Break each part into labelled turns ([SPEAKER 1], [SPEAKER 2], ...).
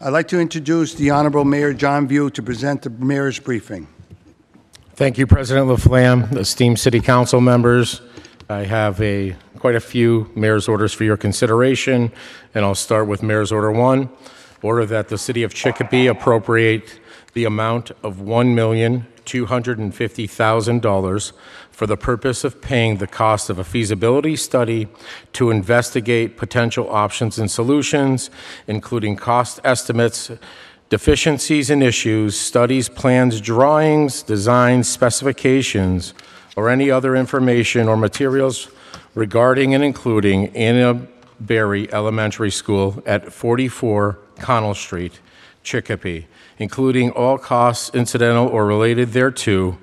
[SPEAKER 1] I'd like to introduce the Honorable Mayor John View to present the mayor's briefing.
[SPEAKER 2] Thank you, President Laflamme, esteemed city council members. I have a, quite a few mayor's orders for your consideration, and I'll start with Mayor's Order 1, order that the city of Chicopee appropriate the amount of $1,250,000 for the purpose of paying the cost of a feasibility study to investigate potential options and solutions, including cost estimates, deficiencies and issues, studies, plans, drawings, designs, specifications, or any other information or materials regarding and including Anna Berry Elementary School at 44 Connell Street, Chicopee, including all costs incidental or related thereto,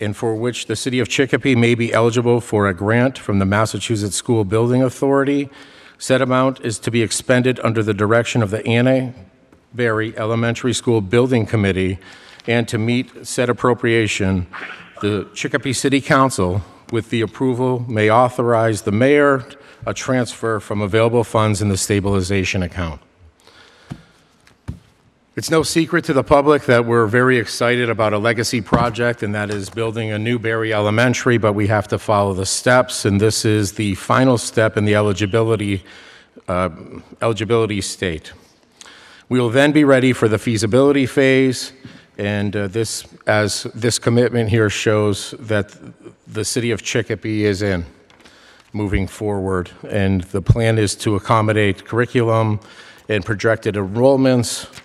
[SPEAKER 2] and for which the City of Chicopee may be eligible for a grant from the Massachusetts School Building Authority. Said amount is to be expended under the direction of the Anna Berry Elementary School Building Committee, and to meet said appropriation, the Chicopee City Council, with the approval, may authorize the mayor a transfer from available funds in the stabilization account. It's no secret to the public that we're very excited about a legacy project, and that is building a new Berry Elementary, but we have to follow the steps, and this is the final step in the eligibility, uh, eligibility state. We will then be ready for the feasibility phase, and uh, this, as this commitment here shows, that the city of Chicopee is in moving forward, and the plan is to accommodate curriculum and projected enrollments,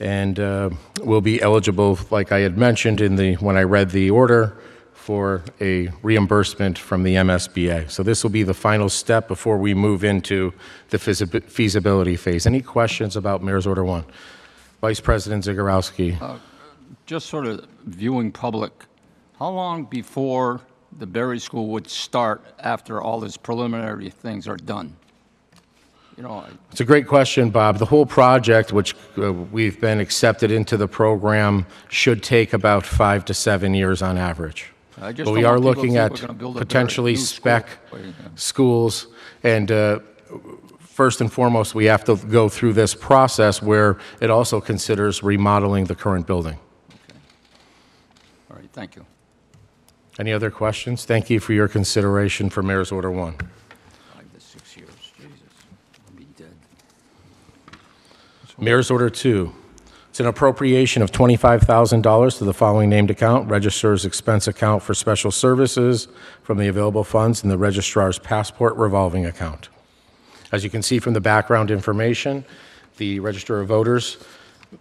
[SPEAKER 2] and uh, will be eligible, like I had mentioned in the, when I read the order, for a reimbursement from the MSBA. So this will be the final step before we move into the feasib- feasibility phase. Any questions about Mayor's Order 1? Vice President Zagorowski?
[SPEAKER 3] just sort of viewing public, how long before the Berry School would start after all these preliminary things are done? You know, I-
[SPEAKER 2] It's a great question, Bob. The whole project, which uh, we've been accepted into the program, should take about five to seven years on average.
[SPEAKER 3] I just
[SPEAKER 2] But we
[SPEAKER 3] don't
[SPEAKER 2] are
[SPEAKER 3] want people to
[SPEAKER 2] looking
[SPEAKER 3] think
[SPEAKER 2] at
[SPEAKER 3] we're gonna build a very
[SPEAKER 2] potentially
[SPEAKER 3] new school.
[SPEAKER 2] spec
[SPEAKER 3] Wait, yeah.
[SPEAKER 2] schools, and uh, first and foremost, we have to go through this process where it also considers remodeling the current building.
[SPEAKER 3] all right, thank you.
[SPEAKER 2] Any other questions? Thank you for your consideration for Mayor's Order 1.
[SPEAKER 3] Five to six years, Jesus, I'll be dead.
[SPEAKER 2] Mayor's Order 2. It's an appropriation of $25,000 to the following named account, Registrar's Expense Account for Special Services from the available funds in the Registrar's Passport Revolving Account. As you can see from the background information, the Register of Voters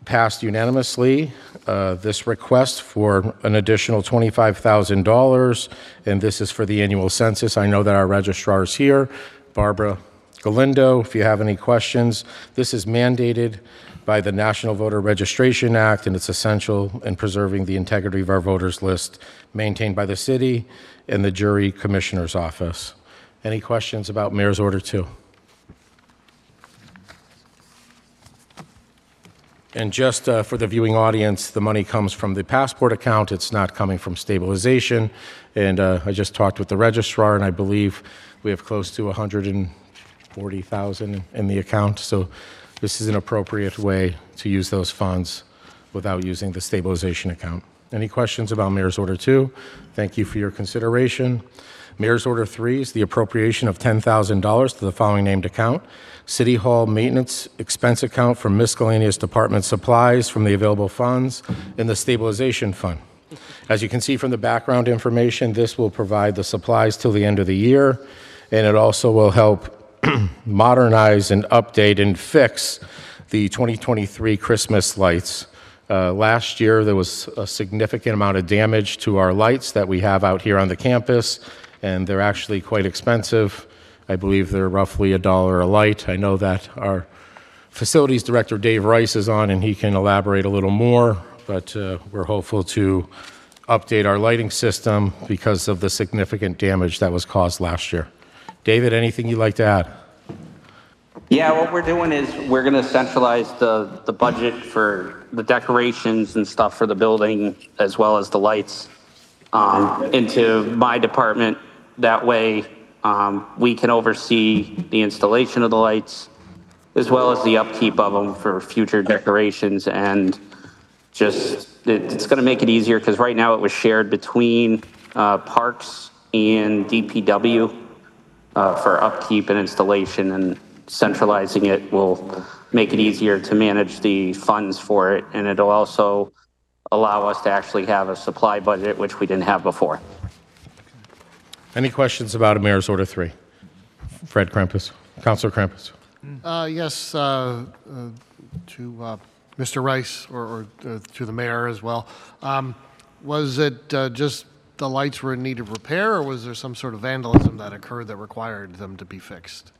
[SPEAKER 2] passed unanimously uh, this request for an additional $25,000, and this is for the annual census. I know that our registrar is here, Barbara Galindo, if you have any questions. This is mandated by the National Voter Registration Act, and it's essential in preserving the integrity of our voters list maintained by the city and the jury commissioner's office. Any questions about Mayor's Order 2? And just uh, for the viewing audience, the money comes from the passport account. It's not coming from stabilization. And uh, I just talked with the registrar, and I believe we have close to 140,000 in the account. So this is an appropriate way to use those funds without using the stabilization account. Any questions about Mayor's Order 2? Thank you for your consideration. Mayor's Order 3 is the appropriation of $10,000 to the following named account. City Hall Maintenance Expense Account for miscellaneous department supplies from the available funds in the stabilization fund. As you can see from the background information, this will provide the supplies till the end of the year, and it also will help modernize and update and fix the 2023 Christmas lights. Uh, Last year, there was a significant amount of damage to our lights that we have out here on the campus, and they're actually quite expensive. I believe they're roughly a dollar a light. I know that our Facilities Director Dave Rice is on, and he can elaborate a little more, but uh, we're hopeful to update our lighting system because of the significant damage that was caused last year. David, anything you'd like to add?
[SPEAKER 4] Yeah, what we're doing is we're gonna centralize the, the budget for the decorations and stuff for the building as well as the lights um, into my department. That way, um, we can oversee the installation of the lights
[SPEAKER 5] as well as the upkeep of them for future decorations and just, it, it's gonna make it easier, because right now it was shared between, uh, parks and DPW, uh, for upkeep and installation, and centralizing it will make it easier to manage the funds for it, and it'll also allow us to actually have a supply budget, which we didn't have before.
[SPEAKER 2] Any questions about Mayor's Order 3? Fred Krampus, Counselor Krampus.
[SPEAKER 6] Uh, Yes, uh, uh, to uh, Mr. Rice, or- or uh, to the mayor as well. Um, Was it uh, just the lights were in need of repair, or was there some sort of vandalism that occurred that required them to be fixed?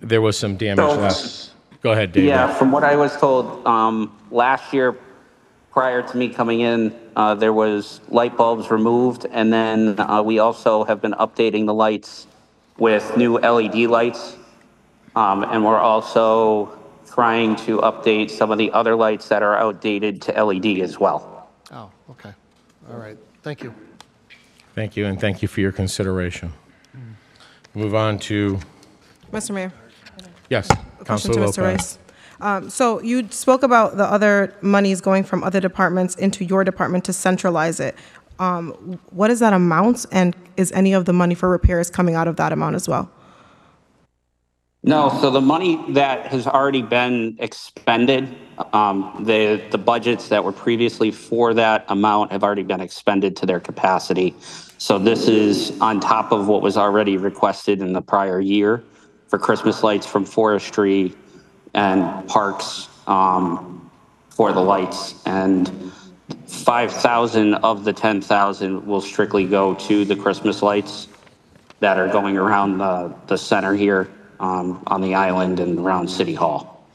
[SPEAKER 2] There was some damage
[SPEAKER 5] So-
[SPEAKER 2] left. Go ahead, David.
[SPEAKER 5] Yeah, from what I was told, um, last year, prior to me coming in, uh, there was light bulbs removed, and then, uh, we also have been updating the lights with new LED lights. Um, and we're also trying to update some of the other lights that are outdated to LED as well.
[SPEAKER 6] Oh, okay. All right, thank you.
[SPEAKER 2] Thank you, and thank you for your consideration. Move on to,
[SPEAKER 7] Mr. Mayor,
[SPEAKER 2] yes,
[SPEAKER 7] a question to
[SPEAKER 2] Counselor
[SPEAKER 7] Mr.
[SPEAKER 2] Lopez.
[SPEAKER 7] Rice. Um, So you spoke about the other monies going from other departments into your department to centralize it. Um, What is that amount, and is any of the money for repairs coming out of that amount as well?
[SPEAKER 5] No, so the money that has already been expended, um, the, the budgets that were previously for that amount have already been expended to their capacity. So this is on top of what was already requested in the prior year for Christmas lights from forestry and parks, um, for the lights. And 5,000 of the 10,000 will strictly go to the Christmas lights that are going around the, the center here um, on the island and around City Hall.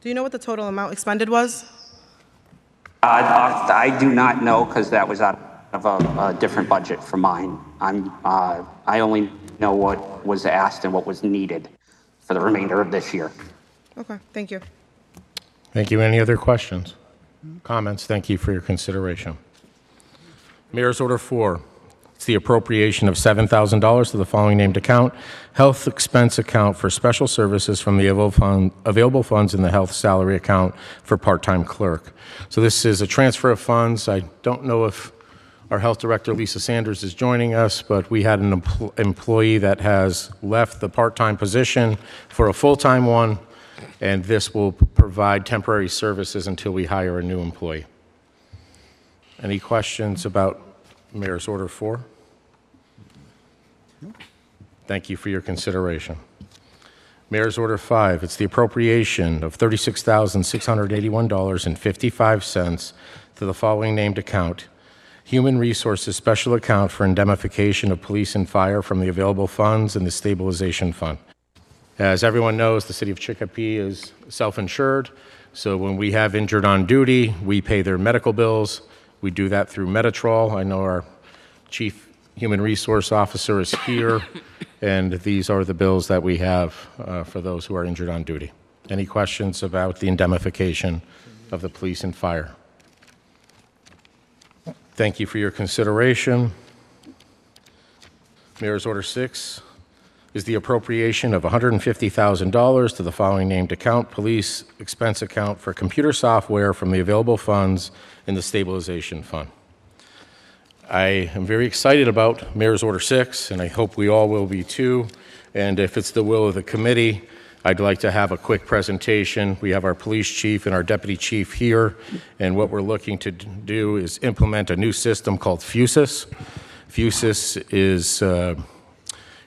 [SPEAKER 7] Do you know what the total amount expended was?
[SPEAKER 5] I, I do not know because that was out of a, a different budget for mine. I'm, uh, I only know what was asked and what was needed for the remainder of this year.
[SPEAKER 7] Okay, thank you.
[SPEAKER 2] Thank you. Any other questions? Comments? Thank you for your consideration. Mayor's Order 4, it's the appropriation of $7,000 to the following named account, Health Expense Account for Special Services from the available fund- available funds in the Health Salary Account for Part-Time Clerk. So this is a transfer of funds. I don't know if our Health Director, Lisa Sanders, is joining us, but we had an empl- employee that has left the part-time position for a full-time one, and this will provide temporary services until we hire a new employee. Any questions about Mayor's Order 4? Thank you for your consideration. Mayor's Order 5, it's the appropriation of $36,681.55 to the following named account, Human Resources Special Account for Indemnification of Police and Fire from the available funds and the Stabilization Fund. As everyone knows, the city of Chicopee is self-insured, so when we have injured on duty, we pay their medical bills. We do that through Metatrol. I know our chief human resource officer is here, and these are the bills that we have uh, for those who are injured on duty. Any questions about the indemnification of the police and fire? Thank you for your consideration. Mayor's Order 6 is the appropriation of $150,000 to the following named account, Police Expense Account for Computer Software from the available funds in the Stabilization Fund. I am very excited about Mayor's Order 6, and I hope we all will be too. And if it's the will of the committee, I'd like to have a quick presentation. We have our police chief and our deputy chief here, and what we're looking to d- do is implement a new system called FUSIS. FUSIS is uh,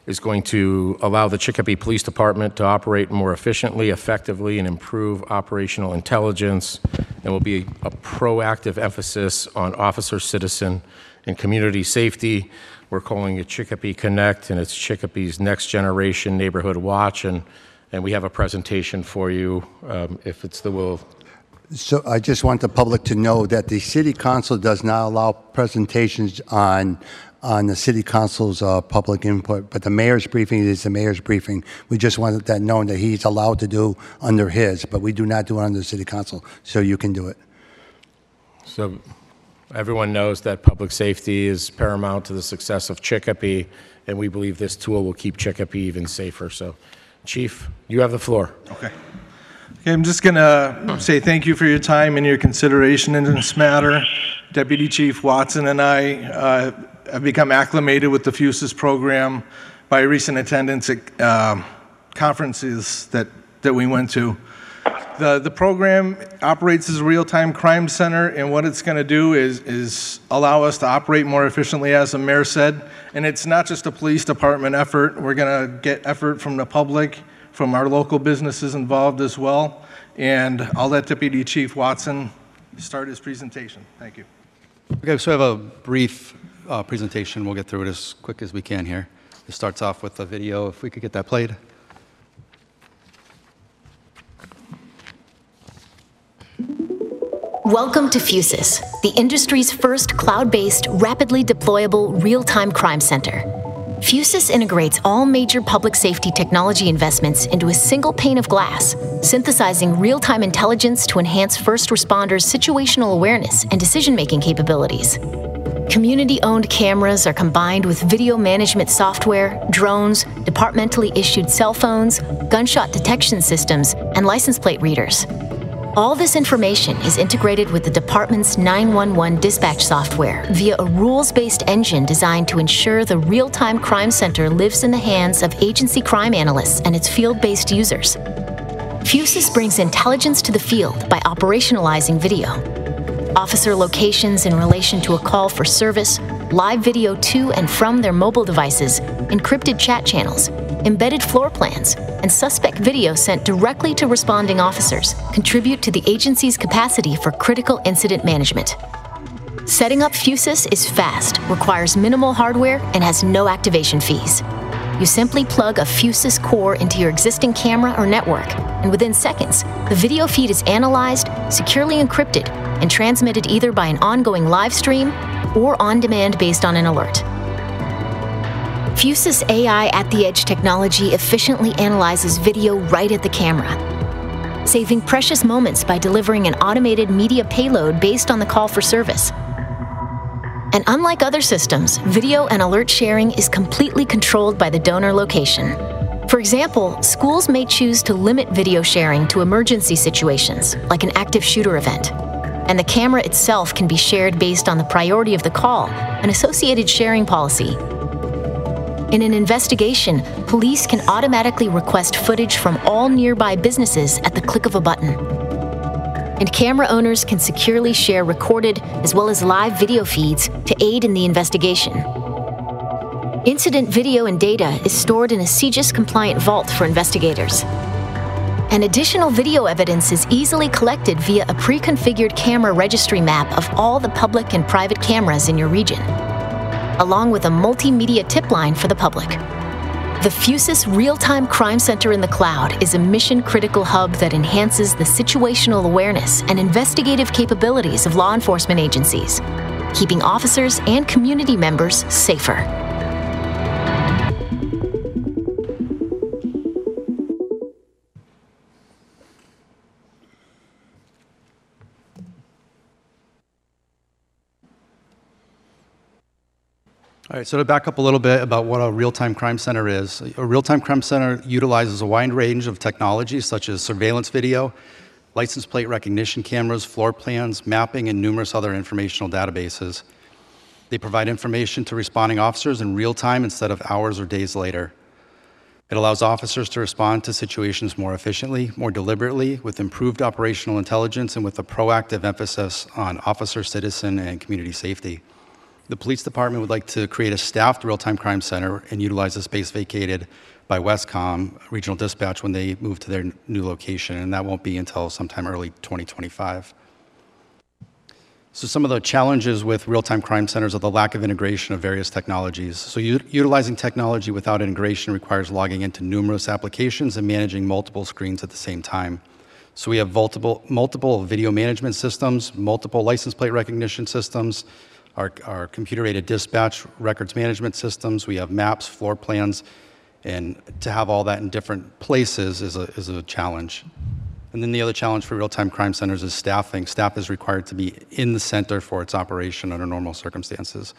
[SPEAKER 2] is going to allow the Chicopee Police Department to operate more efficiently, effectively, and improve operational intelligence, and will be a proactive emphasis on officer, citizen, and community safety. We're calling it Chicopee Connect, and it's Chicopee's next generation neighborhood watch, and, and we have a presentation for you, um, if it's the will of
[SPEAKER 1] So I just want the public to know that the city council does not allow presentations on, on the city council's uh, public input, but the mayor's briefing is the mayor's briefing. We just wanted that known that he's allowed to do under his, but we do not do it under the city council, so you can do it.
[SPEAKER 2] So I Everyone knows that public safety is paramount to the success of Chicopee, and we believe this tool will keep Chicopee even safer. So, Chief, you have the floor.
[SPEAKER 8] Okay. Okay, I'm just gonna say thank you for your time and your consideration in this matter. Deputy Chief Watson and I uh, have become acclimated with the FUSIS program by recent attendance at um, conferences that, that we went to. The, the program operates as a real-time crime center, and what it's going to do is, is allow us to operate more efficiently, as the mayor said. And it's not just a police department effort. We're going to get effort from the public, from our local businesses involved as well. And I'll let Deputy Chief Watson start his presentation. Thank you.
[SPEAKER 9] Okay, so I have a brief uh, presentation. We'll get through it as quick as we can here. It starts off with a video, if we could get that played.
[SPEAKER 10] Welcome to Fusus, the industry's first cloud based, rapidly deployable, real time crime center. Fusus integrates all major public safety technology investments into a single pane of glass, synthesizing real time intelligence to enhance first responders' situational awareness and decision making capabilities. Community owned cameras are combined with video management software, drones, departmentally issued cell phones, gunshot detection systems, and license plate readers. All this information is integrated with the department's 911 dispatch software via a rules based engine designed to ensure the real time crime center lives in the hands of agency crime analysts and its field based users. Fusus brings intelligence to the field by operationalizing video officer locations in relation to a call for service, live video to and from their mobile devices, encrypted chat channels, embedded floor plans, and suspect video sent directly to responding officers contribute to the agency's capacity for critical incident management. Setting up Fusus is fast, requires minimal hardware, and has no activation fees. You simply plug a Fusus core into your existing camera or network, and within seconds, the video feed is analyzed, securely encrypted, and transmitted either by an ongoing live stream or on demand based on an alert. Fusus AI at the Edge technology efficiently analyzes video right at the camera, saving precious moments by delivering an automated media payload based on the call for service. And unlike other systems, video and alert sharing is completely controlled by the donor location. For example, schools may choose to limit video sharing to emergency situations, like an active shooter event. And the camera itself can be shared based on the priority of the call and associated sharing policy. In an investigation, police can automatically request footage from all nearby businesses at the click of a button and camera owners can securely share recorded as well as live video feeds to aid in the investigation. Incident video and data is stored in a CGIS compliant vault for investigators. And additional video evidence is easily collected via a pre configured camera registry map of all the public and private cameras in your region, along with a multimedia tip line for the public. The Fusus Real Time Crime Center in the Cloud is a mission critical hub that enhances the situational awareness and investigative capabilities of law enforcement agencies, keeping officers and community members safer.
[SPEAKER 9] All right, so to back up a little bit about what a real time crime center is, a real time crime center utilizes a wide range of technologies such as surveillance video, license plate recognition cameras, floor plans, mapping, and numerous other informational databases. They provide information to responding officers in real time instead of hours or days later. It allows officers to respond to situations more efficiently, more deliberately, with improved operational intelligence, and with a proactive emphasis on officer, citizen, and community safety. The police department would like to create a staffed real-time crime center and utilize the space vacated by Westcom Regional Dispatch when they move to their n- new location, and that won't be until sometime early 2025. So some of the challenges with real-time crime centers are the lack of integration of various technologies. So u- utilizing technology without integration requires logging into numerous applications and managing multiple screens at the same time. So we have multiple, multiple video management systems, multiple license plate recognition systems, our, our computer-aided dispatch records management systems, we have maps, floor plans, and to have all that in different places is a, is a challenge. And then the other challenge for real-time crime centers is staffing. Staff is required to be in the center for its operation under normal circumstances.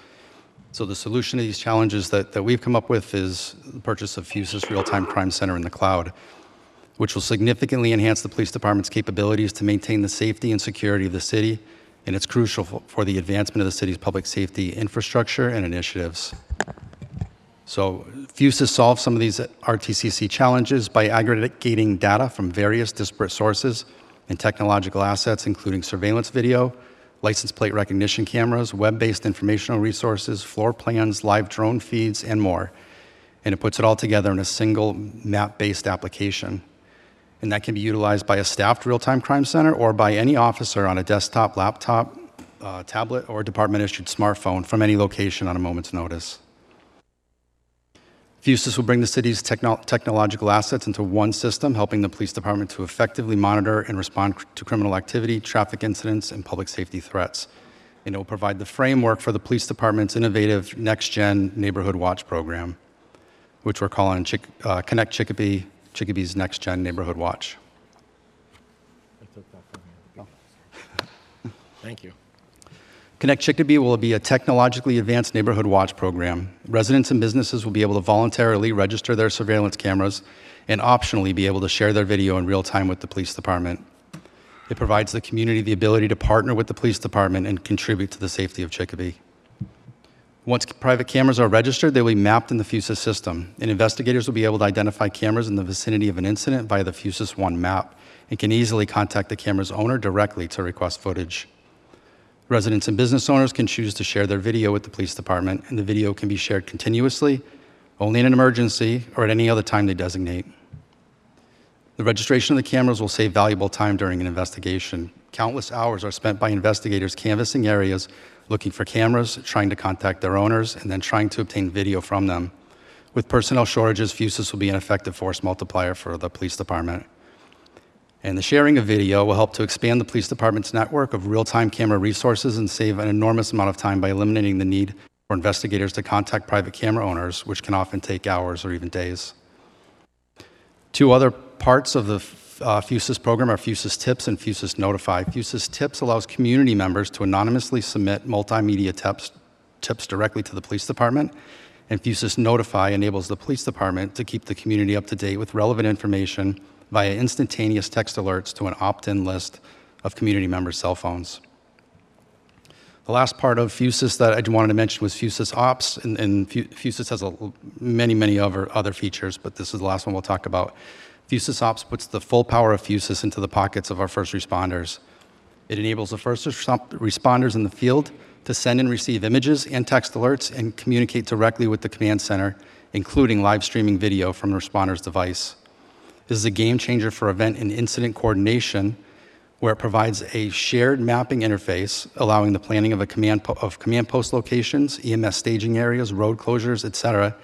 [SPEAKER 9] So the solution to these challenges that, that we've come up with is the purchase of Fusus Real-Time Crime Center in the cloud, which will significantly enhance the police department's capabilities to maintain the safety and security of the city, and it's crucial for, for the advancement of the city's public safety infrastructure and initiatives. So Fusus solves some of these RTCC challenges by aggregating data from various disparate sources and technological assets, including surveillance video, license plate recognition cameras, web-based informational resources, floor plans, live drone feeds, and more. And it puts it all together in a single map-based application. And that can be utilized by a staffed real-time crime center or by any officer on a desktop, laptop, uh, tablet, or department-issued smartphone from any location on a moment's notice. Fusus will bring the city's techno- technological assets into one system, helping the police department to effectively monitor and respond cr- to criminal activity, traffic incidents, and public safety threats. And it will provide the framework for the police department's innovative next gen neighborhood watch program, which we're calling Chick- uh, Connect Chicopee, Chickopee's next gen neighborhood watch.
[SPEAKER 2] Thank you.
[SPEAKER 9] Connect Chicopee will be a technologically advanced neighborhood watch program. Residents and businesses will be able to voluntarily register their surveillance cameras and optionally be able to share their video in real time with the police department. It provides the community the ability to partner with the police department and contribute to the safety of Chicopee. Once private cameras are registered, they will be mapped in the FUSIS system, and investigators will be able to identify cameras in the vicinity of an incident via the FUSIS One map and can easily contact the camera's owner directly to request footage. Residents and business owners can choose to share their video with the police department, and the video can be shared continuously, only in an emergency, or at any other time they designate. The registration of the cameras will save valuable time during an investigation. Countless hours are spent by investigators canvassing areas, looking for cameras, trying to contact their owners, and then trying to obtain video from them. With personnel shortages, FUSIS will be an effective force multiplier for the police department. And the sharing of video will help to expand the police department's network of real time camera resources and save an enormous amount of time by eliminating the need for investigators to contact private camera owners, which can often take hours or even days. Two other parts of the uh, FUSIS program are FUSIS Tips and FUSIS Notify. FUSIS Tips allows community members to anonymously submit multimedia tips, tips directly to the police department, and FUSIS Notify enables the police department to keep the community up to date with relevant information via instantaneous text alerts to an opt-in list of community members' cell phones. The last part of Fusus that I wanted to mention was Fusus Ops, and, and Fu- Fusus has a, many, many other, other features, but this is the last one we'll talk about. Fusus Ops puts the full power of Fusus into the pockets of our first responders. It enables the first res- responders in the field to send and receive images and text alerts and communicate directly with the command center, including live streaming video from the responder's device. This is a game changer for event and incident coordination, where it provides a shared mapping interface, allowing the planning of a command po- of command post locations, EMS staging areas, road closures, etc.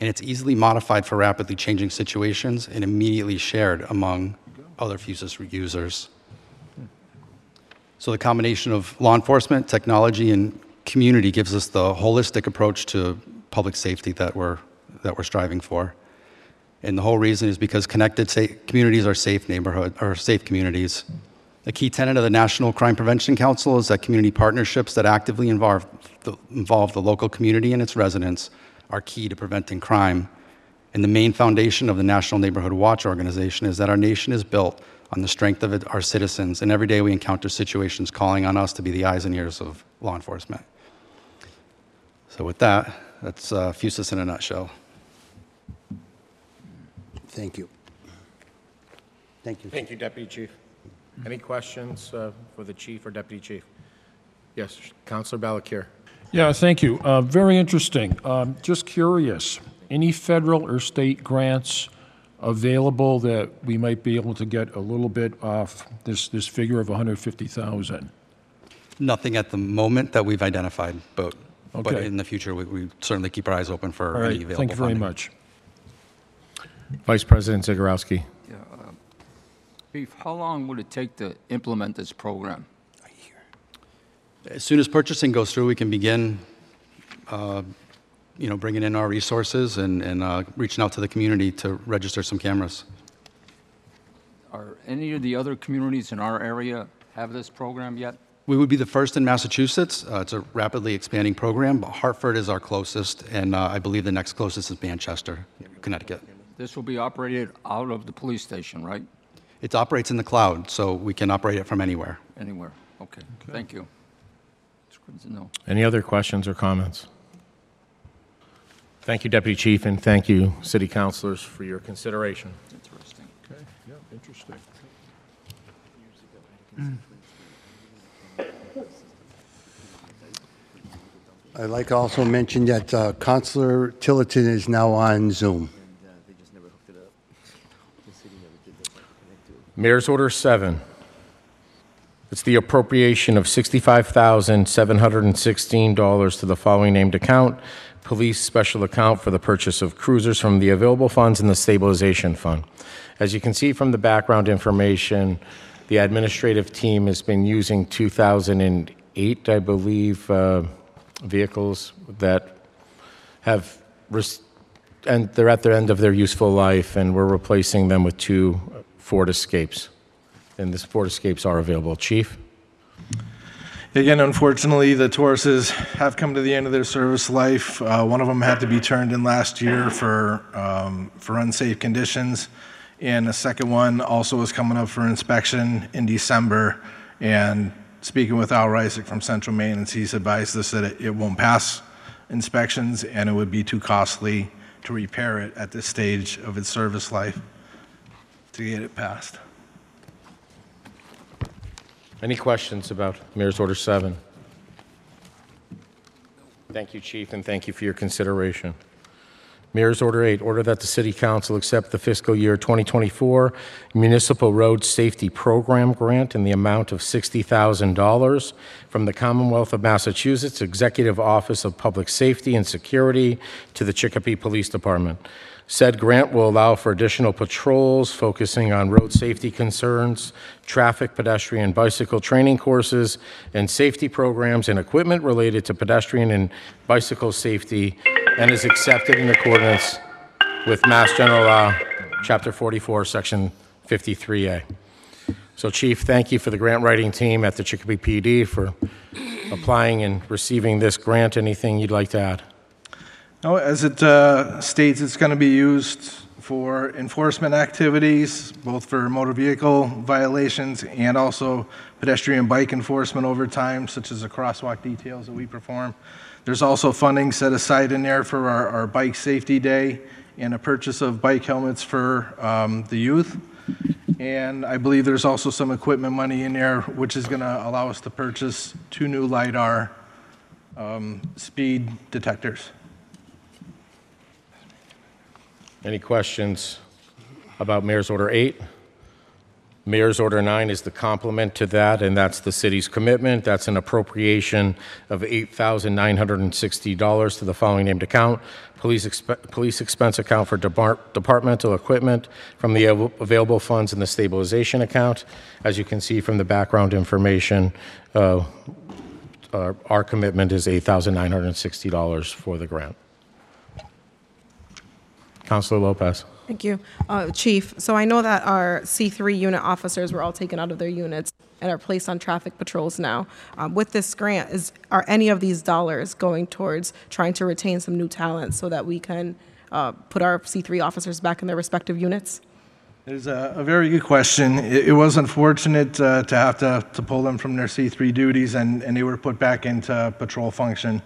[SPEAKER 9] And it's easily modified for rapidly changing situations and immediately shared among other Fusus users. So the combination of law enforcement, technology, and community gives us the holistic approach to public safety that we're that we're striving for. And the whole reason is because connected sa- communities are safe neighborhood or safe communities. A key tenet of the National Crime Prevention Council is that community partnerships that actively involve the, involve the local community and its residents are key to preventing crime. And the main foundation of the National Neighborhood Watch organization is that our nation is built on the strength of it, our citizens, and every day we encounter situations calling on us to be the eyes and ears of law enforcement. So, with that, that's uh, Fusus in a nutshell.
[SPEAKER 1] Thank you. Thank you.
[SPEAKER 2] Thank you, Deputy Chief. Any questions uh, for the chief or deputy chief? Yes, Counselor Balakir.
[SPEAKER 11] Yeah, thank you. Uh, Very interesting. Um, Just curious, any federal or state grants available that we might be able to get a little bit off this, this figure of 150,000?
[SPEAKER 9] Nothing at the moment that we've identified, but, but
[SPEAKER 11] Okay.
[SPEAKER 9] in the future, we, we certainly keep our eyes open for
[SPEAKER 11] All
[SPEAKER 9] any
[SPEAKER 11] right,
[SPEAKER 9] available
[SPEAKER 11] thank you very
[SPEAKER 9] funding.
[SPEAKER 11] much.
[SPEAKER 2] Vice President Zagorowski.
[SPEAKER 3] Chief, how long would it take to implement this program?
[SPEAKER 9] As soon as purchasing goes through, we can begin, uh, you know, bringing in our resources and, and uh, reaching out to the community to register some cameras.
[SPEAKER 3] Are any of the other communities in our area have this program yet?
[SPEAKER 9] We would be the first in Massachusetts. Uh, it's a rapidly expanding program, but Hartford is our closest, and uh, I believe the next closest is Manchester, Connecticut.
[SPEAKER 3] This will be operated out of the police station, right?
[SPEAKER 9] It operates in the cloud, so we can operate it from anywhere.
[SPEAKER 3] Anywhere? Okay, thank you. It's good to know.
[SPEAKER 2] Any other questions or comments? Thank you, Deputy Chief, and thank you, City Councilors, for your consideration.
[SPEAKER 3] Interesting.
[SPEAKER 11] Yeah, interesting.
[SPEAKER 1] I'd like to also mention that uh, Counselor Tillotson is now on Zoom.
[SPEAKER 2] Mayor's Order 7. It's the appropriation of $65,716 to the following named account, police special account for the purchase of cruisers from the available funds and the stabilization fund. As you can see from the background information, the administrative team has been using 2008, I believe, uh, vehicles that have, res- and they're at the end of their useful life, and we're replacing them with two Ford Escapes. And these Ford Escapes are available. Chief?
[SPEAKER 8] Again, unfortunately, the Tauruses have come to the end of their service life. Uh, one of them had to be turned in last year for um, for unsafe conditions, and the second one also is coming up for inspection in December. And speaking with Al Reisig from Central Maintenance, he's advised us that it, it won't pass inspections, and it would be too costly to repair it at this stage of its service life to get it passed.
[SPEAKER 2] Any questions about Mayor's Order 7? Thank you, Chief, and thank you for your consideration. Mayor's Order 8, order that the City Council accept the fiscal year 2024 Municipal Road Safety Program Grant in the amount of $60,000 from the Commonwealth of Massachusetts Executive Office of Public Safety and Security to the Chicopee Police Department. Said grant will allow for additional patrols focusing on road safety concerns, traffic, pedestrian, bicycle training courses, and safety programs and equipment related to pedestrian and bicycle safety, and is accepted in accordance with Mass General Law, Chapter 44, Section 53A. So Chief, thank you for the grant writing team at the Chicopee PD for applying and receiving this grant. Anything you'd like to add?
[SPEAKER 8] No, as it uh, states, it's going to be used for enforcement activities, both for motor vehicle violations and also pedestrian bike enforcement over time, such as the crosswalk details that we perform. There's also funding set aside in there for our, our Bike Safety Day and a purchase of bike helmets for um, the youth. And I believe there's also some equipment money in there, which is going to allow us to purchase two new LiDAR um, speed detectors.
[SPEAKER 2] Any questions about Mayor's Order 8? Mayor's Order 9 is the complement to that, and that's the city's commitment. That's an appropriation of $8,960 to the following named account, police exp- police expense account for depart- departmental equipment from the av- available funds in the stabilization account. As you can see from the background information, uh, uh, our commitment is $8,960 for the grant. Counselor Lopez.
[SPEAKER 7] Thank you. Uh, Chief, so I know that our C3 unit officers were all taken out of their units and are placed on traffic patrols now. Um, With this grant, is, are any of these dollars going towards trying to retain some new talent so that we can uh, put our C3 officers back in their respective units?
[SPEAKER 8] There's a, a very good question. It, it was unfortunate uh, to have to, to pull them from their C3 duties, and, and they were put back into patrol function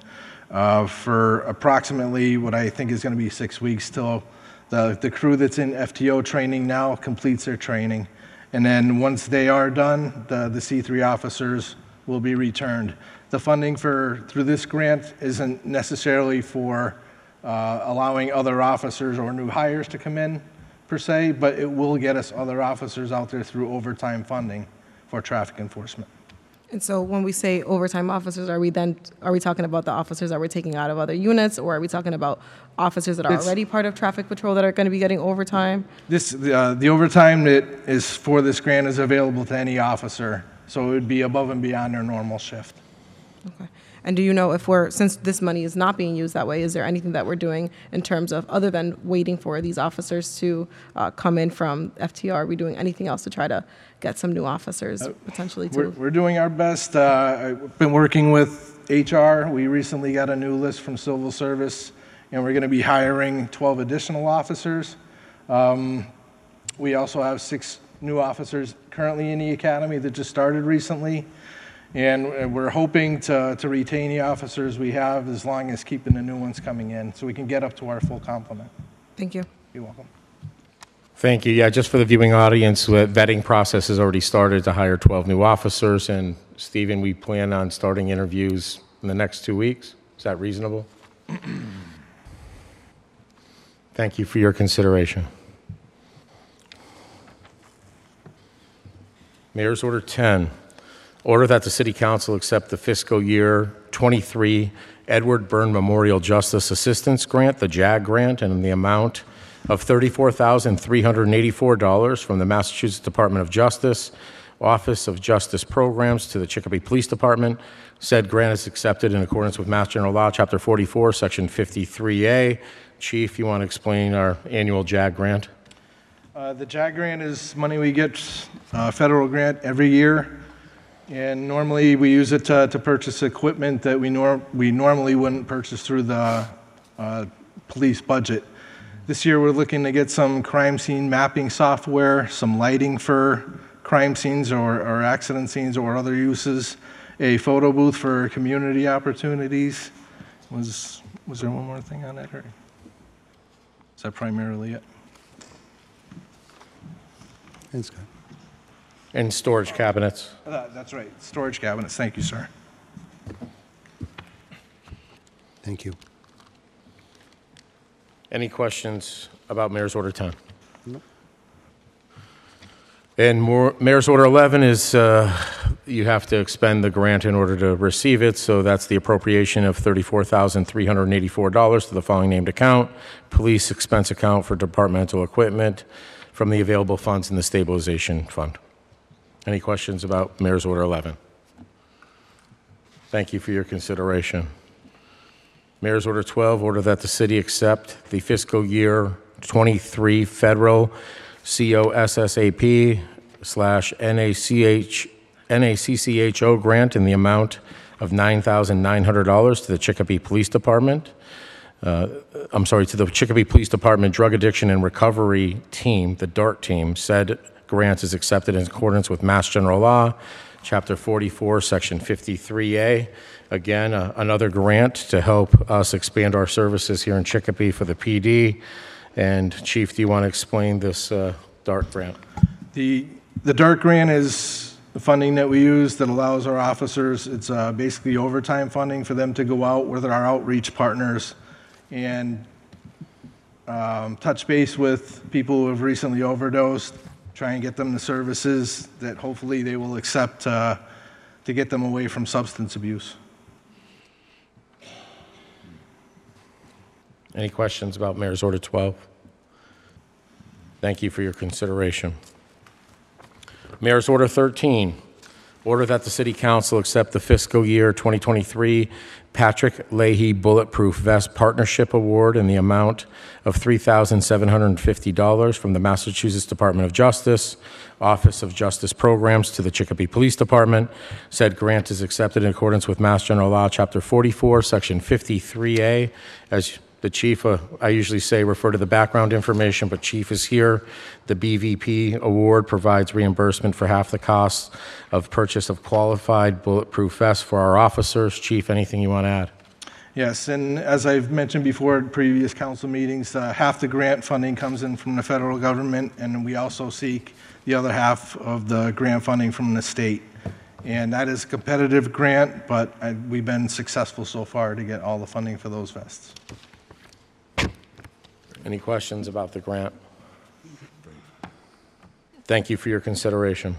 [SPEAKER 8] uh, for approximately what I think is going to be six weeks till the, the crew that's in FTO training now completes their training. And then once they are done, the, the C3 officers will be returned. The funding for through this grant isn't necessarily for uh, allowing other officers or new hires to come in per se, but it will get us other officers out there through overtime funding for traffic enforcement.
[SPEAKER 7] And so when we say overtime officers, are we then, are we talking about the officers that we're taking out of other units? Or are we talking about officers that are
[SPEAKER 8] It's-
[SPEAKER 7] already part of traffic patrol that are going to be getting overtime?
[SPEAKER 8] This, the, uh, the overtime that is for this grant is available to any officer, so it would be above and beyond their normal shift.
[SPEAKER 7] Okay. And do you know if we're, since this money is not being used that way, is there anything that we're doing in terms of, other than waiting for these officers to uh, come in from FTR, are we doing anything else to try to get some new officers potentially
[SPEAKER 8] Uh, We're,
[SPEAKER 7] to?
[SPEAKER 8] we're doing our best. Uh, I've been working with HR. We recently got a new list from Civil Service, and we're going to be hiring 12 additional officers. Um, we also have six new officers currently in the academy that just started recently, and uh, we're hoping to, to retain the officers we have as long as keeping the new ones coming in, so we can get up to our full complement.
[SPEAKER 7] Thank you.
[SPEAKER 8] You're welcome.
[SPEAKER 2] Thank you. Yeah, just for the viewing audience, the vetting process has already started to hire 12 new officers, and Stephen, we plan on starting interviews in the next two weeks. Is that reasonable? Thank you for your consideration. Mayor's Order 10, order that the City Council accept the fiscal year 23 Edward Byrne Memorial Justice Assistance Grant, the JAG Grant, and the amount of $34,384 from the Massachusetts Department of Justice, Office of Justice Programs to the Chicopee Police Department. Said grant is accepted in accordance with Mass General Law, Chapter 44, Section 53A. Chief, you want to explain our annual JAG grant?
[SPEAKER 8] Uh, The JAG grant is money we get, uh, federal grant, every year. And normally, we use it to to purchase equipment that we nor, we normally wouldn't purchase through the uh, police budget. This year, we're looking to get some crime scene mapping software, some lighting for crime scenes or or accident scenes or other uses, a photo booth for community opportunities. Was, was there one more thing on that, or is that primarily it?
[SPEAKER 1] That's good.
[SPEAKER 2] And storage cabinets.
[SPEAKER 8] Uh, That's right, storage cabinets, thank you, sir.
[SPEAKER 1] Thank you.
[SPEAKER 2] Any questions about Mayor's Order 10? And more, Mayor's Order 11 is, uh, you have to expend the grant in order to receive it, so that's the appropriation of $34,384 to the following named account, police expense account for departmental equipment from the available funds in the stabilization fund. Any questions about Mayor's Order 11? Thank you for your consideration. Mayor's Order 12, order that the city accept the fiscal year 23 federal COSSAP slash NACH, NACCHO grant in the amount of $9,900 to the Chicopee Police Department. uh, I'm sorry, to the Chicopee Police Department Drug Addiction and Recovery Team, the DART team, said grant is accepted in accordance with Mass General Law, Chapter 44, Section 53A. Again, a- another grant to help us expand our services here in Chicopee for the PD. And Chief, do you want to explain this uh, DART grant?
[SPEAKER 8] The, the DART grant is the funding that we use that allows our officers, it's uh, basically overtime funding for them to go out with our outreach partners and um, touch base with people who have recently overdosed, try and get them the services that hopefully they will accept uh, to get them away from substance abuse.
[SPEAKER 2] Any questions about Mayor's Order 12? Thank you for your consideration. Mayor's Order 13, order that the City Council accept the fiscal year 2023 Patrick Leahy Bulletproof Vest Partnership Award in the amount of $3,750 from the Massachusetts Department of Justice, Office of Justice Programs to the Chicopee Police Department. Said grant is accepted in accordance with Mass General Law, Chapter 44, Section 53A. As the chief, uh, I usually say refer to the background information, but chief is here. The BVP award provides reimbursement for half the cost of purchase of qualified bulletproof vests for our officers. Chief, anything you want to add?
[SPEAKER 8] Yes, and as I've mentioned before at previous council meetings, uh, half the grant funding comes in from the federal government, and we also seek the other half of the grant funding from the state. And that is a competitive grant, but I- we've been successful so far to get all the funding for those vests.
[SPEAKER 2] Any questions about the grant? Thank you for your consideration.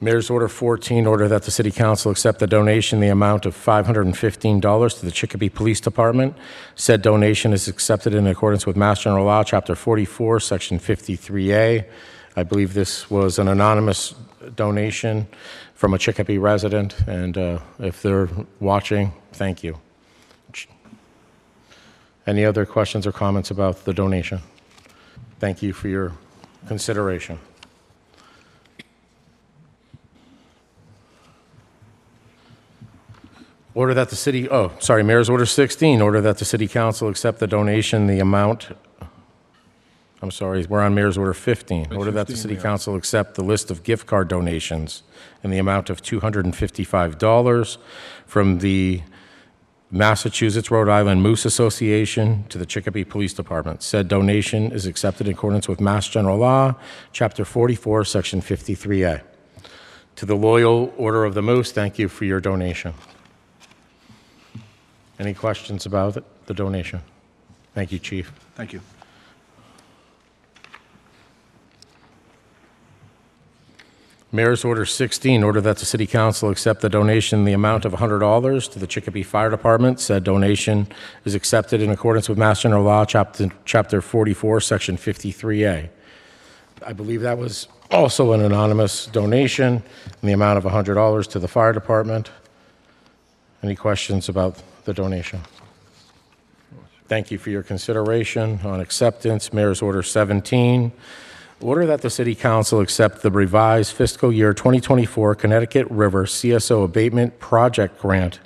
[SPEAKER 2] Mayor's Order 14, order that the City Council accept the donation in the amount of $515 to the Chicopee Police Department. Said donation is accepted in accordance with Mass General Law, Chapter 44, Section 53A. I believe this was an anonymous donation from a Chicopee resident, and uh, if they're watching, thank you. Any other questions or comments about the donation? Thank you for your consideration. Order that the city, oh, sorry, Mayor's Order 16, order that the city council accept the donation, the amount, I'm sorry, we're on Mayor's Order 15. Order that the city council accept the list of gift card donations in the amount of $255 from the Massachusetts Rhode Island Moose Association to the Chicopee Police Department. Said donation is accepted in accordance with Mass General Law, Chapter 44, Section 53A. To the Loyal Order of the Moose, thank you for your donation. Any questions about it- the donation? Thank you, Chief.
[SPEAKER 8] Thank you.
[SPEAKER 2] Mayor's Order 16, order that the City Council accept the donation in the amount of $100 to the Chicopee Fire Department. Said donation is accepted in accordance with Mass General Law, Chapter Chapter 44, Section 53A. I believe that was also an anonymous donation in the amount of $100 to the fire department. Any questions about the donation? Thank you for your consideration on acceptance. Mayor's Order 17, Order that the City Council accept the revised fiscal year 2024 Connecticut River CSO Abatement Project Grant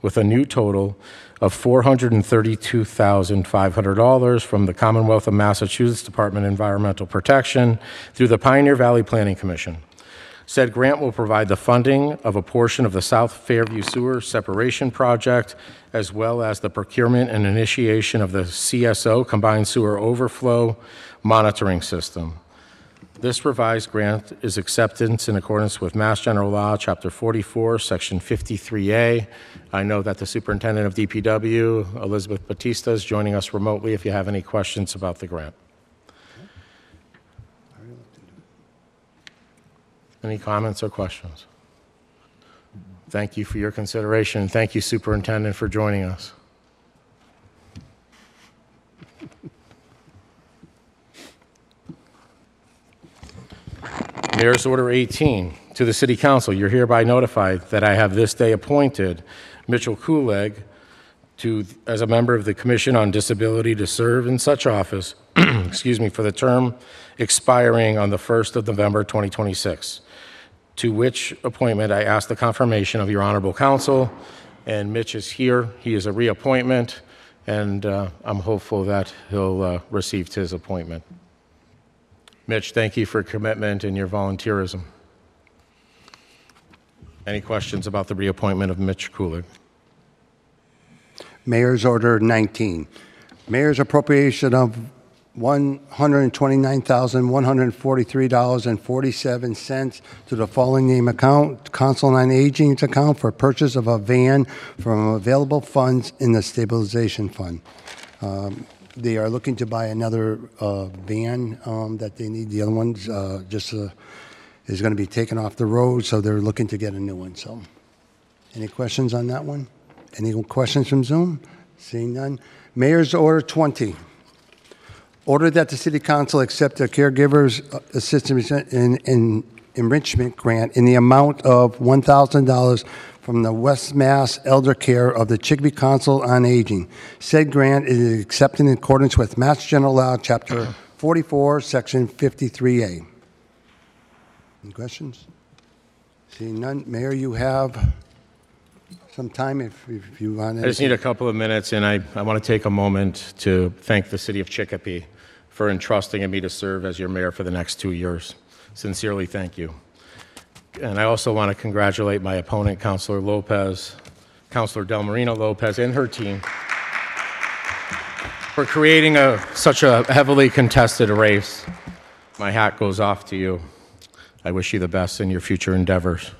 [SPEAKER 2] with a new total of $432,500 from the Commonwealth of Massachusetts Department of Environmental Protection through the Pioneer Valley Planning Commission. Said grant will provide the funding of a portion of the South Fairview Sewer Separation Project, as well as the procurement and initiation of the CSO Combined Sewer Overflow Monitoring System. This revised grant is acceptance in accordance with Mass General Law, Chapter 44, Section 53A. I know that the Superintendent of DPW, Elizabeth Batista, is joining us remotely if you have any questions about the grant. Any comments or questions? Thank you for your consideration. Thank you, Superintendent, for joining us. Mayor's Order 18, to the City Council, you're hereby notified that I have this day appointed Mitchell Kuleg to, as a member of the Commission on Disability to serve in such office, excuse me, for the term expiring on the 1st of November 2026, to which appointment I ask the confirmation of your honorable counsel, and Mitch is here. He is a reappointment, and uh, I'm hopeful that he'll uh, receive his appointment. Mitch, thank you for your commitment and your volunteerism. Any questions about the reappointment of Mitch Kulig?
[SPEAKER 1] Mayor's Order 19. Mayor's appropriation of $129,143.47 to the following name account, Council on Aging's account for purchase of a van from available funds in the stabilization fund. Um, They are looking to buy another uh, van um, that they need, the other one's uh, just, uh, is going to be taken off the road, so they're looking to get a new one, so. Any questions on that one? Any questions from Zoom? Seeing none. Mayor's Order 20. Order that the City Council accept a caregiver's assistance in- in enrichment grant in the amount of $1,000 from the West Mass Elder Care of the Chicopee Council on Aging. Said grant is accepted in accordance with Mass General Law, Chapter 44, Section 53A. Any questions? Seeing none, Mayor, you have some time if if you want
[SPEAKER 2] I just
[SPEAKER 1] to.
[SPEAKER 2] need a couple of minutes, and I, I want to take a moment to thank the city of Chicopee for entrusting me to serve as your mayor for the next two years. Sincerely, thank you. And I also want to congratulate my opponent, Councilor Lopez, Councilor Del Marino Lopez, and her team for creating a, such a heavily contested race. My hat goes off to you. I wish you the best in your future endeavors.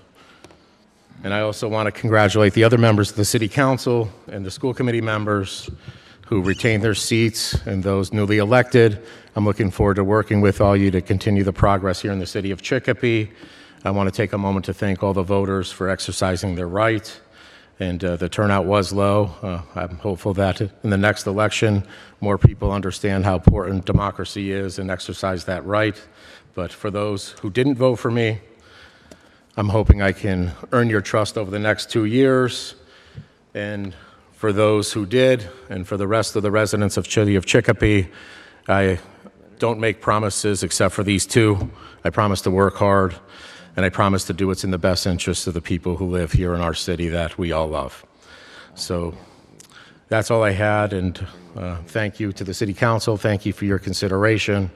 [SPEAKER 2] And I also want to congratulate the other members of the city council and the school committee members who retained their seats and those newly elected. I'm looking forward to working with all you to continue the progress here in the city of Chicopee. I want to take a moment to thank all the voters for exercising their right. and uh, the turnout was low. Uh, I'm hopeful that in the next election, more people understand how important democracy is and exercise that right. But for those who didn't vote for me, I'm hoping I can earn your trust over the next two years. And for those who did, and for the rest of the residents of Chile of Chicopee, I don't make promises except for these two. I promise to work hard, and I promise to do what's in the best interest of the people who live here in our city that we all love. So that's all I had, and uh, thank you to the City Council. Thank you for your consideration.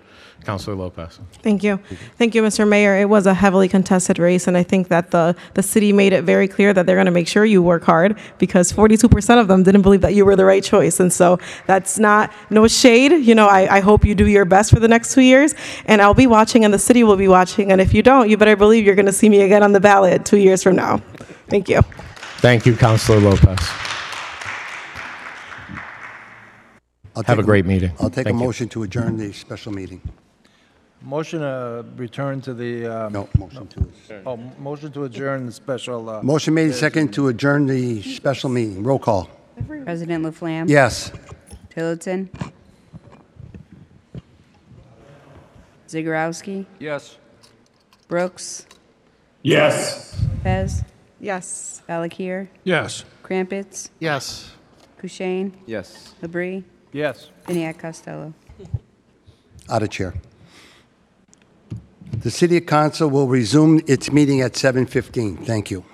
[SPEAKER 2] Councilor Lopez.
[SPEAKER 7] Thank you. Thank you, Mr. Mayor. It was a heavily contested race, and I think that the, the city made it very clear that they're going to make sure you work hard because 42% of them didn't believe that you were the right choice. And so that's not, no shade. You know, I, I hope you do your best for the next two years, and I'll be watching, and the city will be watching. And if you don't, you better believe you're going to see me again on the ballot two years from now. Thank you.
[SPEAKER 2] Thank you, Councilor Lopez.
[SPEAKER 1] I'll
[SPEAKER 2] Have
[SPEAKER 1] take
[SPEAKER 2] a great meeting.
[SPEAKER 1] I'll take a
[SPEAKER 2] Thank you.
[SPEAKER 1] motion to adjourn the special meeting.
[SPEAKER 12] Motion to return to the, uh,
[SPEAKER 1] No, motion to,
[SPEAKER 12] oh, motion to adjourn the special. uh,
[SPEAKER 1] motion made second to adjourn the special meeting. Roll call.
[SPEAKER 13] President Laflamme?
[SPEAKER 1] Yes.
[SPEAKER 13] Tillotson? Zagorowski?
[SPEAKER 3] Yes.
[SPEAKER 13] Brooks?
[SPEAKER 11] Yes.
[SPEAKER 13] Pez?
[SPEAKER 7] Yes.
[SPEAKER 13] Valakir?
[SPEAKER 11] Yes.
[SPEAKER 13] Crumpets?
[SPEAKER 6] Yes.
[SPEAKER 13] Kushein?
[SPEAKER 12] Yes.
[SPEAKER 13] Labrie?
[SPEAKER 12] Yes.
[SPEAKER 13] Biniac Costello?
[SPEAKER 1] Out of chair. The City Council will resume its meeting at 7:15. Thank you.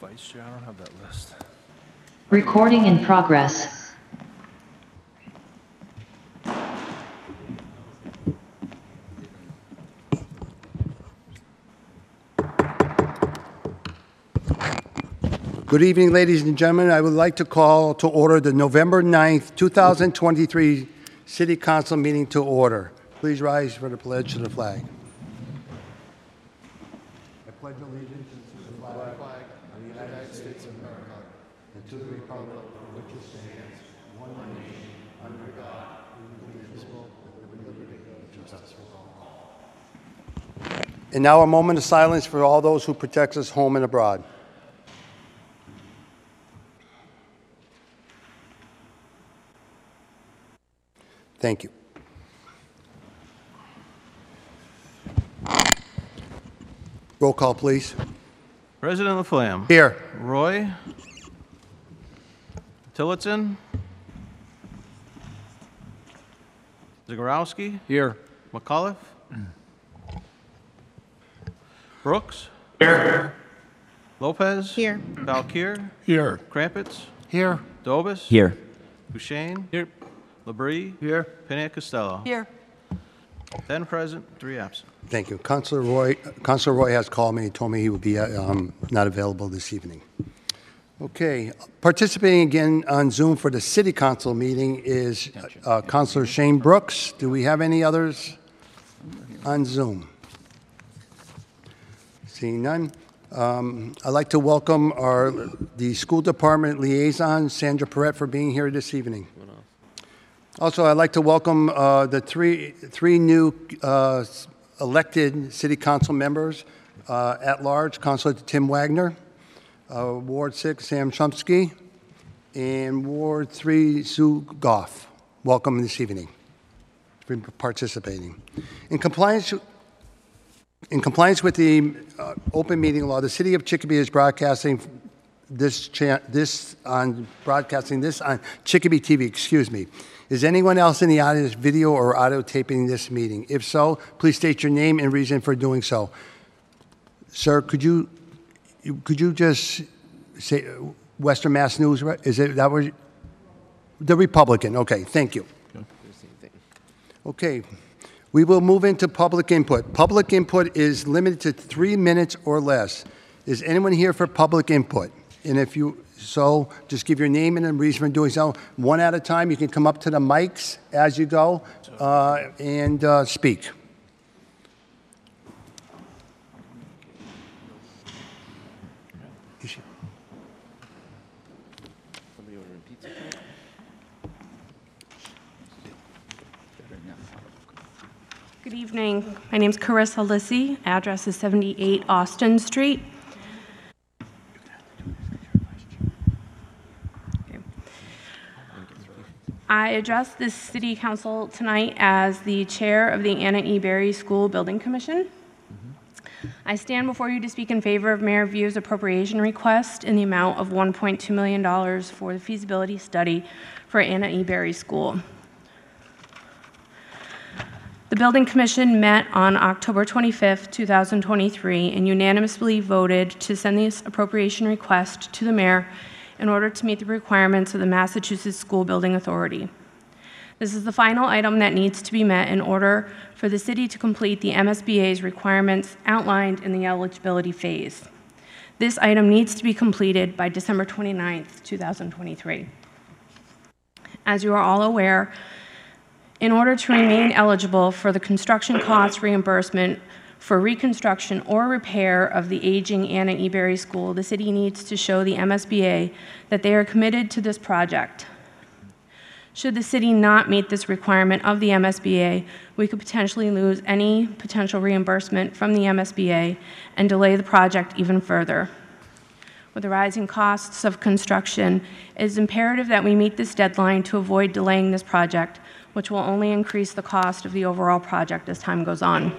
[SPEAKER 12] vice chair? I don't have that list.
[SPEAKER 10] Recording in progress.
[SPEAKER 1] Good evening, ladies and gentlemen. I would like to call to order the November 9th, 2023 City Council meeting to order. Please rise for the pledge to the flag. I pledge allegiance to the flag of the United States of America and to the republic for which it stands, one nation, under God, indivisible, with liberty and justice for all. And now a moment of silence for all those who protect us home and abroad. Thank you. Roll call, please.
[SPEAKER 12] President Laflamme.
[SPEAKER 1] Here.
[SPEAKER 12] Roy. Tillotson. Zagorowski.
[SPEAKER 3] Here.
[SPEAKER 12] McAuliffe. Brooks.
[SPEAKER 3] Here.
[SPEAKER 12] Lopez. Here. Valkir.
[SPEAKER 11] Here.
[SPEAKER 12] Crumpets.
[SPEAKER 6] Here.
[SPEAKER 12] Dobis.
[SPEAKER 14] Here.
[SPEAKER 12] Bushain. Here. Labrie. Here. Pena Costello.
[SPEAKER 15] Here.
[SPEAKER 12] Ten present, three absent.
[SPEAKER 1] Thank you. Councilor Roy, Councilor Roy has called me and told me he would be uh, um, not available this evening. Okay, participating again on Zoom for the city council meeting is uh, Councilor Shane Brooks. Do we have any others on Zoom? Seeing none. Um, I'd like to welcome our, the school department liaison, Sandra Perret, for being here this evening. Also, I'd like to welcome uh, the three, three new uh, s- elected city council members uh, at large, Councilor Tim Wagner, uh, Ward 6, Sam Chomsky, and Ward 3, Sue Goff. Welcome this evening for participating. In compliance in compliance with the uh, open meeting law, the city of Chicopee is broadcasting this cha- this on broadcasting this on Chicopee TV. Excuse me. Is anyone else in the audience video or audio taping this meeting? If so, please state your name and reason for doing so. Sir, could you you- could you just say uh, Western Mass News? right? Is it that was the Republican? Okay, thank you. Okay, we will move into public input. Public input is limited to three minutes or less. Is anyone here for public input? And if you, so, just give your name and a reason for doing so. One at a time, you can come up to the mics as you go uh, and uh, speak.
[SPEAKER 16] Good evening. My name's Carissa Lissy. Address is 78 Austin Street. I address this city council tonight as the chair of the Anna E. Berry School Building Commission. I stand before you to speak in favor of Mayor View's appropriation request in the amount of $1.2 million for the feasibility study for Anna E. Berry School. The Building Commission met on October 25th, 2023, and unanimously voted to send this appropriation request to the mayor in order to meet the requirements of the Massachusetts School Building Authority. This is the final item that needs to be met in order for the city to complete the MSBA's requirements outlined in the eligibility phase. This item needs to be completed by December 29th, 2023. As you are all aware, in order to remain eligible for the construction cost reimbursement for reconstruction or repair of the aging Anna E. Berry School, the city needs to show the MSBA that they are committed to this project. Should the city not meet this requirement of the MSBA, we could potentially lose any potential reimbursement from the MSBA and delay the project even further. With the rising costs of construction, it is imperative that we meet this deadline to avoid delaying this project, which will only increase the cost of the overall project as time goes on.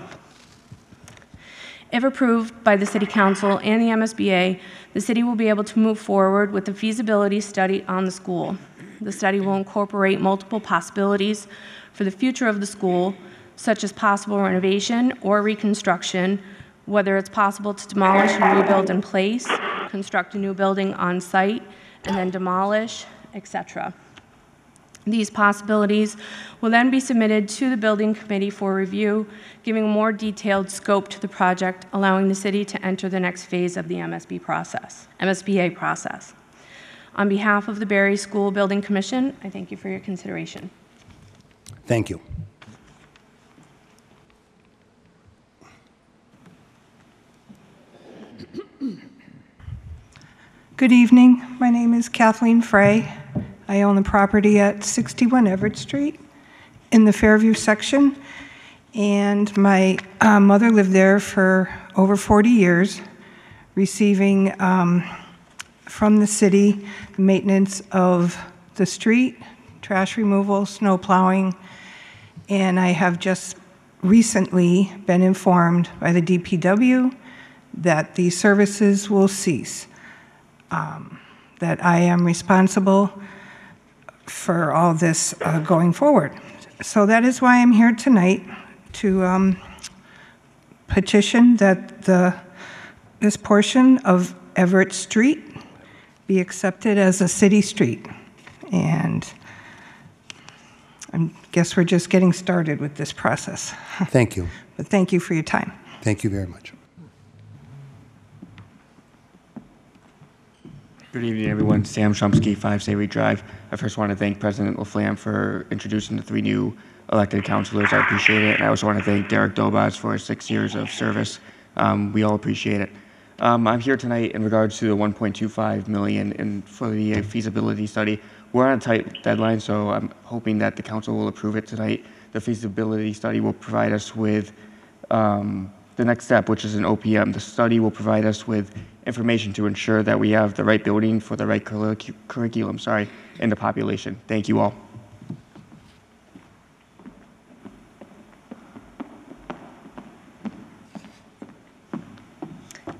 [SPEAKER 16] If approved by the City Council and the MSBA, the city will be able to move forward with the feasibility study on the school. The study will incorporate multiple possibilities for the future of the school, such as possible renovation or reconstruction, whether it's possible to demolish and rebuild in place, construct a new building on site, and then demolish, et cetera. These possibilities will then be submitted to the building committee for review, giving a more detailed scope to the project, allowing the city to enter the next phase of the MSB process, MSBA process. On behalf of the Barry School Building Commission, I thank you for your consideration.
[SPEAKER 1] Thank you.
[SPEAKER 14] Good evening. My name is Kathleen Frey. I own the property at 61 Everett Street in the Fairview section. And my uh, mother lived there for over 40 years, receiving um, from the city maintenance of the street, trash removal, snow plowing. And I have just recently been informed by the DPW that these services will cease um, that I am responsible for all this uh, going forward. So that is why I'm here tonight to um, petition that the, this portion of Everett Street be accepted as a city street. And I guess we're just getting started with this process.
[SPEAKER 1] Thank you.
[SPEAKER 14] But thank you for your time.
[SPEAKER 1] Thank you very much.
[SPEAKER 15] Good evening, everyone. Sam Shumsky, 5 Savory Drive. I first want to thank President LaFlamme for introducing the three new elected councilors. I appreciate it. And I also want to thank Derek Dobas for his six years of service. Um, we all appreciate it. Um, I'm here tonight in regards to the 1.25 million and for the feasibility study. We're on a tight deadline, so I'm hoping that the council will approve it tonight. The feasibility study will provide us with um, the next step, which is an OPM. The study will provide us with information to ensure that we have the right building for the right curricu- curriculum, sorry, in the population. Thank you all.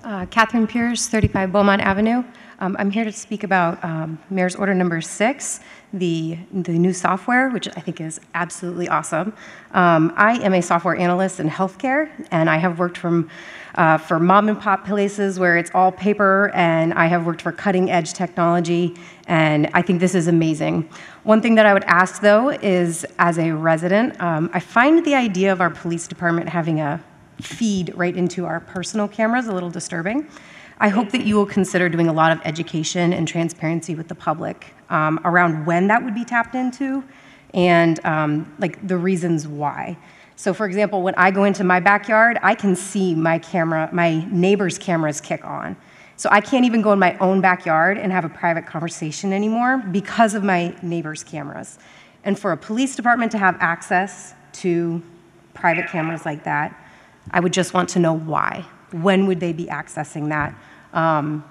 [SPEAKER 17] Uh, Catherine Pierce, 35 Beaumont Avenue. Um, I'm here to speak about um, Mayor's Order Number Six, the the new software, which I think is absolutely awesome. Um, I am a software analyst in healthcare, and I have worked from uh, for mom and pop places where it's all paper, and I have worked for cutting edge technology, and I think this is amazing. One thing that I would ask though is, as a resident, um, I find the idea of our police department having a feed right into our personal cameras a little disturbing. I hope that you will consider doing a lot of education and transparency with the public um, around when that would be tapped into and um, like the reasons why. So, for example, when I go into my backyard, I can see my camera, my neighbor's cameras kick on. So I can't even go in my own backyard and have a private conversation anymore because of my neighbor's cameras. And for a police department to have access to private cameras like that, I would just want to know why. When would they be accessing that? Um,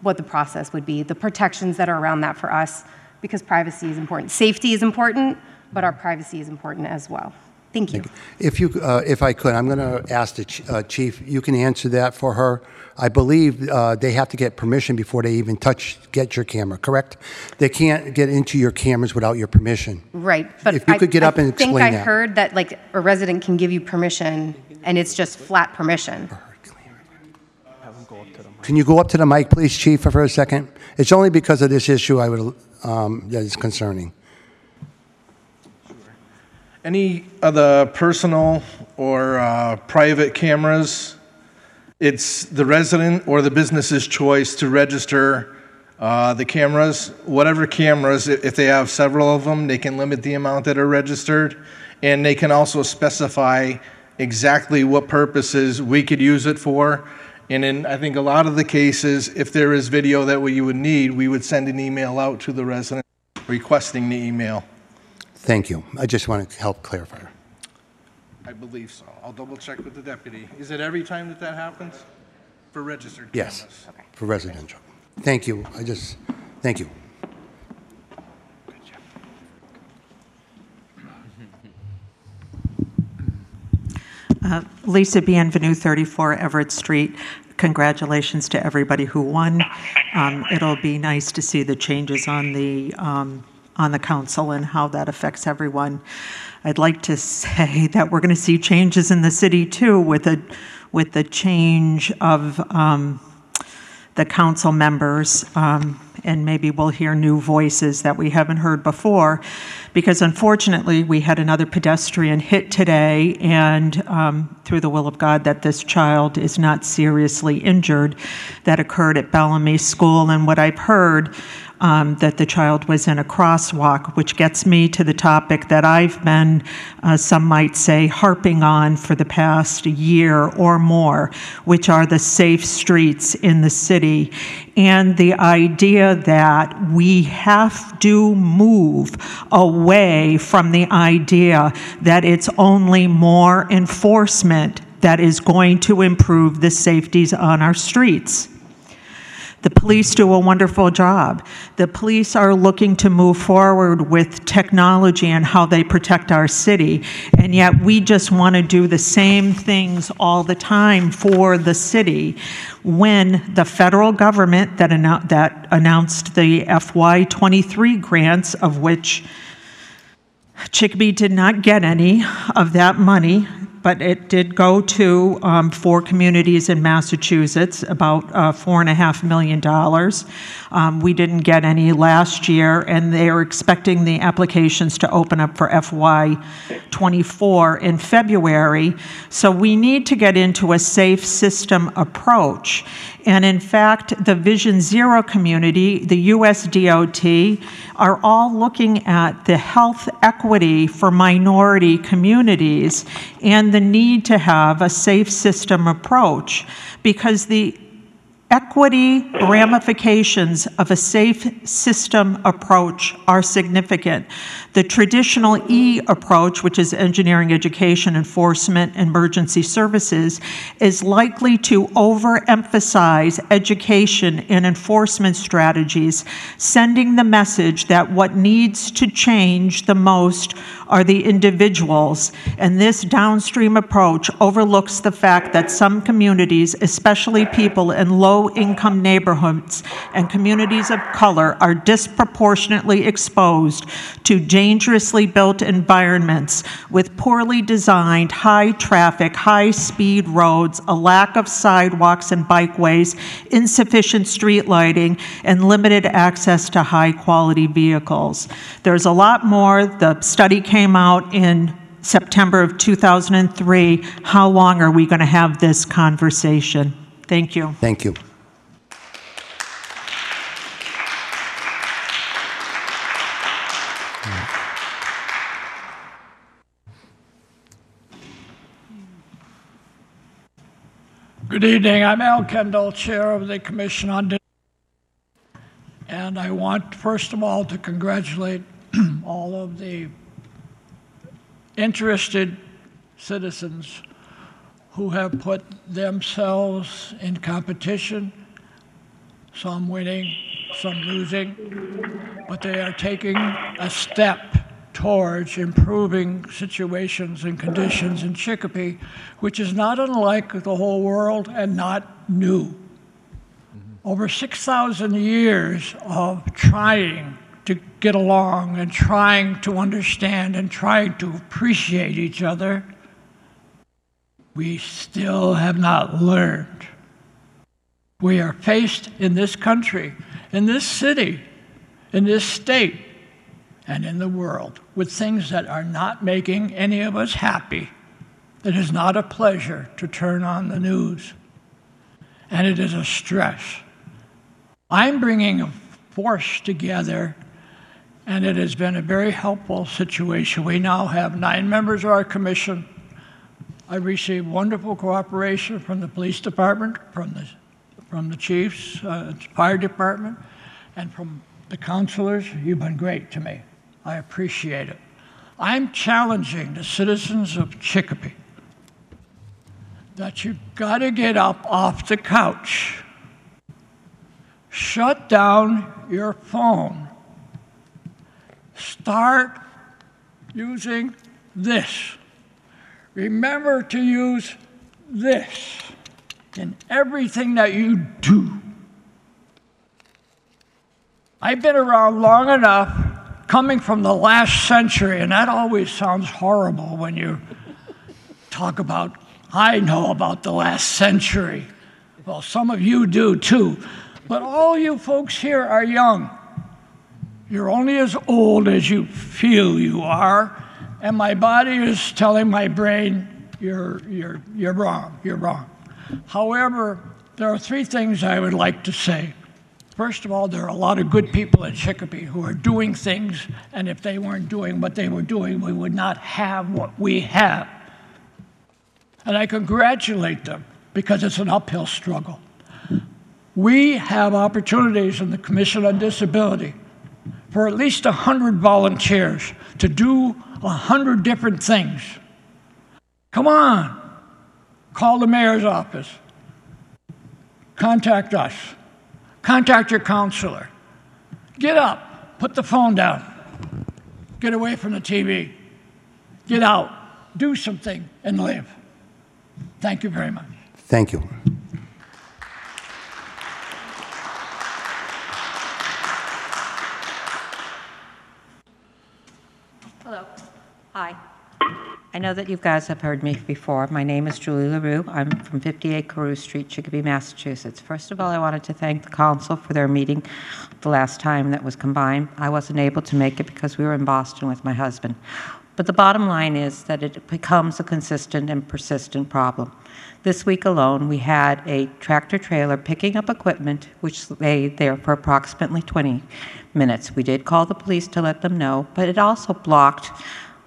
[SPEAKER 17] what the process would be, the protections that are around that for us, because privacy is important. Safety is important, but our privacy is important as well. Thank you.
[SPEAKER 1] If you, uh, if I could, I'm going to ask the ch- uh, chief, you can answer that for her. I believe uh, they have to get permission before they even touch, get your camera, correct? They can't get into your cameras without your permission.
[SPEAKER 17] Right, but
[SPEAKER 1] If you
[SPEAKER 17] I-
[SPEAKER 1] could get up and explain
[SPEAKER 17] I think I
[SPEAKER 1] that.
[SPEAKER 17] heard that like a resident can give you permission, and it's just flat permission.
[SPEAKER 1] Can you go up to the mic, please, chief, for a second? It's only because of this issue I would, um, that is concerning.
[SPEAKER 8] Any other personal or uh, private cameras, it's the resident or the business's choice to register uh, the cameras. Whatever cameras, i- if they have several of them, they can limit the amount that are registered. And they can also specify exactly what purposes we could use it for. And in, I think, a lot of the cases, if there is video that we would need, we would send an email out to the resident requesting the email.
[SPEAKER 1] Thank you. I just want to help clarify.
[SPEAKER 8] I believe so. I'll double check with the deputy. Is it every time that that happens? For registered
[SPEAKER 1] Yes, for residential. Thank you. I just, thank you.
[SPEAKER 18] Uh, Lisa Bienvenue, 34 Everett Street. Congratulations to everybody who won. Um, It'll be nice to see the changes on the, um, on the council and how that affects everyone. I'd like to say that we're going to see changes in the city too with a, with the change of um, the council members, um, and maybe we'll hear new voices that we haven't heard before, because unfortunately, we had another pedestrian hit today, and um, through the will of God, that this child is not seriously injured, that occurred at Bellamy School, and what I've heard, um, that the child was in a crosswalk, which gets me to the topic that I've been, uh, some might say, harping on for the past year or more, which are the safe streets in the city. And the idea that we have to move away from the idea that it's only more enforcement that is going to improve the safeties on our streets. The police do a wonderful job. The police are looking to move forward with technology and how they protect our city, and yet we just want to do the same things all the time for the city when the federal government that annou- that announced the FY23 grants, of which Chickabee did not get any of that money, but it did go to um, four communities in Massachusetts, about uh, $4.5 million. Um, we didn't get any last year, and they are expecting the applications to open up for FY24 in February. So we need to get into a safe system approach. And in fact, the Vision Zero community, the US DOT, are all looking at the health equity for minority communities and the need to have a safe system approach because the equity ramifications of a safe system approach are significant. The traditional E approach, which is engineering, education, enforcement, emergency services, is likely to overemphasize education and enforcement strategies, sending the message that what needs to change the most are the individuals. And this downstream approach overlooks the fact that some communities, especially people in low low-income neighborhoods and communities of color are disproportionately exposed to dangerously built environments with poorly designed, high-traffic, high-speed roads, a lack of sidewalks and bikeways, insufficient street lighting, and limited access to high-quality vehicles. There's a lot more. The study came out in September of 2003. How long are we going to have this conversation? Thank you.
[SPEAKER 1] Thank you.
[SPEAKER 19] Good evening. I'm Al Kendall, Chair of the Commission on Dis- And I want, first of all, to congratulate all of the interested citizens who have put themselves in competition, some winning, some losing, but they are taking a step towards improving situations and conditions in Chicopee, which is not unlike the whole world and not new. Over 6,000 years of trying to get along and trying to understand and trying to appreciate each other we still have not learned. We are faced in this country, in this city, in this state, and in the world with things that are not making any of us happy. It is not a pleasure to turn on the news, and it is a stress. I'm bringing a force together, and it has been a very helpful situation. We now have nine members of our commission. I received wonderful cooperation from the police department, from the, from the chiefs, uh, fire department, and from the counselors. You've been great to me. I appreciate it. I'm challenging the citizens of Chicopee that you've got to get up off the couch, shut down your phone, start using this. Remember to use this in everything that you do. I've been around long enough, coming from the last century, and that always sounds horrible when you talk about, I know about the last century. Well, some of you do too. But all you folks here are young. You're only as old as you feel you are. And my body is telling my brain, you're, you're, you're wrong, you're wrong. However, there are three things I would like to say. First of all, there are a lot of good people in Chicopee who are doing things, and if they weren't doing what they were doing, we would not have what we have. And I congratulate them because it's an uphill struggle. We have opportunities in the Commission on Disability for at least 100 volunteers to do 100 different things. Come on, call the mayor's office, contact us, contact your counselor. Get up, put the phone down, get away from the TV, get out, do something, and live. Thank you very much.
[SPEAKER 1] Thank you.
[SPEAKER 20] Hello. Hi. I know that you guys have heard me before. My name is Julie LaRue. I'm from 58 Carew Street, Chicopee, Massachusetts. First of all, I wanted to thank the council for their meeting the last time that was combined. I wasn't able to make it because we were in Boston with my husband. But the bottom line is that it becomes a consistent and persistent problem. This week alone, we had a tractor trailer picking up equipment, which lay there for approximately 20 minutes. We did call the police to let them know, but it also blocked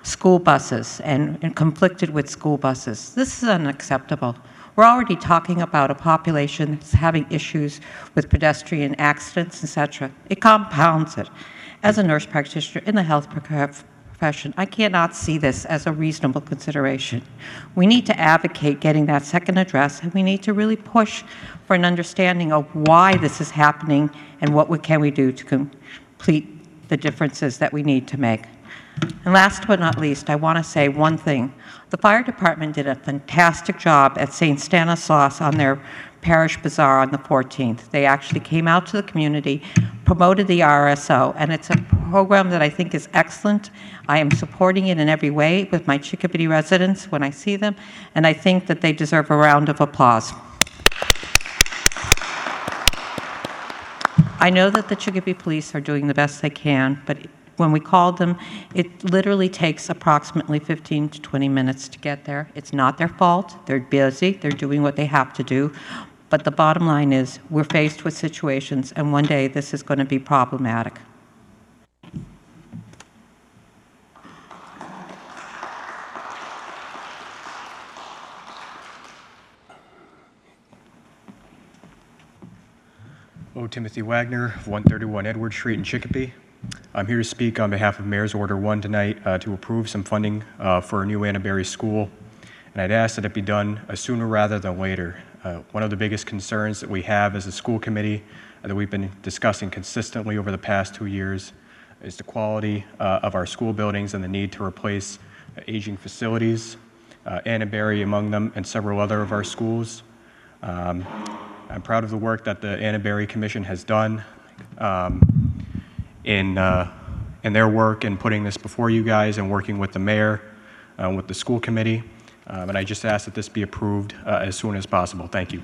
[SPEAKER 20] school buses and, and conflicted with school buses. This is unacceptable. We're already talking about a population that's having issues with pedestrian accidents, etc. It compounds it. As a nurse practitioner in the health proc- profession, I cannot see this as a reasonable consideration. We need to advocate getting that second address, and we need to really push for an understanding of why this is happening and what we, can we do to complete the differences that we need to make. And last but not least, I want to say one thing. The fire department did a fantastic job at St. Stanislaus on their parish bazaar on the 14th. They actually came out to the community, promoted the RSO, and it's a program that I think is excellent. I am supporting it in every way with my Chicopee residents when I see them, and I think that they deserve a round of applause. I know that the Chicopee police are doing the best they can, but when we called them, it literally takes approximately 15 to 20 minutes to get there. It's not their fault. They're busy. They're doing what they have to do. But the bottom line is, we're faced with situations, and one day this is going to be problematic.
[SPEAKER 21] Hello, Timothy Wagner, 131 Edward Street in Chicopee. I'm here to speak on behalf of Mayor's Order 1 tonight uh, to approve some funding uh, for a new Annaberry school, and I'd ask that it be done uh, sooner rather than later. Uh, One of the biggest concerns that we have as a school committee uh, that we've been discussing consistently over the past two years is the quality uh, of our school buildings and the need to replace uh, aging facilities, uh, Annaberry among them, and several other of our schools. Um, I'm proud of the work that the Annaberry Commission has done um, in, uh, in their work in putting this before you guys and working with the mayor, uh, with the school committee. Um, And I just ask that this be approved uh, as soon as possible. Thank you.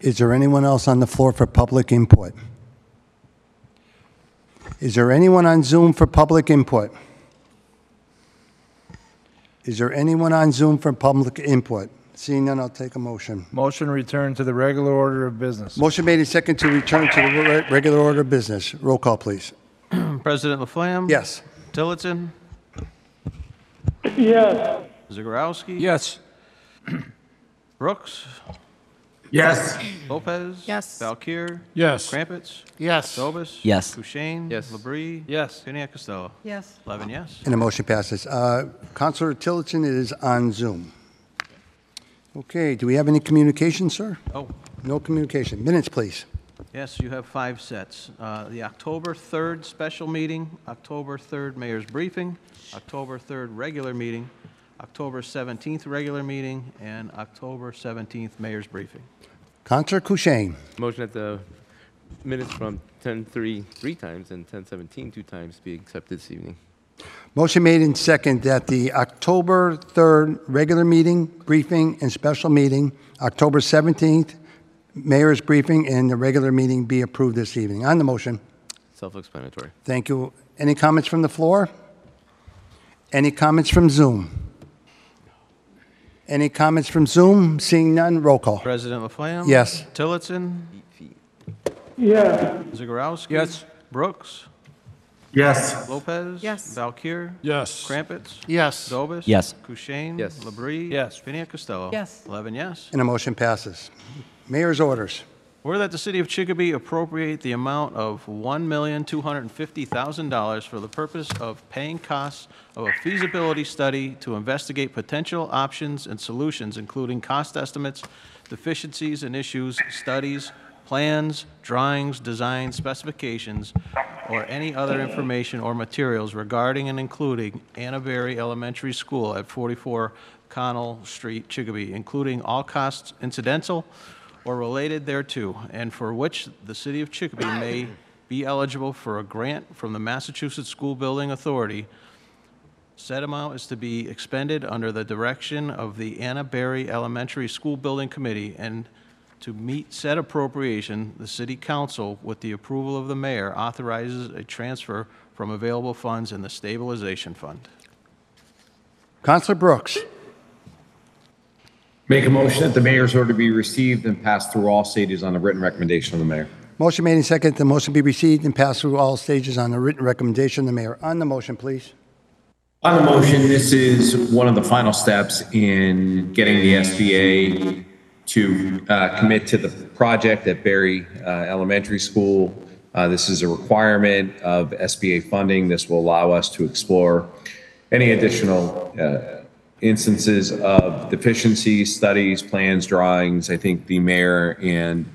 [SPEAKER 1] Is there anyone else on the floor for public input? Is there anyone on Zoom for public input? Is there anyone on Zoom for public input? Seeing none, I'll take a motion.
[SPEAKER 12] Motion return to the regular order of business.
[SPEAKER 1] Motion made and second to return to the re- regular order of business. Roll call, please.
[SPEAKER 22] President Laflamme?
[SPEAKER 1] Yes.
[SPEAKER 22] Tillotson?
[SPEAKER 1] Yes.
[SPEAKER 22] Zagorowski? Yes. Brooks?
[SPEAKER 23] Yes.
[SPEAKER 22] Lopez? Yes. Valkir?
[SPEAKER 11] Yes.
[SPEAKER 22] Crumpets?
[SPEAKER 6] Yes.
[SPEAKER 22] Sobis?
[SPEAKER 1] Yes.
[SPEAKER 22] Kushein? Yes. Labrie? Yes. Piniac Costello?
[SPEAKER 6] Yes.
[SPEAKER 22] Eleven yes.
[SPEAKER 1] And the motion passes. Uh, Counselor Tillotson is on Zoom. Okay, do we have any communication, sir?
[SPEAKER 22] Oh.
[SPEAKER 1] No communication. Minutes, please.
[SPEAKER 22] Yes, you have five sets. Uh, The October 3rd special meeting, October 3rd mayor's briefing, October 3rd regular meeting, October 17th regular meeting, and October 17th mayor's briefing.
[SPEAKER 1] Counselor Kushein.
[SPEAKER 24] Motion that the minutes from 10:03 three times and 10:17 two times be accepted this evening.
[SPEAKER 1] Motion made and second that the October 3rd regular meeting, briefing, and special meeting, October 17th, mayor's briefing, and the regular meeting be approved this evening. On the motion,
[SPEAKER 24] Self-explanatory.
[SPEAKER 1] thank you. Any comments from the floor? Any comments from Zoom? Any comments from Zoom? Seeing none, roll call.
[SPEAKER 22] President Laflamme?
[SPEAKER 1] Yes.
[SPEAKER 22] Tillotson?
[SPEAKER 25] Yes.
[SPEAKER 22] Zagorowski? Yes. Brooks?
[SPEAKER 25] Yes.
[SPEAKER 22] Lopez?
[SPEAKER 26] Yes.
[SPEAKER 22] Valkir?
[SPEAKER 27] Yes.
[SPEAKER 22] Crumpets?
[SPEAKER 28] Yes.
[SPEAKER 22] Dobis?
[SPEAKER 1] Yes.
[SPEAKER 22] Kushein?
[SPEAKER 1] Yes.
[SPEAKER 22] Labrie? Yes. Piniac Costello?
[SPEAKER 28] Yes.
[SPEAKER 22] Eleven yes.
[SPEAKER 1] And the motion passes. Mayor's orders.
[SPEAKER 22] Order that the City of Chicopee appropriate the amount of $1,250,000 for the purpose of paying costs of a feasibility study to investigate potential options and solutions, including cost estimates, deficiencies and issues, studies, plans, drawings, designs, specifications, or any other information or materials regarding and including Annaberry Elementary School at 44 Connell Street, Chicopee, including all costs incidental or related thereto, and for which the city of Chicopee may be eligible for a grant from the Massachusetts School Building Authority. Said amount is to be expended under the direction of the Anna Berry Elementary School Building Committee, and to meet said appropriation, the city council, with the approval of the mayor, authorizes a transfer from available funds in the stabilization fund.
[SPEAKER 1] Counselor Brooks.
[SPEAKER 25] Make a motion that the mayor's order be received and passed through all stages on a written recommendation of the mayor.
[SPEAKER 1] Motion made and second, the motion be received and passed through all stages on the written recommendation of the mayor. On the motion, please.
[SPEAKER 25] On the motion, this is one of the final steps in getting the SBA to uh, commit to the project at Berry uh, Elementary School. Uh, This is a requirement of SBA funding. This will allow us to explore any additional uh, instances of deficiencies, studies, plans, drawings. I think the mayor and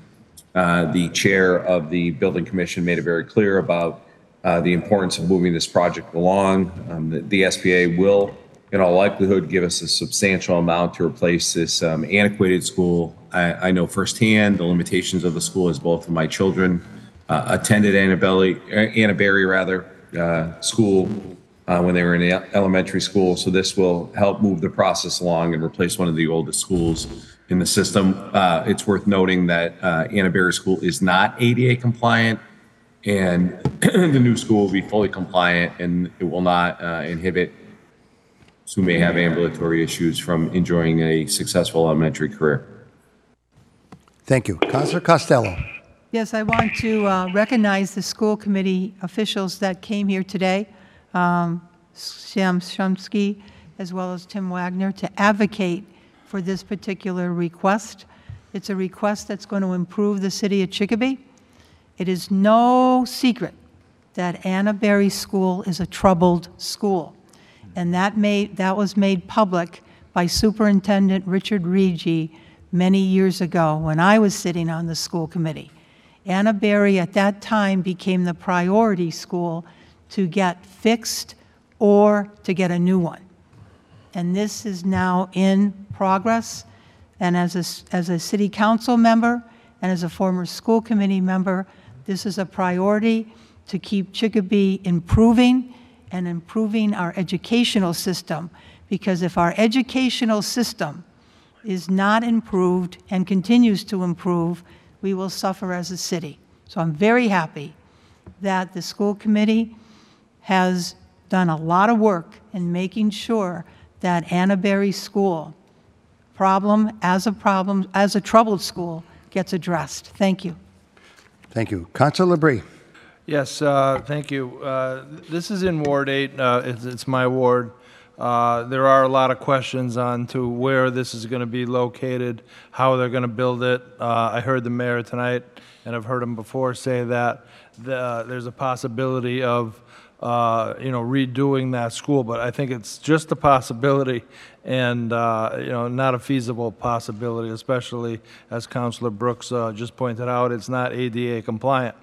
[SPEAKER 25] uh, the chair of the building commission made it very clear about uh, the importance of moving this project along. Um, the, the SBA will, in all likelihood, give us a substantial amount to replace this um, antiquated school. I, I know firsthand the limitations of the school as both of my children uh, attended Annabelle, Anna Berry rather, uh, school uh, when they were in e- elementary school. So this will help move the process along and replace one of the oldest schools in the system. Uh, it's worth noting that uh, Anna Berry School is not ADA compliant, and the new school will be fully compliant, and it will not uh, inhibit those who may have ambulatory issues from enjoying a successful elementary career.
[SPEAKER 1] Thank you. Counselor Costello.
[SPEAKER 29] Yes, I want to uh, recognize the school committee officials that came here today, um, Sam Shumsky, as well as Tim Wagner, to advocate for this particular request. It's a request that's going to improve the city of Chicopee. It is no secret that Anna Berry School is a troubled school. And that made, that was made public by Superintendent Richard Rigi many years ago when I was sitting on the school committee. Anna Berry at that time became the priority school to get fixed or to get a new one. And this is now in progress. And as a, s- as a city council member and as a former school committee member, this is a priority to keep Chicopee improving and improving our educational system. Because if our educational system is not improved and continues to improve, we will suffer as a city. So I'm very happy that the school committee has done a lot of work in making sure that Annaberry School problem as a problem, as a troubled school, gets addressed. Thank you.
[SPEAKER 1] Thank you. Counselor Labrie.
[SPEAKER 12] Yes, uh, thank you. Uh, This is in Ward 8, uh, it's it's my ward. Uh, There are a lot of questions on to where this is going to be located, how they're going to build it. Uh, I heard the mayor tonight, and I've heard him before, say that the- there's a possibility of, uh, you know, redoing that school, but I think it's just a possibility and, uh, you know, not a feasible possibility, especially as Counselor Brooks uh, just pointed out, it's not ADA compliant.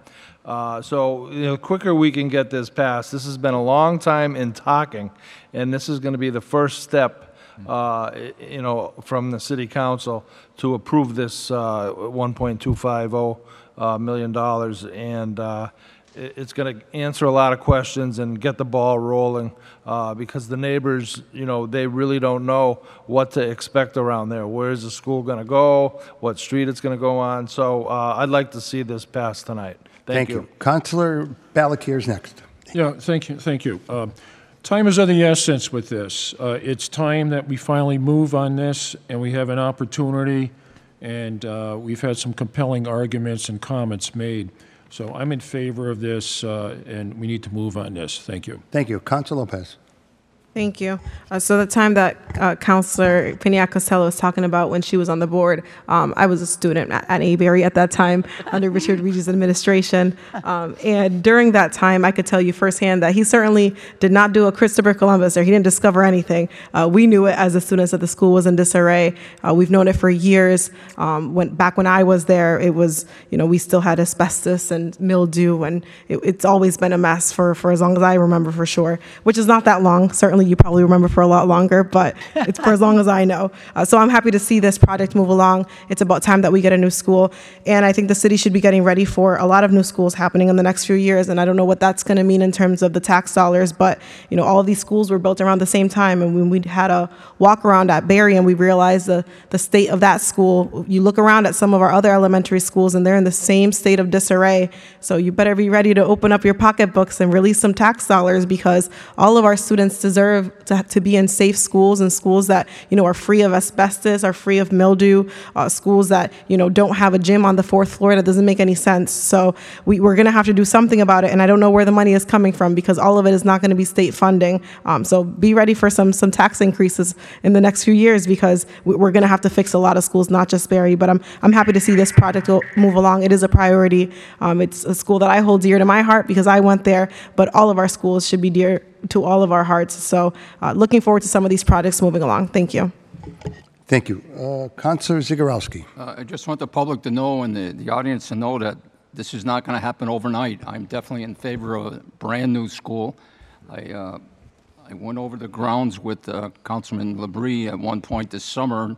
[SPEAKER 12] Uh, So, you know, quicker we can get this passed, this has been a long time in talking, and this is going to be the first step, uh, i- you know, from the city council to oh, approve this uh, $1.250 uh, million dollars. And, uh, it- it's going to answer a lot of questions and get the ball rolling, uh, because the neighbors, you know, they really don't know what to expect around there. Where is the school going to go? What street it's going to go on? So uh, I'd like to see this passed tonight. Thank you.
[SPEAKER 1] Counselor Balakir is next.
[SPEAKER 11] Yeah, thank you, thank you. Uh, Time is of the essence with this. Uh, It's time that we finally move on this, and we have an opportunity, and uh, we've had some compelling arguments and comments made. So I'm in favor of this, uh, and we need to move on this. Thank you.
[SPEAKER 1] Thank you. Council Lopez.
[SPEAKER 7] Thank you. Uh, so the time that uh, Counselor Pena Costello was talking about when she was on the board, um, I was a student at, at Aberry at that time under Richard Reed's administration. Um, and during that time, I could tell you firsthand that he certainly did not do a Christopher Columbus there. He didn't discover anything. Uh, we knew it as the students that the school was in disarray. Uh, we've known it for years. Um, when back when I was there, it was you know we still had asbestos and mildew, and it, it's always been a mess for for as long as I remember for sure. Which is not that long. Certainly, you probably remember for a lot longer, but it's for as long as I know. Uh, so I'm happy to see this project move along. It's about time that we get a new school, and I think the city should be getting ready for a lot of new schools happening in the next few years. And I don't know what that's going to mean in terms of the tax dollars, but you know all of these schools were built around the same time, and when we had a walk around at Barry and we realized the the state of that school, you look around at some of our other elementary schools and they're in the same state of disarray. So you better be ready to open up your pocketbooks and release some tax dollars because all of our students deserve to, to be in safe schools and schools that you know are free of asbestos, are free of mildew, uh, schools that you know don't have a gym on the fourth floor. That doesn't make any sense. So we, we're going to have to do something about it, and I don't know where the money is coming from because all of it is not going to be state funding. Um, so be ready for some some tax increases in the next few years because we- we're going to have to fix a lot of schools, not just Barry. But I'm I'm happy to see this project go- move along. It is a priority. Um, it's a school that I hold dear to my heart because I went there. But all of our schools should be dear to all of our hearts. So uh, looking forward to some of these projects moving along. Thank you.
[SPEAKER 1] Thank you. Uh, Councilor Zagorowski.
[SPEAKER 3] Uh, I just want the public to know and the, the audience to know that this is not going to happen overnight. I'm definitely in favor of a brand-new school. I, uh, I went over the grounds with uh, Councilman Labrie at one point this summer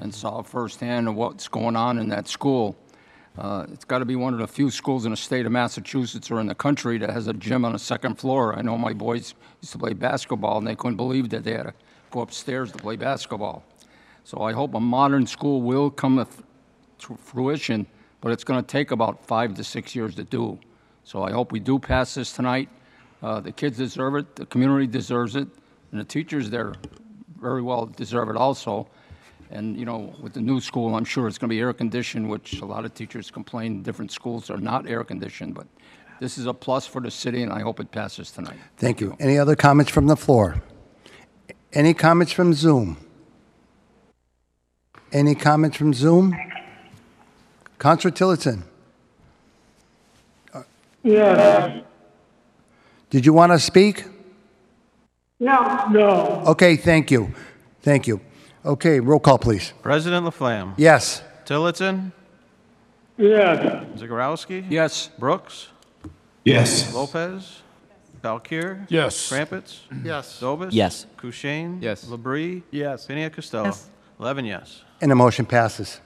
[SPEAKER 3] and saw firsthand what's going on in that school. Uh, It's got to be one of the few schools in the state of Massachusetts or in the country that has a gym on the second floor. I know my boys used to play basketball, and they couldn't believe that they had to go upstairs to play basketball. So I hope a modern school will come to to fruition, but it's going to take about five to six years to do. So I hope we do pass this tonight. Uh, The kids deserve it, the community deserves it, and the teachers there very well deserve it also. And, you know, with the new school, I'm sure it's going to be air-conditioned, which a lot of teachers complain, different schools are not air-conditioned, but this is a plus for the city, and I hope it passes tonight.
[SPEAKER 1] Thank you. Any other comments from the floor? Any comments from Zoom? Any comments from Zoom? Councilor Tillotson,
[SPEAKER 23] Yes.
[SPEAKER 1] did you want to speak?
[SPEAKER 23] No. No.
[SPEAKER 1] Okay, thank you. Thank you. Okay, roll call, please.
[SPEAKER 22] President Laflamme?
[SPEAKER 1] Yes.
[SPEAKER 22] Tillotson?
[SPEAKER 23] Yes.
[SPEAKER 22] Zegarowski?
[SPEAKER 3] Yes.
[SPEAKER 22] Brooks?
[SPEAKER 23] Yes.
[SPEAKER 22] Lopez? Valkir?
[SPEAKER 11] Yes.
[SPEAKER 22] Crumpets?
[SPEAKER 6] Yes.
[SPEAKER 22] Dobis?
[SPEAKER 1] Yes.
[SPEAKER 22] Kushein? Yes. Labrie? Yes. Pena Costello?
[SPEAKER 6] Yes.
[SPEAKER 22] Eleven yes.
[SPEAKER 1] And the motion passes.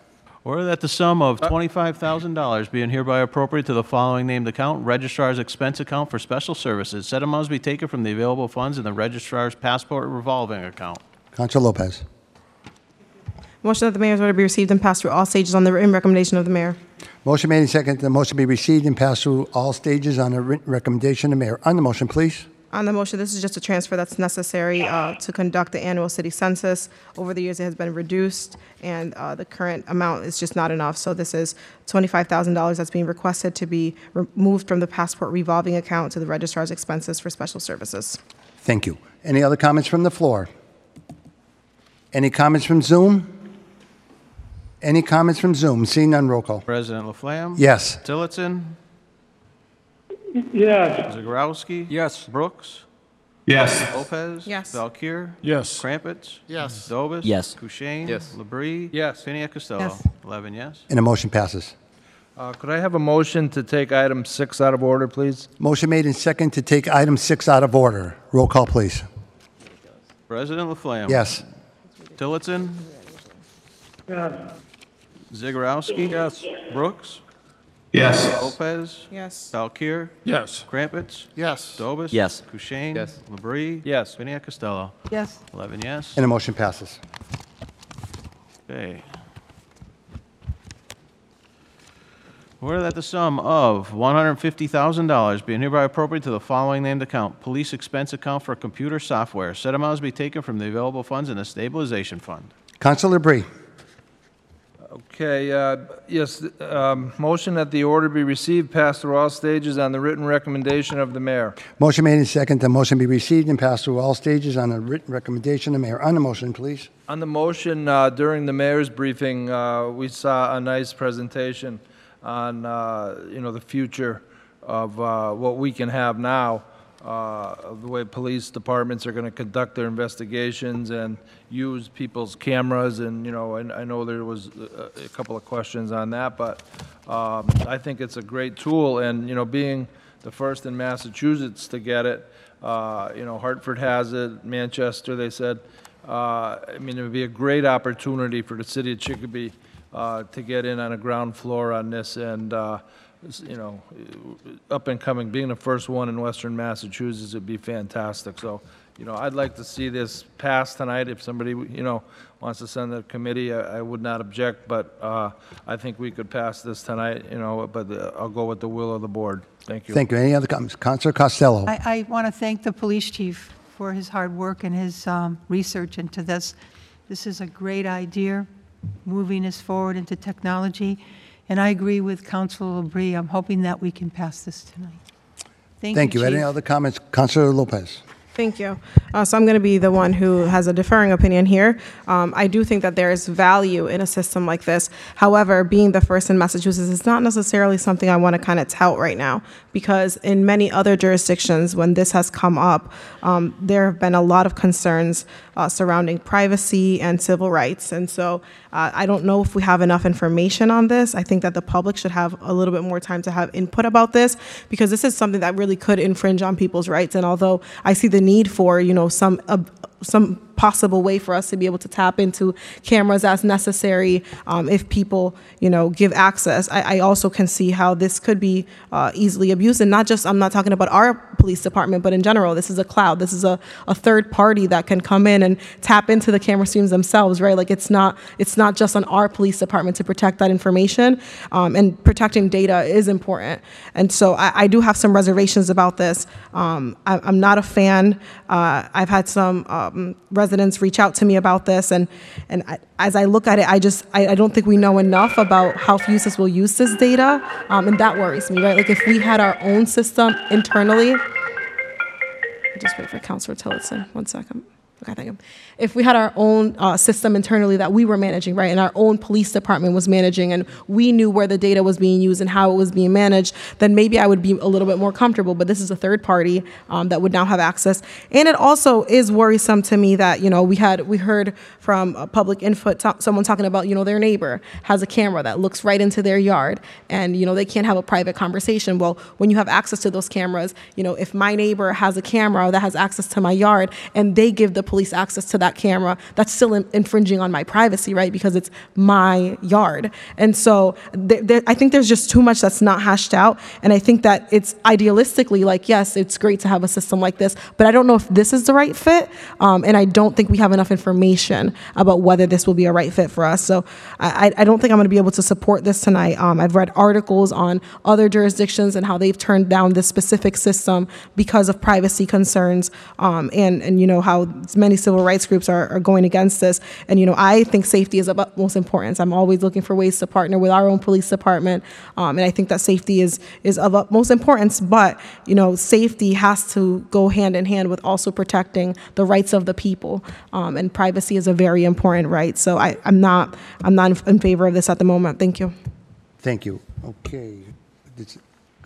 [SPEAKER 22] Order that the sum of $25,000 being hereby appropriate to the following named account, Registrar's Expense Account for Special Services. Said amounts be taken from the available funds in the Registrar's Passport Revolving Account.
[SPEAKER 1] Councilor Lopez.
[SPEAKER 7] Motion that the mayor's order be received and passed through all stages on the written recommendation of the mayor.
[SPEAKER 1] Motion made and seconded. The motion be received and passed through all stages on the written recommendation of the mayor. On the motion, please.
[SPEAKER 7] On the motion, this is just a transfer that's necessary uh, to conduct the annual city census. Over the years, it has been reduced, and uh, the current amount is just not enough. So this is $25,000 that's being requested to be removed from the passport revolving account to the registrar's expenses for special services.
[SPEAKER 1] Thank you. Any other comments from the floor? Any comments from Zoom? Any comments from Zoom? Seeing none, roll call.
[SPEAKER 22] President Laflamme?
[SPEAKER 1] Yes.
[SPEAKER 22] Tillotson?
[SPEAKER 23] Yes.
[SPEAKER 22] Zegarowski?
[SPEAKER 3] Yes.
[SPEAKER 22] Brooks?
[SPEAKER 23] Yes.
[SPEAKER 22] Lopez?
[SPEAKER 7] Yes.
[SPEAKER 22] Valkir?
[SPEAKER 11] Yes.
[SPEAKER 22] Crumpets?
[SPEAKER 6] Yes.
[SPEAKER 22] Dobis?
[SPEAKER 1] Yes.
[SPEAKER 22] Kushein? Yes. Labrie? Yes. Pena Costello?
[SPEAKER 12] Yes.
[SPEAKER 22] Eleven yes.
[SPEAKER 1] And the motion passes.
[SPEAKER 12] Uh, Could I have a motion to take item six out of order, please?
[SPEAKER 1] Motion made and second to take item six out of order. Roll call, please.
[SPEAKER 22] President Laflamme?
[SPEAKER 1] Yes.
[SPEAKER 22] Tillotson?
[SPEAKER 23] Yes.
[SPEAKER 22] Zegarowski? Yes. Brooks?
[SPEAKER 23] Yes.
[SPEAKER 22] Lopez.
[SPEAKER 7] Yes.
[SPEAKER 22] Valkir.
[SPEAKER 11] Yes.
[SPEAKER 22] Crumpets.
[SPEAKER 6] Yes.
[SPEAKER 22] Dobis.
[SPEAKER 23] Yes.
[SPEAKER 22] Kushein. Yes. Labrie. Yes. Piniac Costello.
[SPEAKER 29] Yes.
[SPEAKER 22] 11 yes.
[SPEAKER 1] And the motion passes.
[SPEAKER 22] Okay. Order that the sum of $150,000 being hereby appropriated to the following named account, police expense account for computer software. Said amounts be taken from the available funds in the stabilization fund.
[SPEAKER 1] Council Bree.
[SPEAKER 12] Okay, uh, yes, th- um, motion that the order be received, passed through all stages on the written recommendation of the mayor.
[SPEAKER 1] Motion made and second. The motion be received and passed through all stages on the written recommendation of mayor. On the motion, please.
[SPEAKER 12] On the motion, uh, during the mayor's briefing, uh, we saw a nice presentation on, uh, you know, the future of uh, what we can have now, uh, of the way police departments are going to conduct their investigations and use people's cameras, and, you know, and I know there was a a couple of questions on that, but um, I think it's a great tool, and, you know, being the first in Massachusetts to get it, uh, you know, Hartford has it, Manchester, they said, uh, I mean, it would be a great opportunity for the city of Chicopee uh, to get in on a ground floor on this and, uh, s- you know, up and coming, being the first one in western Massachusetts would be fantastic. So, you know, I'd like to see this passed tonight. If somebody, you know, wants to send the committee, I I would not object, but uh, I think we could pass this tonight, you know, but uh, I'll go with the will of the board. Thank you.
[SPEAKER 1] Thank you. Any other comments? Council Costello.
[SPEAKER 29] I, I want to thank the police chief for his hard work and his um, research into this. This is a great idea, moving us forward into technology. And I agree with Council Labrie. I'm hoping that we can pass this tonight. Thank you,
[SPEAKER 1] Any
[SPEAKER 29] Chief.
[SPEAKER 1] other comments? Council Lopez.
[SPEAKER 7] Thank you. Uh, so I'm going to be the one who has a differing opinion here. Um, I do think that there is value in a system like this. However, being the first in Massachusetts is not necessarily something I want to kind of tout right now because in many other jurisdictions, when this has come up, um, there have been a lot of concerns uh, surrounding privacy and civil rights. And so uh, I don't know if we have enough information on this. I think that the public should have a little bit more time to have input about this because this is something that really could infringe on people's rights. And although I see the need for, you know, some uh, some possible way for us to be able to tap into cameras as necessary um, if people, you know, give access, I, I also can see how this could be uh, easily abused. And not just, I'm not talking about our police department, but in general, this is a cloud. This is a, a third party that can come in and tap into the camera streams themselves, right? Like it's not, it's not just on our police department to protect that information. Um, and protecting data is important. And so I, I do have some reservations about this. Um, I, I'm not a fan. Uh, I've had some um, residents reach out to me about this, and and I, as I look at it, I just I, I don't think we know enough about how Fusus will use this data, um, and that worries me, right? Like if we had our own system internally, just wait for Councilor Tillotson one second. Okay, thank you. If we had our own uh, system internally that we were managing, right, and our own police department was managing, and we knew where the data was being used and how it was being managed, then maybe I would be a little bit more comfortable. But this is a third party um, that would now have access, and it also is worrisome to me that you know we had we heard from uh, public input to- someone talking about you know their neighbor has a camera that looks right into their yard, and you know they can't have a private conversation. Well, when you have access to those cameras, you know if my neighbor has a camera that has access to my yard, and they give the police access to that camera, that's still in- infringing on my privacy, right? Because it's my yard. And so th- there, I think there's just too much that's not hashed out. And I think that it's idealistically like, yes, it's great to have a system like this, but I don't know if this is the right fit. Um, and I don't think we have enough information about whether this will be a right fit for us. So I, I- I don't think I'm going to be able to support this tonight. Um, I've read articles on other jurisdictions and how they've turned down this specific system because of privacy concerns um, and, and, you know, how many civil rights groups are, are going against this. And, you know, I think safety is of utmost importance. I'm always looking for ways to partner with our own police department. Um, and I think that safety is, is of utmost importance. But, you know, safety has to go hand in hand with also protecting the rights of the people. Um, and privacy is a very important right. So I, I'm not, I'm not in favor of this at the moment. Thank you.
[SPEAKER 1] Thank you. Okay. This-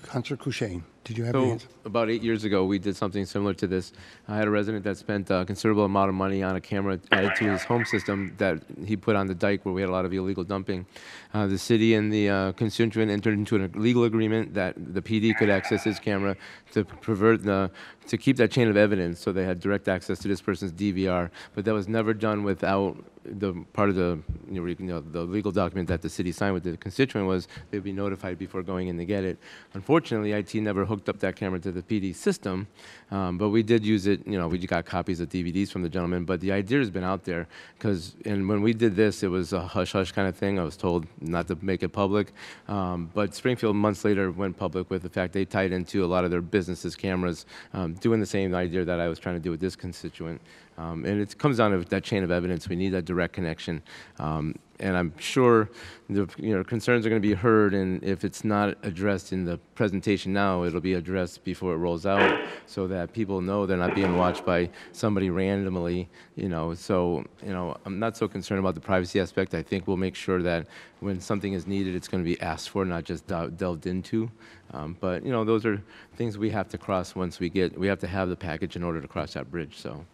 [SPEAKER 1] Council Kushein, did you have any
[SPEAKER 2] So
[SPEAKER 1] answer?
[SPEAKER 2] about eight years ago, we did something similar to this. I had a resident that spent a considerable amount of money on a camera added to his home system that he put on the dike where we had a lot of illegal dumping. Uh, the city and the uh, constituent entered into a legal agreement that the PD could access his camera to pervert the to keep that chain of evidence, so they had direct access to this person's DVR. But that was never done without
[SPEAKER 24] the part of the, you know, where you can, you know, the legal document that the city signed with the constituent was they'd be notified before going in to get it. Unfortunately, IT never hooked up that camera to the PD system, um, but we did use it, you know, we got copies of DVDs from the gentleman, but the idea has been out there, because, and when we did this, it was a hush-hush kind of thing, I was told not to make it public, um, but Springfield months later went public with the fact they tied into a lot of their businesses' cameras, um, doing the same idea that I was trying to do with this constituent. Um, and it comes down to that chain of evidence. We need that direct connection. Um, and I'm sure the you know, concerns are going to be heard, and if it's not addressed in the presentation now, it'll be addressed before it rolls out so that people know they're not being watched by somebody randomly. You know, so you know, I'm not so concerned about the privacy aspect. I think we'll make sure that when something is needed, it's going to be asked for, not just del- delved into. Um, but you know, those are things we have to cross once we get. We have to have the package in order to cross that bridge. So.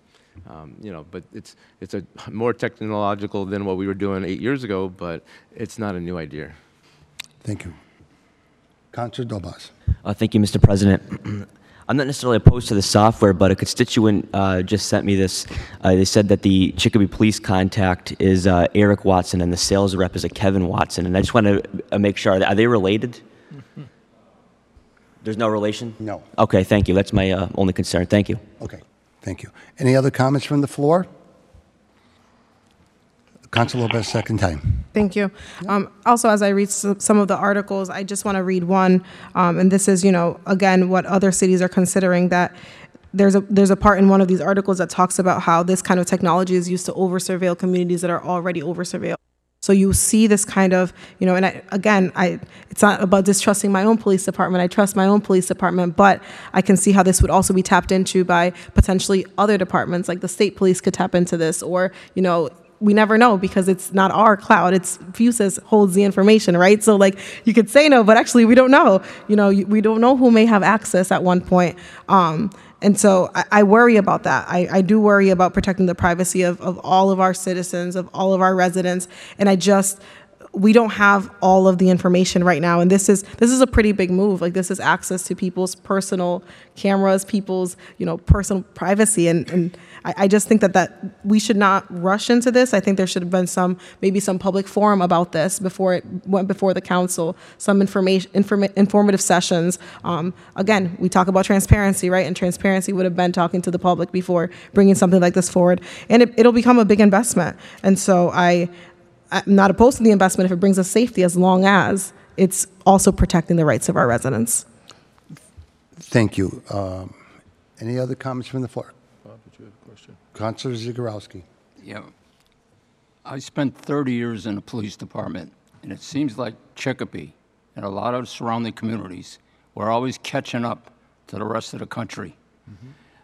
[SPEAKER 24] Um, you know, but it's it's a more technological than what we were doing eight years ago, but it's not a new idea.
[SPEAKER 1] Thank you. Counselor Dobas.
[SPEAKER 4] Uh, Thank you, Mr. President. I'm not necessarily opposed to the software, but a constituent uh, just sent me this. Uh, They said that the Chicopee Police contact is uh, Eric Watson, and the sales rep is a Kevin Watson, and I just want to make sure, are they related? There's no relation?
[SPEAKER 1] No.
[SPEAKER 4] Okay, thank you. That's my uh, only concern. Thank you.
[SPEAKER 1] Okay, thank you. Any other comments from the floor? Counselor Lopez, second time.
[SPEAKER 7] Thank you. Um, also, as I read s- some of the articles, I just want to read one, um, and this is, you know, again, what other cities are considering that there's a there's a part in one of these articles that talks about how this kind of technology is used to over surveil communities that are already over surveilled. So you see this kind of, you know, and I, again, I it's not about distrusting my own police department. I trust my own police department, but I can see how this would also be tapped into by potentially other departments, like the state police could tap into this, or you know, we never know because it's not our cloud. It's Fusus holds the information, right? So like you could say no, but actually we don't know. You know, you- we don't know who may have access at one point. Um, and so I, I worry about that. I, I do worry about protecting the privacy of, of all of our citizens, of all of our residents. And I just, we don't have all of the information right now and this is this is a pretty big move like this is access to people's personal cameras people's you know personal privacy and and I, I just think that that we should not rush into this i think there should have been some maybe some public forum about this before it went before the council some information informa- informative sessions um, again we talk about transparency right and transparency would have been talking to the public before bringing something like this forward and it, it'll become a big investment and so i I'm not opposed to the investment if it brings us safety as long as it's also protecting the rights of our residents.
[SPEAKER 1] Thank you. Um, Any other comments from the floor?
[SPEAKER 30] Bob, did you have a question?
[SPEAKER 1] Counselor Zagorowski.
[SPEAKER 3] Yeah. I spent 30 years in the police department, and it seems like Chicopee and a lot of surrounding communities, we're always catching up to the rest of the country.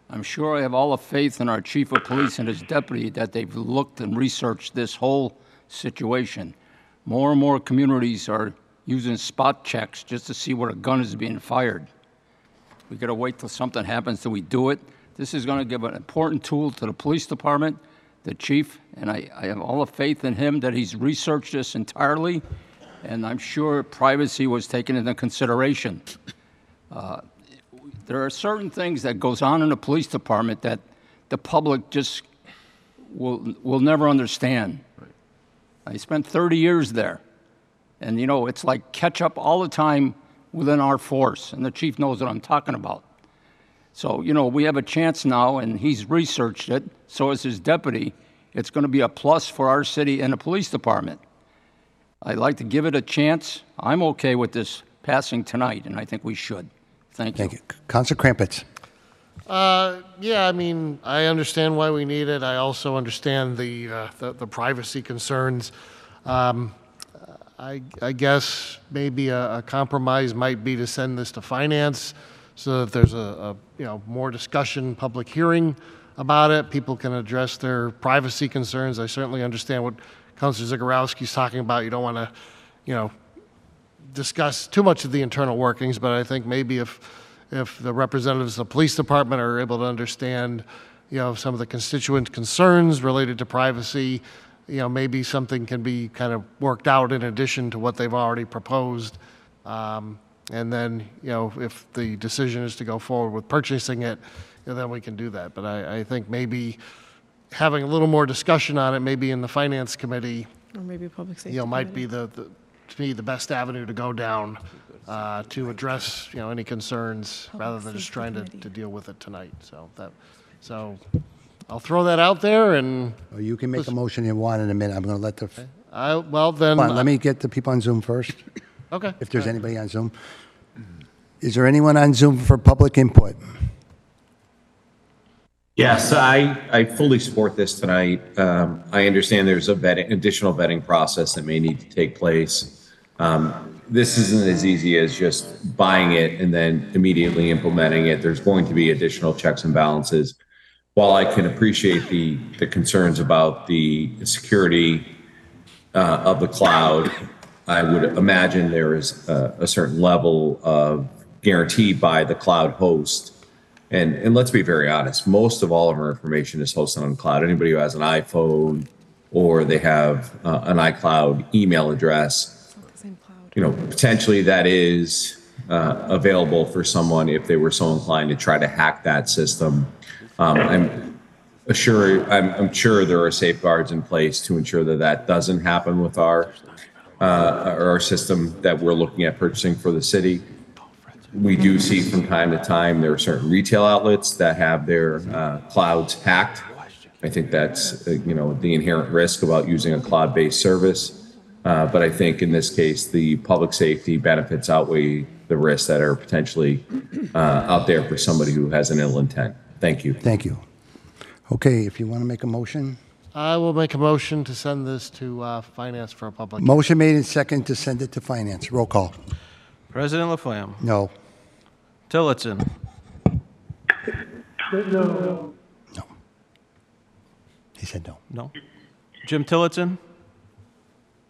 [SPEAKER 3] I'm sure I have all the faith in our chief of police and his deputy that they've looked and researched this whole situation. More and more communities are using spot checks just to see where a gun is being fired. We gotta wait till something happens till we do it. This is gonna give an important tool to the police department, the chief, and I, I have all the faith in him that he's researched this entirely, and I'm sure privacy was taken into consideration. Uh, There are certain things that goes on in the police department that the public just will, will never understand. I spent 30 years there. And you know, it's like catch up all the time within our force, and the chief knows what I'm talking about. So, you know, we have a chance now, and he's researched it, so is his deputy. It's going to be a plus for our city and the police department. I'd like to give it a chance. I'm okay with this passing tonight, and I think we should. Thank you.
[SPEAKER 1] Thank you. Counselor Crampits.
[SPEAKER 6] Uh, yeah, I mean, I understand why we need it. I also understand the uh, the, the privacy concerns. Um, I, I guess maybe a, a compromise might be to send this to finance, so that there's a, a you know more discussion, public hearing about it. People can address their privacy concerns. I certainly understand what Councilor Zagorowski's talking about. You don't want to, you know, discuss too much of the internal workings, but I think maybe if, if the representatives of the police department are able to understand, you know, some of the constituent concerns related to privacy, you know, maybe something can be kind of worked out in addition to what they've already proposed. Um, and then, you know, if the decision is to go forward with purchasing it, you know, then we can do that. But I, I think maybe having a little more discussion on it, maybe in the finance committee,
[SPEAKER 7] Or maybe public safety.
[SPEAKER 6] you know, might be the, the- to me, the best avenue to go down uh, to address, you know, any concerns, rather than just trying to, to deal with it tonight, so that, so I'll throw that out there, and
[SPEAKER 1] Oh, You can make a motion you want in a minute. I'm going to let the,
[SPEAKER 6] I, well, then. uh,
[SPEAKER 1] Hold on, let me get the people on Zoom first.
[SPEAKER 6] Okay.
[SPEAKER 1] If there's anybody on Zoom. Is there anyone on Zoom for public input?
[SPEAKER 25] Yes, I, I fully support this tonight. Um, I understand there's a vetting, additional vetting process that may need to take place. Um, this isn't as easy as just buying it and then immediately implementing it. There's going to be additional checks and balances. While I can appreciate the, the concerns about the security uh, of the cloud, I would imagine there is a, a certain level of guarantee by the cloud host. And and let's be very honest, most of all of our information is hosted on cloud. Anybody who has an iPhone or they have uh, an iCloud email address, you know, potentially that is uh, available for someone if they were so inclined to try to hack that system. Um, I'm assure I'm, I'm sure there are safeguards in place to ensure that that doesn't happen with our uh, or our system that we're looking at purchasing for the city. We do see from time to time there are certain retail outlets that have their uh, clouds hacked. I think that's uh, you know the inherent risk about using a cloud-based service, uh, but I think in this case the public safety benefits outweigh the risks that are potentially uh, out there for somebody who has an ill intent. Thank you.
[SPEAKER 1] Thank you. Okay, if you want to make a motion.
[SPEAKER 6] I will make a motion to send this to uh, finance for a public.
[SPEAKER 1] Motion made and second to send it to finance. Roll call.
[SPEAKER 22] President Laflamme,
[SPEAKER 1] No.
[SPEAKER 22] Tillotson,
[SPEAKER 23] No.
[SPEAKER 1] He said no.
[SPEAKER 22] no. Jim Tillotson,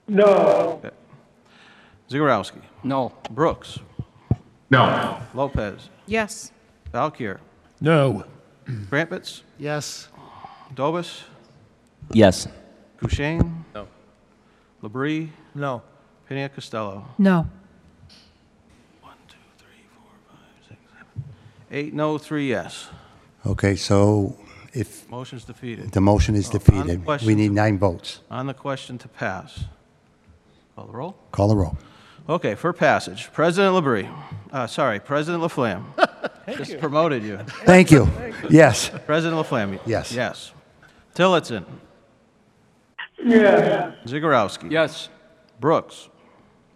[SPEAKER 23] No.
[SPEAKER 22] Zagorowski. No. Brooks.
[SPEAKER 23] No.
[SPEAKER 22] Lopez,
[SPEAKER 7] Yes.
[SPEAKER 22] Valkir,
[SPEAKER 31] No.
[SPEAKER 22] Crumpets,
[SPEAKER 6] Yes.
[SPEAKER 22] Dobis,
[SPEAKER 4] Yes.
[SPEAKER 22] Kushein. No. Labrie. No. Pena Costello.
[SPEAKER 29] No.
[SPEAKER 22] Eight no, three yes.
[SPEAKER 1] Okay, so if
[SPEAKER 22] Motion's defeated.
[SPEAKER 1] the motion is
[SPEAKER 22] Oh, on the
[SPEAKER 1] defeated, we
[SPEAKER 22] question-
[SPEAKER 1] need nine votes.
[SPEAKER 22] On the question to pass. Call the roll.
[SPEAKER 1] Call the roll.
[SPEAKER 22] Okay, for passage, President Labrie, uh, sorry, President Laflamme. Just promoted you.
[SPEAKER 1] Thank you. Yes.
[SPEAKER 22] President Laflamme.
[SPEAKER 1] Yes.
[SPEAKER 22] Yes. Tillotson.
[SPEAKER 23] Yes.
[SPEAKER 22] Zagorowski. Yes. Brooks.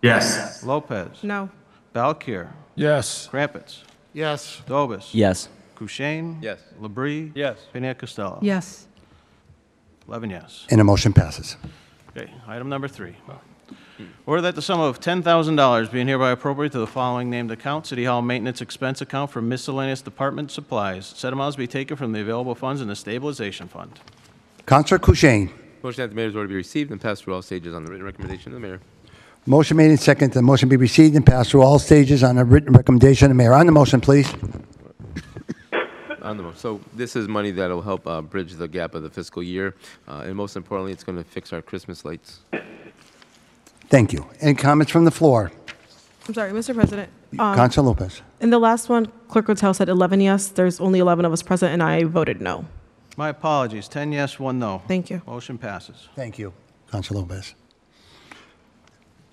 [SPEAKER 23] Yes.
[SPEAKER 22] Lopez.
[SPEAKER 7] No.
[SPEAKER 22] Valkir.
[SPEAKER 31] Yes.
[SPEAKER 22] Crumpets.
[SPEAKER 6] Yes.
[SPEAKER 22] Dobis.
[SPEAKER 4] Yes.
[SPEAKER 22] Kushein. Yes. Labrie. Yes. Pena Costello.
[SPEAKER 29] Yes.
[SPEAKER 22] 11 yes.
[SPEAKER 1] And the motion passes.
[SPEAKER 22] Okay, item number three. Order that the sum of $10,000 being hereby appropriated to the following named account, City Hall Maintenance Expense Account for miscellaneous department supplies. Said amounts be taken from the available funds in the Stabilization Fund.
[SPEAKER 1] Counselor Kushein.
[SPEAKER 24] Motion that the mayor's order be received and passed through all stages on the written recommendation of the mayor.
[SPEAKER 1] Motion made and second. The motion be received and passed through all stages on a written recommendation of the mayor. On the motion, please.
[SPEAKER 24] On the, mo- so this is money that'll help uh, bridge the gap of the fiscal year, uh, and most importantly, it's going to fix our Christmas lights.
[SPEAKER 1] Thank you. Any comments from the floor?
[SPEAKER 7] I'm sorry, Mr. President. Um,
[SPEAKER 1] Counselor Lopez.
[SPEAKER 7] In the last one, Clerk Rattell said 11 yes. There's only 11 of us present, and I voted no.
[SPEAKER 22] My apologies, 10 yes, 1 no.
[SPEAKER 7] Thank you.
[SPEAKER 22] Motion passes.
[SPEAKER 1] Thank you. Counselor Lopez.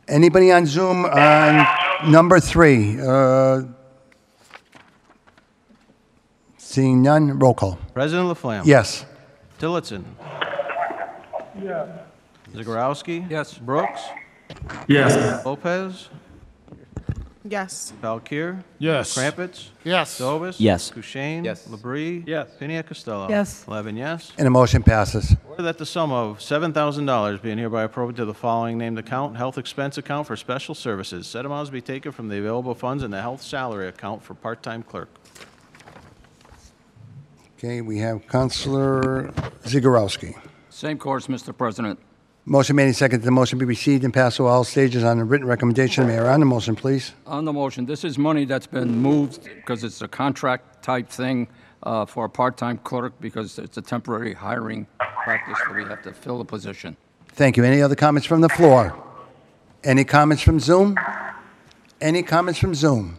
[SPEAKER 1] Anybody on Zoom on number three? Uh, Seeing none, roll call.
[SPEAKER 22] President Laflamme?
[SPEAKER 1] Yes.
[SPEAKER 22] Tillotson?
[SPEAKER 23] Yes.
[SPEAKER 22] Zagorowski? Yes. Brooks?
[SPEAKER 23] Yes.
[SPEAKER 22] Lopez?
[SPEAKER 7] Yes.
[SPEAKER 22] Valkir?
[SPEAKER 31] Yes.
[SPEAKER 22] Krampets?
[SPEAKER 6] Yes.
[SPEAKER 22] Dobis?
[SPEAKER 1] Yes.
[SPEAKER 22] Kushein? Yes. Labrie? Yes. Pena Costello?
[SPEAKER 1] Yes.
[SPEAKER 22] 11 yes.
[SPEAKER 1] And the motion passes.
[SPEAKER 22] Order that the sum of $7,000 being hereby appropriated to the following named account, Health Expense Account for Special Services. Said amounts be taken from the available funds in the Health Salary Account for Part-Time Clerk.
[SPEAKER 1] Okay, we have Counselor Zagorowski.
[SPEAKER 3] Same course, Mr. President.
[SPEAKER 1] Motion made and seconded. The motion be received and passed through all stages on a written recommendation. Mayor, on the motion, please.
[SPEAKER 3] On the motion, this is money that's been moved because it's a contract type thing uh, for a part-time clerk because it's a temporary hiring practice that we have to fill the position.
[SPEAKER 1] Thank you. Any other comments from the floor? Any comments from Zoom? Any comments from Zoom?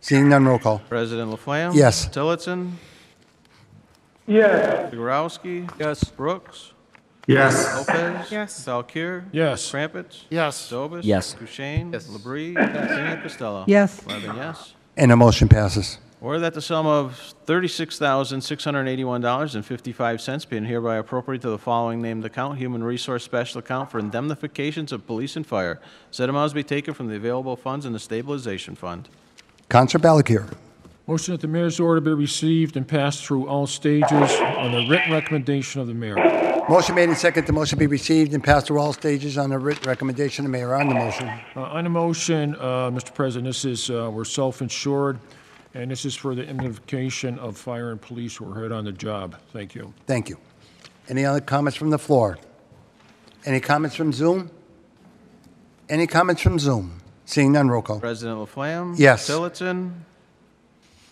[SPEAKER 1] Seeing none, roll call.
[SPEAKER 22] President Laflamme?
[SPEAKER 1] Yes.
[SPEAKER 22] Tillotson?
[SPEAKER 23] Yes.
[SPEAKER 22] Zagorowski. Yes. Brooks.
[SPEAKER 23] Yes.
[SPEAKER 22] Lopez. Yes. Valkir.
[SPEAKER 11] Yes.
[SPEAKER 22] Crumpets.
[SPEAKER 6] Yes.
[SPEAKER 22] Dobis.
[SPEAKER 1] Yes.
[SPEAKER 22] Kushein. Yes. Labrie. Yes. Costello.
[SPEAKER 1] Yes.
[SPEAKER 22] Eleven yes.
[SPEAKER 1] And the motion passes.
[SPEAKER 22] Order that the sum of $36,681.55 being hereby appropriated to the following named account, Human Resource Special Account for indemnifications of police and fire. Said amounts be taken from the available funds in the stabilization fund.
[SPEAKER 1] Counselor Ballakir.
[SPEAKER 11] Motion that the mayor's order be received and passed through all stages on the written recommendation of the mayor.
[SPEAKER 1] Motion made and second. The motion be received and passed through all stages on the written recommendation of the mayor on the motion.
[SPEAKER 11] Uh, On a motion, uh, Mr. President, this is, uh, we're self-insured, and this is for the indemnification of fire and police who are hurt on the job. Thank you.
[SPEAKER 1] Thank you. Any other comments from the floor? Any comments from Zoom? Any comments from Zoom? Seeing none, roll call.
[SPEAKER 22] President Laflamme?
[SPEAKER 1] Yes.
[SPEAKER 22] Tillotson?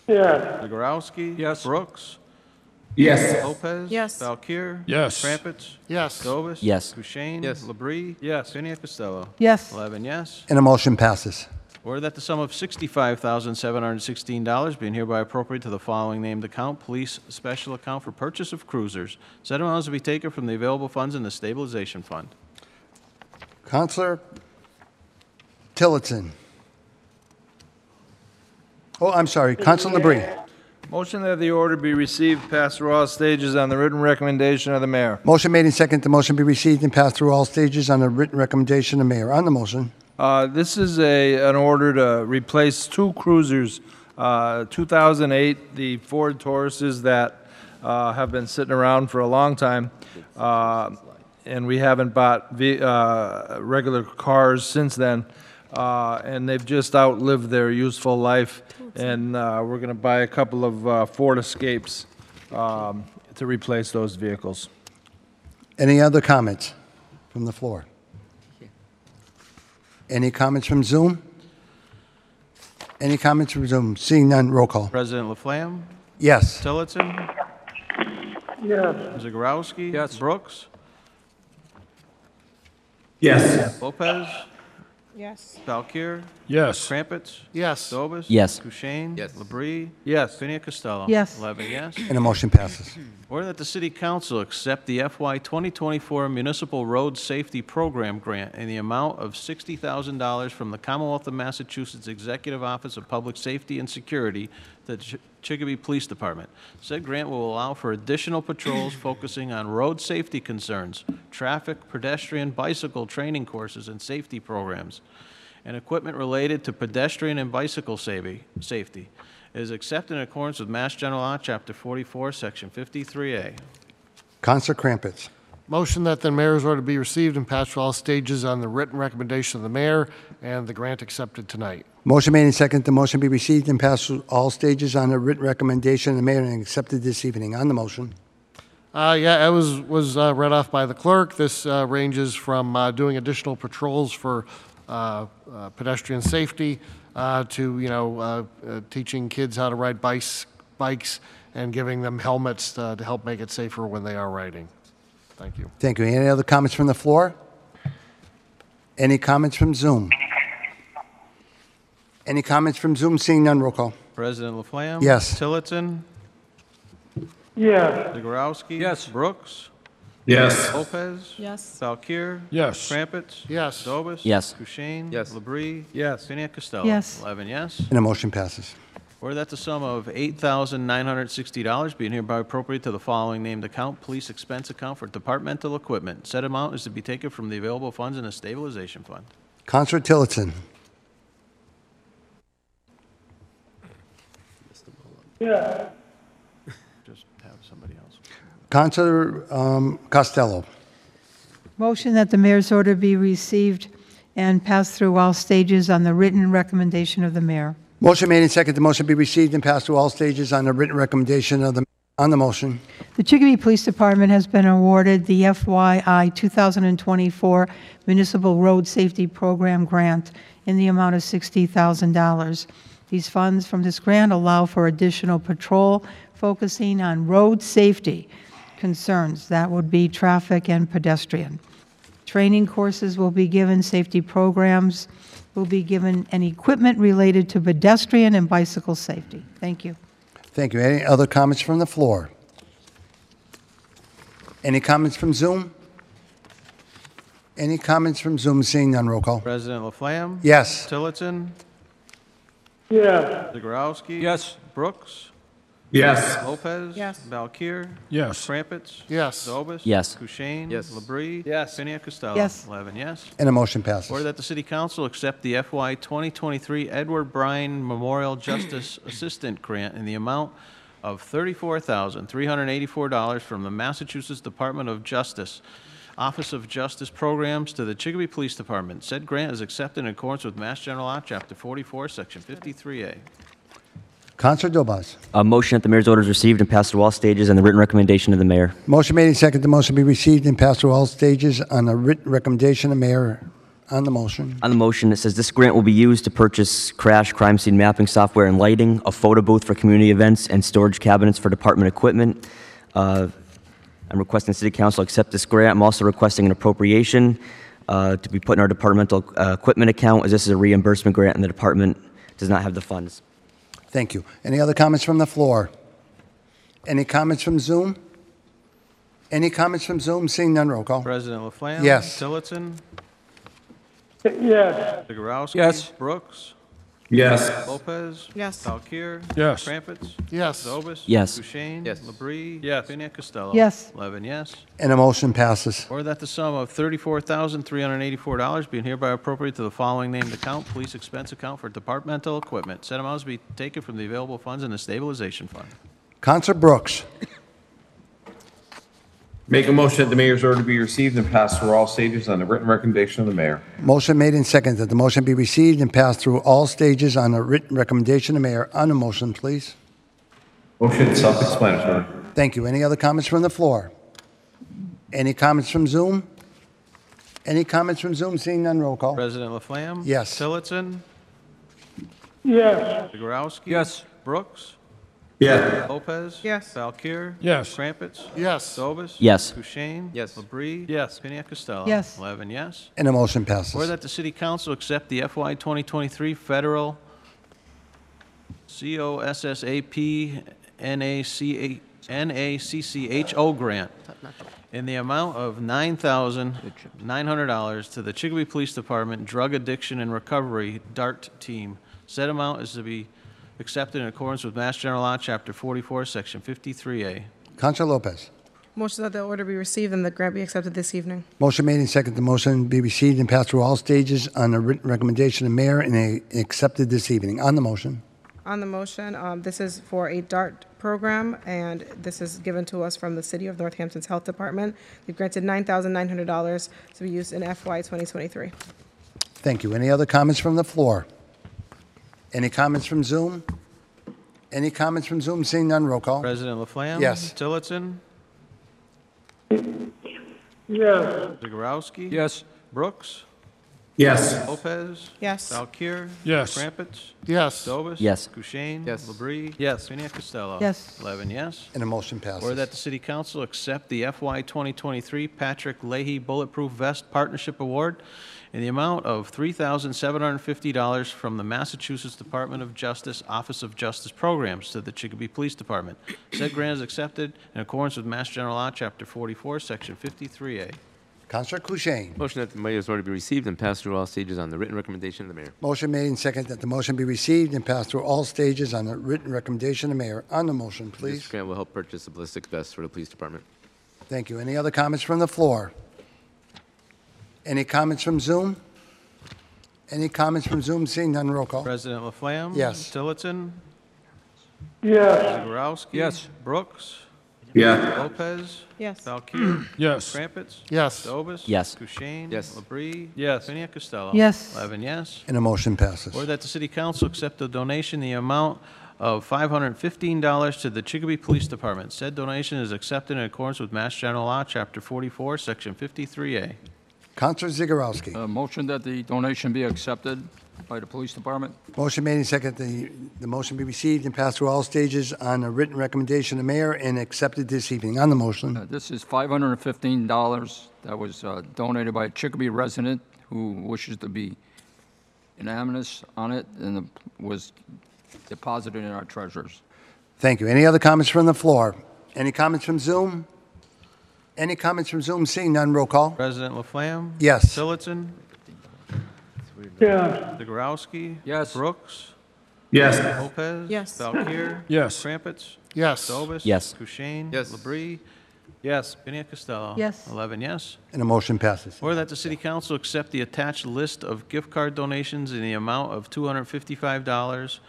[SPEAKER 23] Yes.
[SPEAKER 22] Zagorowski? Yes. Brooks?
[SPEAKER 23] Yes.
[SPEAKER 22] Lopez?
[SPEAKER 7] Yes.
[SPEAKER 22] Valkir?
[SPEAKER 11] Yes.
[SPEAKER 22] Crumpets?
[SPEAKER 6] Yes.
[SPEAKER 22] Dobis?
[SPEAKER 1] Yes.
[SPEAKER 22] Kushein? Yes. Labrie? Yes. Piniac Costello?
[SPEAKER 29] Yes.
[SPEAKER 22] Eleven yes.
[SPEAKER 1] And the motion passes.
[SPEAKER 22] Order that the sum of $65,716 being hereby appropriated to the following named account, Police Special Account for Purchase of Cruisers. Said amounts to be taken from the available funds in the Stabilization Fund.
[SPEAKER 1] Counselor Tillotson. Oh, I'm sorry, Counselor Labrie.
[SPEAKER 12] Motion that the order be received, passed through all stages on the written recommendation of the mayor.
[SPEAKER 1] Motion made and second. The motion be received and passed through all stages on the written recommendation of the mayor on the motion.
[SPEAKER 12] Uh, This is a, an order to replace two cruisers, uh, 2008, the Ford Tauruses that uh, have been sitting around for a long time, uh, and we haven't bought ve- uh, regular cars since then, uh, and they've just outlived their useful life, and uh, we're going to buy a couple of uh, Ford Escapes um, to replace those vehicles.
[SPEAKER 1] Any other comments from the floor? Any comments from Zoom? Any comments from Zoom? Seeing none, roll call.
[SPEAKER 22] President Laflamme?
[SPEAKER 1] Yes.
[SPEAKER 22] Tillotson? Yes. Zagorowski? Yes. Brooks?
[SPEAKER 23] Yes.
[SPEAKER 22] Lopez?
[SPEAKER 7] Yes.
[SPEAKER 22] Valkir?
[SPEAKER 11] Yes.
[SPEAKER 22] Crumpets?
[SPEAKER 6] Yes.
[SPEAKER 22] Dobis?
[SPEAKER 1] Yes.
[SPEAKER 22] Kushein? Yes. Labrie? Yes. Piniac Costello?
[SPEAKER 6] Yes.
[SPEAKER 22] Eleven yes.
[SPEAKER 1] And the motion passes.
[SPEAKER 22] Order that the City Council accept the FY 2024 Municipal Road Safety Program Grant in the amount of $60,000 from the Commonwealth of Massachusetts Executive Office of Public Safety and Security to the Ch- Chicopee Police Department. Said grant will allow for additional patrols focusing on road safety concerns, traffic, pedestrian, bicycle training courses, and safety programs and equipment related to pedestrian and bicycle savi- safety is accepted in accordance with Mass General Law, Chapter 44, Section 53A.
[SPEAKER 1] Counselor Crampits.
[SPEAKER 6] Motion that the mayor's order be received and passed through all stages on the written recommendation of the mayor and the grant accepted tonight.
[SPEAKER 1] Motion made and second. The motion be received and passed through all stages on the written recommendation of the mayor and accepted this evening on the motion.
[SPEAKER 6] Uh, yeah, it was, was uh, read off by the clerk. This uh, ranges from uh, doing additional patrols for uh, uh, pedestrian safety uh, to, you know, uh, uh, teaching kids how to ride bikes, bikes and giving them helmets uh, to help make it safer when they are riding. Thank you.
[SPEAKER 1] Thank you. Any other comments from the floor? Any comments from Zoom? Any comments from Zoom? Seeing none, roll call.
[SPEAKER 22] President Laflamme?
[SPEAKER 1] Yes.
[SPEAKER 22] Tillotson?
[SPEAKER 23] Yes.
[SPEAKER 22] Zagorowski? Yes. Brooks?
[SPEAKER 23] Yes.
[SPEAKER 22] Lopez? Yes. Valkir?
[SPEAKER 11] Yes.
[SPEAKER 22] Crumpets?
[SPEAKER 6] Yes.
[SPEAKER 22] Dobis?
[SPEAKER 1] Yes.
[SPEAKER 22] Kushein? Yes. Labrie? Yes. Piniac Costello?
[SPEAKER 6] Yes.
[SPEAKER 22] 11 yes.
[SPEAKER 1] And the motion passes.
[SPEAKER 22] Order that the sum of $8,960 being hereby appropriated to the following named account, police expense account for departmental equipment. Said amount is to be taken from the available funds in the stabilization fund.
[SPEAKER 1] Counselor Tillotson.
[SPEAKER 23] Yeah.
[SPEAKER 22] Just have somebody else.
[SPEAKER 1] Counselor um, Costello.
[SPEAKER 29] Motion that the mayor's order be received and passed through all stages on the written recommendation of the mayor.
[SPEAKER 1] Motion made and second. The motion be received and passed through all stages on the written recommendation of the, on the motion.
[SPEAKER 29] The Chicopee Police Department has been awarded the FYI 2024 Municipal Road Safety Program Grant in the amount of $60,000. These funds from this grant allow for additional patrol focusing on road safety concerns. That would be traffic and pedestrian. Training courses will be given, safety programs will be given, and equipment related to pedestrian and bicycle safety. Thank you.
[SPEAKER 1] Thank you. Any other comments from the floor? Any comments from Zoom? Any comments from Zoom? Seeing none, roll call.
[SPEAKER 22] President Laflamme?
[SPEAKER 1] Yes.
[SPEAKER 22] Tillotson?
[SPEAKER 23] Yes.
[SPEAKER 22] Zegarowski? Yes. Brooks?
[SPEAKER 23] Yes.
[SPEAKER 22] Lopez? Yes. Valkir?
[SPEAKER 1] Yes.
[SPEAKER 22] Crumpets?
[SPEAKER 6] Yes.
[SPEAKER 22] Zobis?
[SPEAKER 1] Yes.
[SPEAKER 22] Kushein? Yes. Labrie? Yes. Piniac Costello?
[SPEAKER 6] Yes.
[SPEAKER 22] Eleven yes.
[SPEAKER 1] And a motion passes.
[SPEAKER 22] Order that the City Council accept the FY 2023 Edward Bryan Memorial Justice Assistant Grant in the amount of $34,384 from the Massachusetts Department of Justice, Office of Justice Programs to the Chicopee Police Department. Said grant is accepted in accordance with Mass General Law, Chapter 44, Section 53A.
[SPEAKER 1] Counselor Dobas.
[SPEAKER 4] A motion that the mayor's orders received and passed through all stages and the written recommendation of the mayor.
[SPEAKER 1] Motion made and seconded. The motion be received and passed through all stages on the written recommendation of mayor on the motion.
[SPEAKER 4] On the motion, it says this grant will be used to purchase crash crime scene mapping software and lighting, a photo booth for community events, and storage cabinets for department equipment. Uh, I'm requesting City Council accept this grant. I'm also requesting an appropriation uh, to be put in our departmental uh, equipment account, as this is a reimbursement grant and the department does not have the funds.
[SPEAKER 1] Thank you. Any other comments from the floor? Any comments from Zoom? Any comments from Zoom? Seeing none, roll call.
[SPEAKER 22] President Laflamme?
[SPEAKER 1] Yes.
[SPEAKER 22] Tillotson?
[SPEAKER 23] Yes.
[SPEAKER 22] Zegarowski?
[SPEAKER 23] Yes.
[SPEAKER 22] Brooks?
[SPEAKER 23] Yes.
[SPEAKER 22] Lopez?
[SPEAKER 7] Yes.
[SPEAKER 22] Valkir?
[SPEAKER 23] Yes.
[SPEAKER 22] Crumpets?
[SPEAKER 6] Yes.
[SPEAKER 22] Zobis?
[SPEAKER 1] Yes.
[SPEAKER 22] Kushein? Yes. Labrie? Yes. Piniac Costello?
[SPEAKER 1] Yes.
[SPEAKER 22] Eleven yes.
[SPEAKER 1] And a motion passes.
[SPEAKER 22] Or that the sum of $34,384 being hereby appropriated to the following named account, police expense account for departmental equipment. Said amounts be taken from the available funds in the stabilization fund.
[SPEAKER 1] Counselor Brooks.
[SPEAKER 9] Make a motion that the mayor's order be received and passed through all stages on the written recommendation of the mayor.
[SPEAKER 1] Motion made and seconded that the motion be received and passed through all stages on the written recommendation of mayor. On the motion, please.
[SPEAKER 9] Motion self-explanatory.
[SPEAKER 1] Thank you. Any other comments from the floor? Any comments from Zoom? Any comments from Zoom? Seeing none, roll call.
[SPEAKER 22] President Laflamme?
[SPEAKER 1] Yes.
[SPEAKER 22] Tillotson?
[SPEAKER 23] Yes.
[SPEAKER 22] Zegarowski? Yes. Brooks?
[SPEAKER 23] Yes.
[SPEAKER 22] Lopez? Yes. Valkir?
[SPEAKER 23] Yes.
[SPEAKER 22] Crumpets?
[SPEAKER 6] Yes.
[SPEAKER 22] Zobis?
[SPEAKER 1] Yes.
[SPEAKER 22] Kushein? Yes. Labrie? Yes. Piniac Costello?
[SPEAKER 6] Yes.
[SPEAKER 22] Eleven yes.
[SPEAKER 1] And a motion passes.
[SPEAKER 22] Or that the city council accept the FY 2023 federal COSSAP NACA NACCHO grant in the amount of $9,900 to the Chicopee Police Department Drug Addiction and Recovery DART Team. Said amount is to be accepted in accordance with Mass General Law, Chapter 44, Section 53A.
[SPEAKER 1] Counselor Lopez.
[SPEAKER 7] Motion that the order be received and the grant be accepted this evening.
[SPEAKER 1] Motion made and seconded. The motion be received and passed through all stages on the written recommendation of mayor and a- accepted this evening. On the motion,
[SPEAKER 7] On the motion, um, this is for a DART program, and this is given to us from the City of Northampton's Health Department. They've granted $9,900 to be used in FY 2023.
[SPEAKER 1] thank you. Any other comments from the floor? Any comments from Zoom? Any comments from Zoom? Seeing none, roll call.
[SPEAKER 22] President Laflamme?
[SPEAKER 1] Yes.
[SPEAKER 22] Tillotson?
[SPEAKER 23] Yes.
[SPEAKER 22] Zegarowski? Yes. Brooks?
[SPEAKER 23] Yes.
[SPEAKER 22] Lopez?
[SPEAKER 7] Yes.
[SPEAKER 22] Valkir?
[SPEAKER 23] Yes.
[SPEAKER 22] Crumpets?
[SPEAKER 6] Yes.
[SPEAKER 22] Dobis?
[SPEAKER 1] Yes.
[SPEAKER 22] Kushein?
[SPEAKER 1] Yes.
[SPEAKER 22] Labrie? Yes. Piniac Costello?
[SPEAKER 1] Yes.
[SPEAKER 22] Eleven yes.
[SPEAKER 1] And a motion passes.
[SPEAKER 22] Or that the City Council accept the FY 2023 Patrick Leahy Bulletproof Vest Partnership Award in the amount of $3,750 from the Massachusetts Department of Justice Office of Justice Programs to the Chicopee Police Department. Said grant is accepted in accordance with Mass General Law, Chapter 44, Section 53A.
[SPEAKER 1] Counselor Kushein.
[SPEAKER 2] Motion that the mayor's order be received and passed through all stages on the written recommendation of the mayor.
[SPEAKER 1] Motion made and seconded that the motion be received and passed through all stages on the written recommendation of mayor. On the motion, please.
[SPEAKER 2] This grant will help purchase the ballistic vest for the police department.
[SPEAKER 1] Thank you. Any other comments from the floor? Any comments from Zoom? Any comments from Zoom? Seeing none, roll call.
[SPEAKER 22] President Laflamme?
[SPEAKER 1] Yes.
[SPEAKER 22] Tillotson?
[SPEAKER 23] Yes.
[SPEAKER 22] Zegarowski?
[SPEAKER 23] Yes.
[SPEAKER 22] Brooks?
[SPEAKER 23] Yeah.
[SPEAKER 22] Lopez?
[SPEAKER 7] Yes.
[SPEAKER 22] Valkir?
[SPEAKER 23] Yes.
[SPEAKER 22] Crumpets?
[SPEAKER 23] Yes.
[SPEAKER 22] Dobis?
[SPEAKER 1] Yes.
[SPEAKER 22] Kushein?
[SPEAKER 2] Yes.
[SPEAKER 22] Labrie? Yes. Piniac Costello?
[SPEAKER 1] Yes.
[SPEAKER 22] Eleven yes.
[SPEAKER 1] And a motion passes.
[SPEAKER 22] Or that the city council accept a donation in the amount of $515 to the Chicopee Police Department. Said donation is accepted in accordance with Mass General Law, Chapter 44, Section 53A.
[SPEAKER 1] Counselor Zagorowski.
[SPEAKER 3] Uh, Motion that the donation be accepted by the police department?
[SPEAKER 1] Motion made and seconded. The, the motion be received and passed through all stages on a written recommendation of mayor and accepted this evening. On the motion,
[SPEAKER 3] This is $515 that was uh, donated by a Chicopee resident who wishes to be anonymous on it and was deposited in our treasurer's.
[SPEAKER 1] thank you. Any other comments from the floor? Any comments from Zoom? Any comments from Zoom? Seeing none, roll call.
[SPEAKER 22] President Laflamme?
[SPEAKER 1] Yes.
[SPEAKER 22] Tillotson?
[SPEAKER 1] Yeah.
[SPEAKER 22] Zegarowski? Yes. Brooks?
[SPEAKER 1] Yes.
[SPEAKER 22] Lopez?
[SPEAKER 7] Yes.
[SPEAKER 22] Valkir?
[SPEAKER 11] Yes.
[SPEAKER 22] Crumpets?
[SPEAKER 6] Yes.
[SPEAKER 22] Dobis?
[SPEAKER 1] Yes.
[SPEAKER 22] Kushein? Yes. Labrie? Yes. Pena Costello?
[SPEAKER 1] Yes.
[SPEAKER 22] Eleven yes.
[SPEAKER 1] And the motion passes.
[SPEAKER 22] Or that the city council accept the attached list of gift card donations in the amount of $255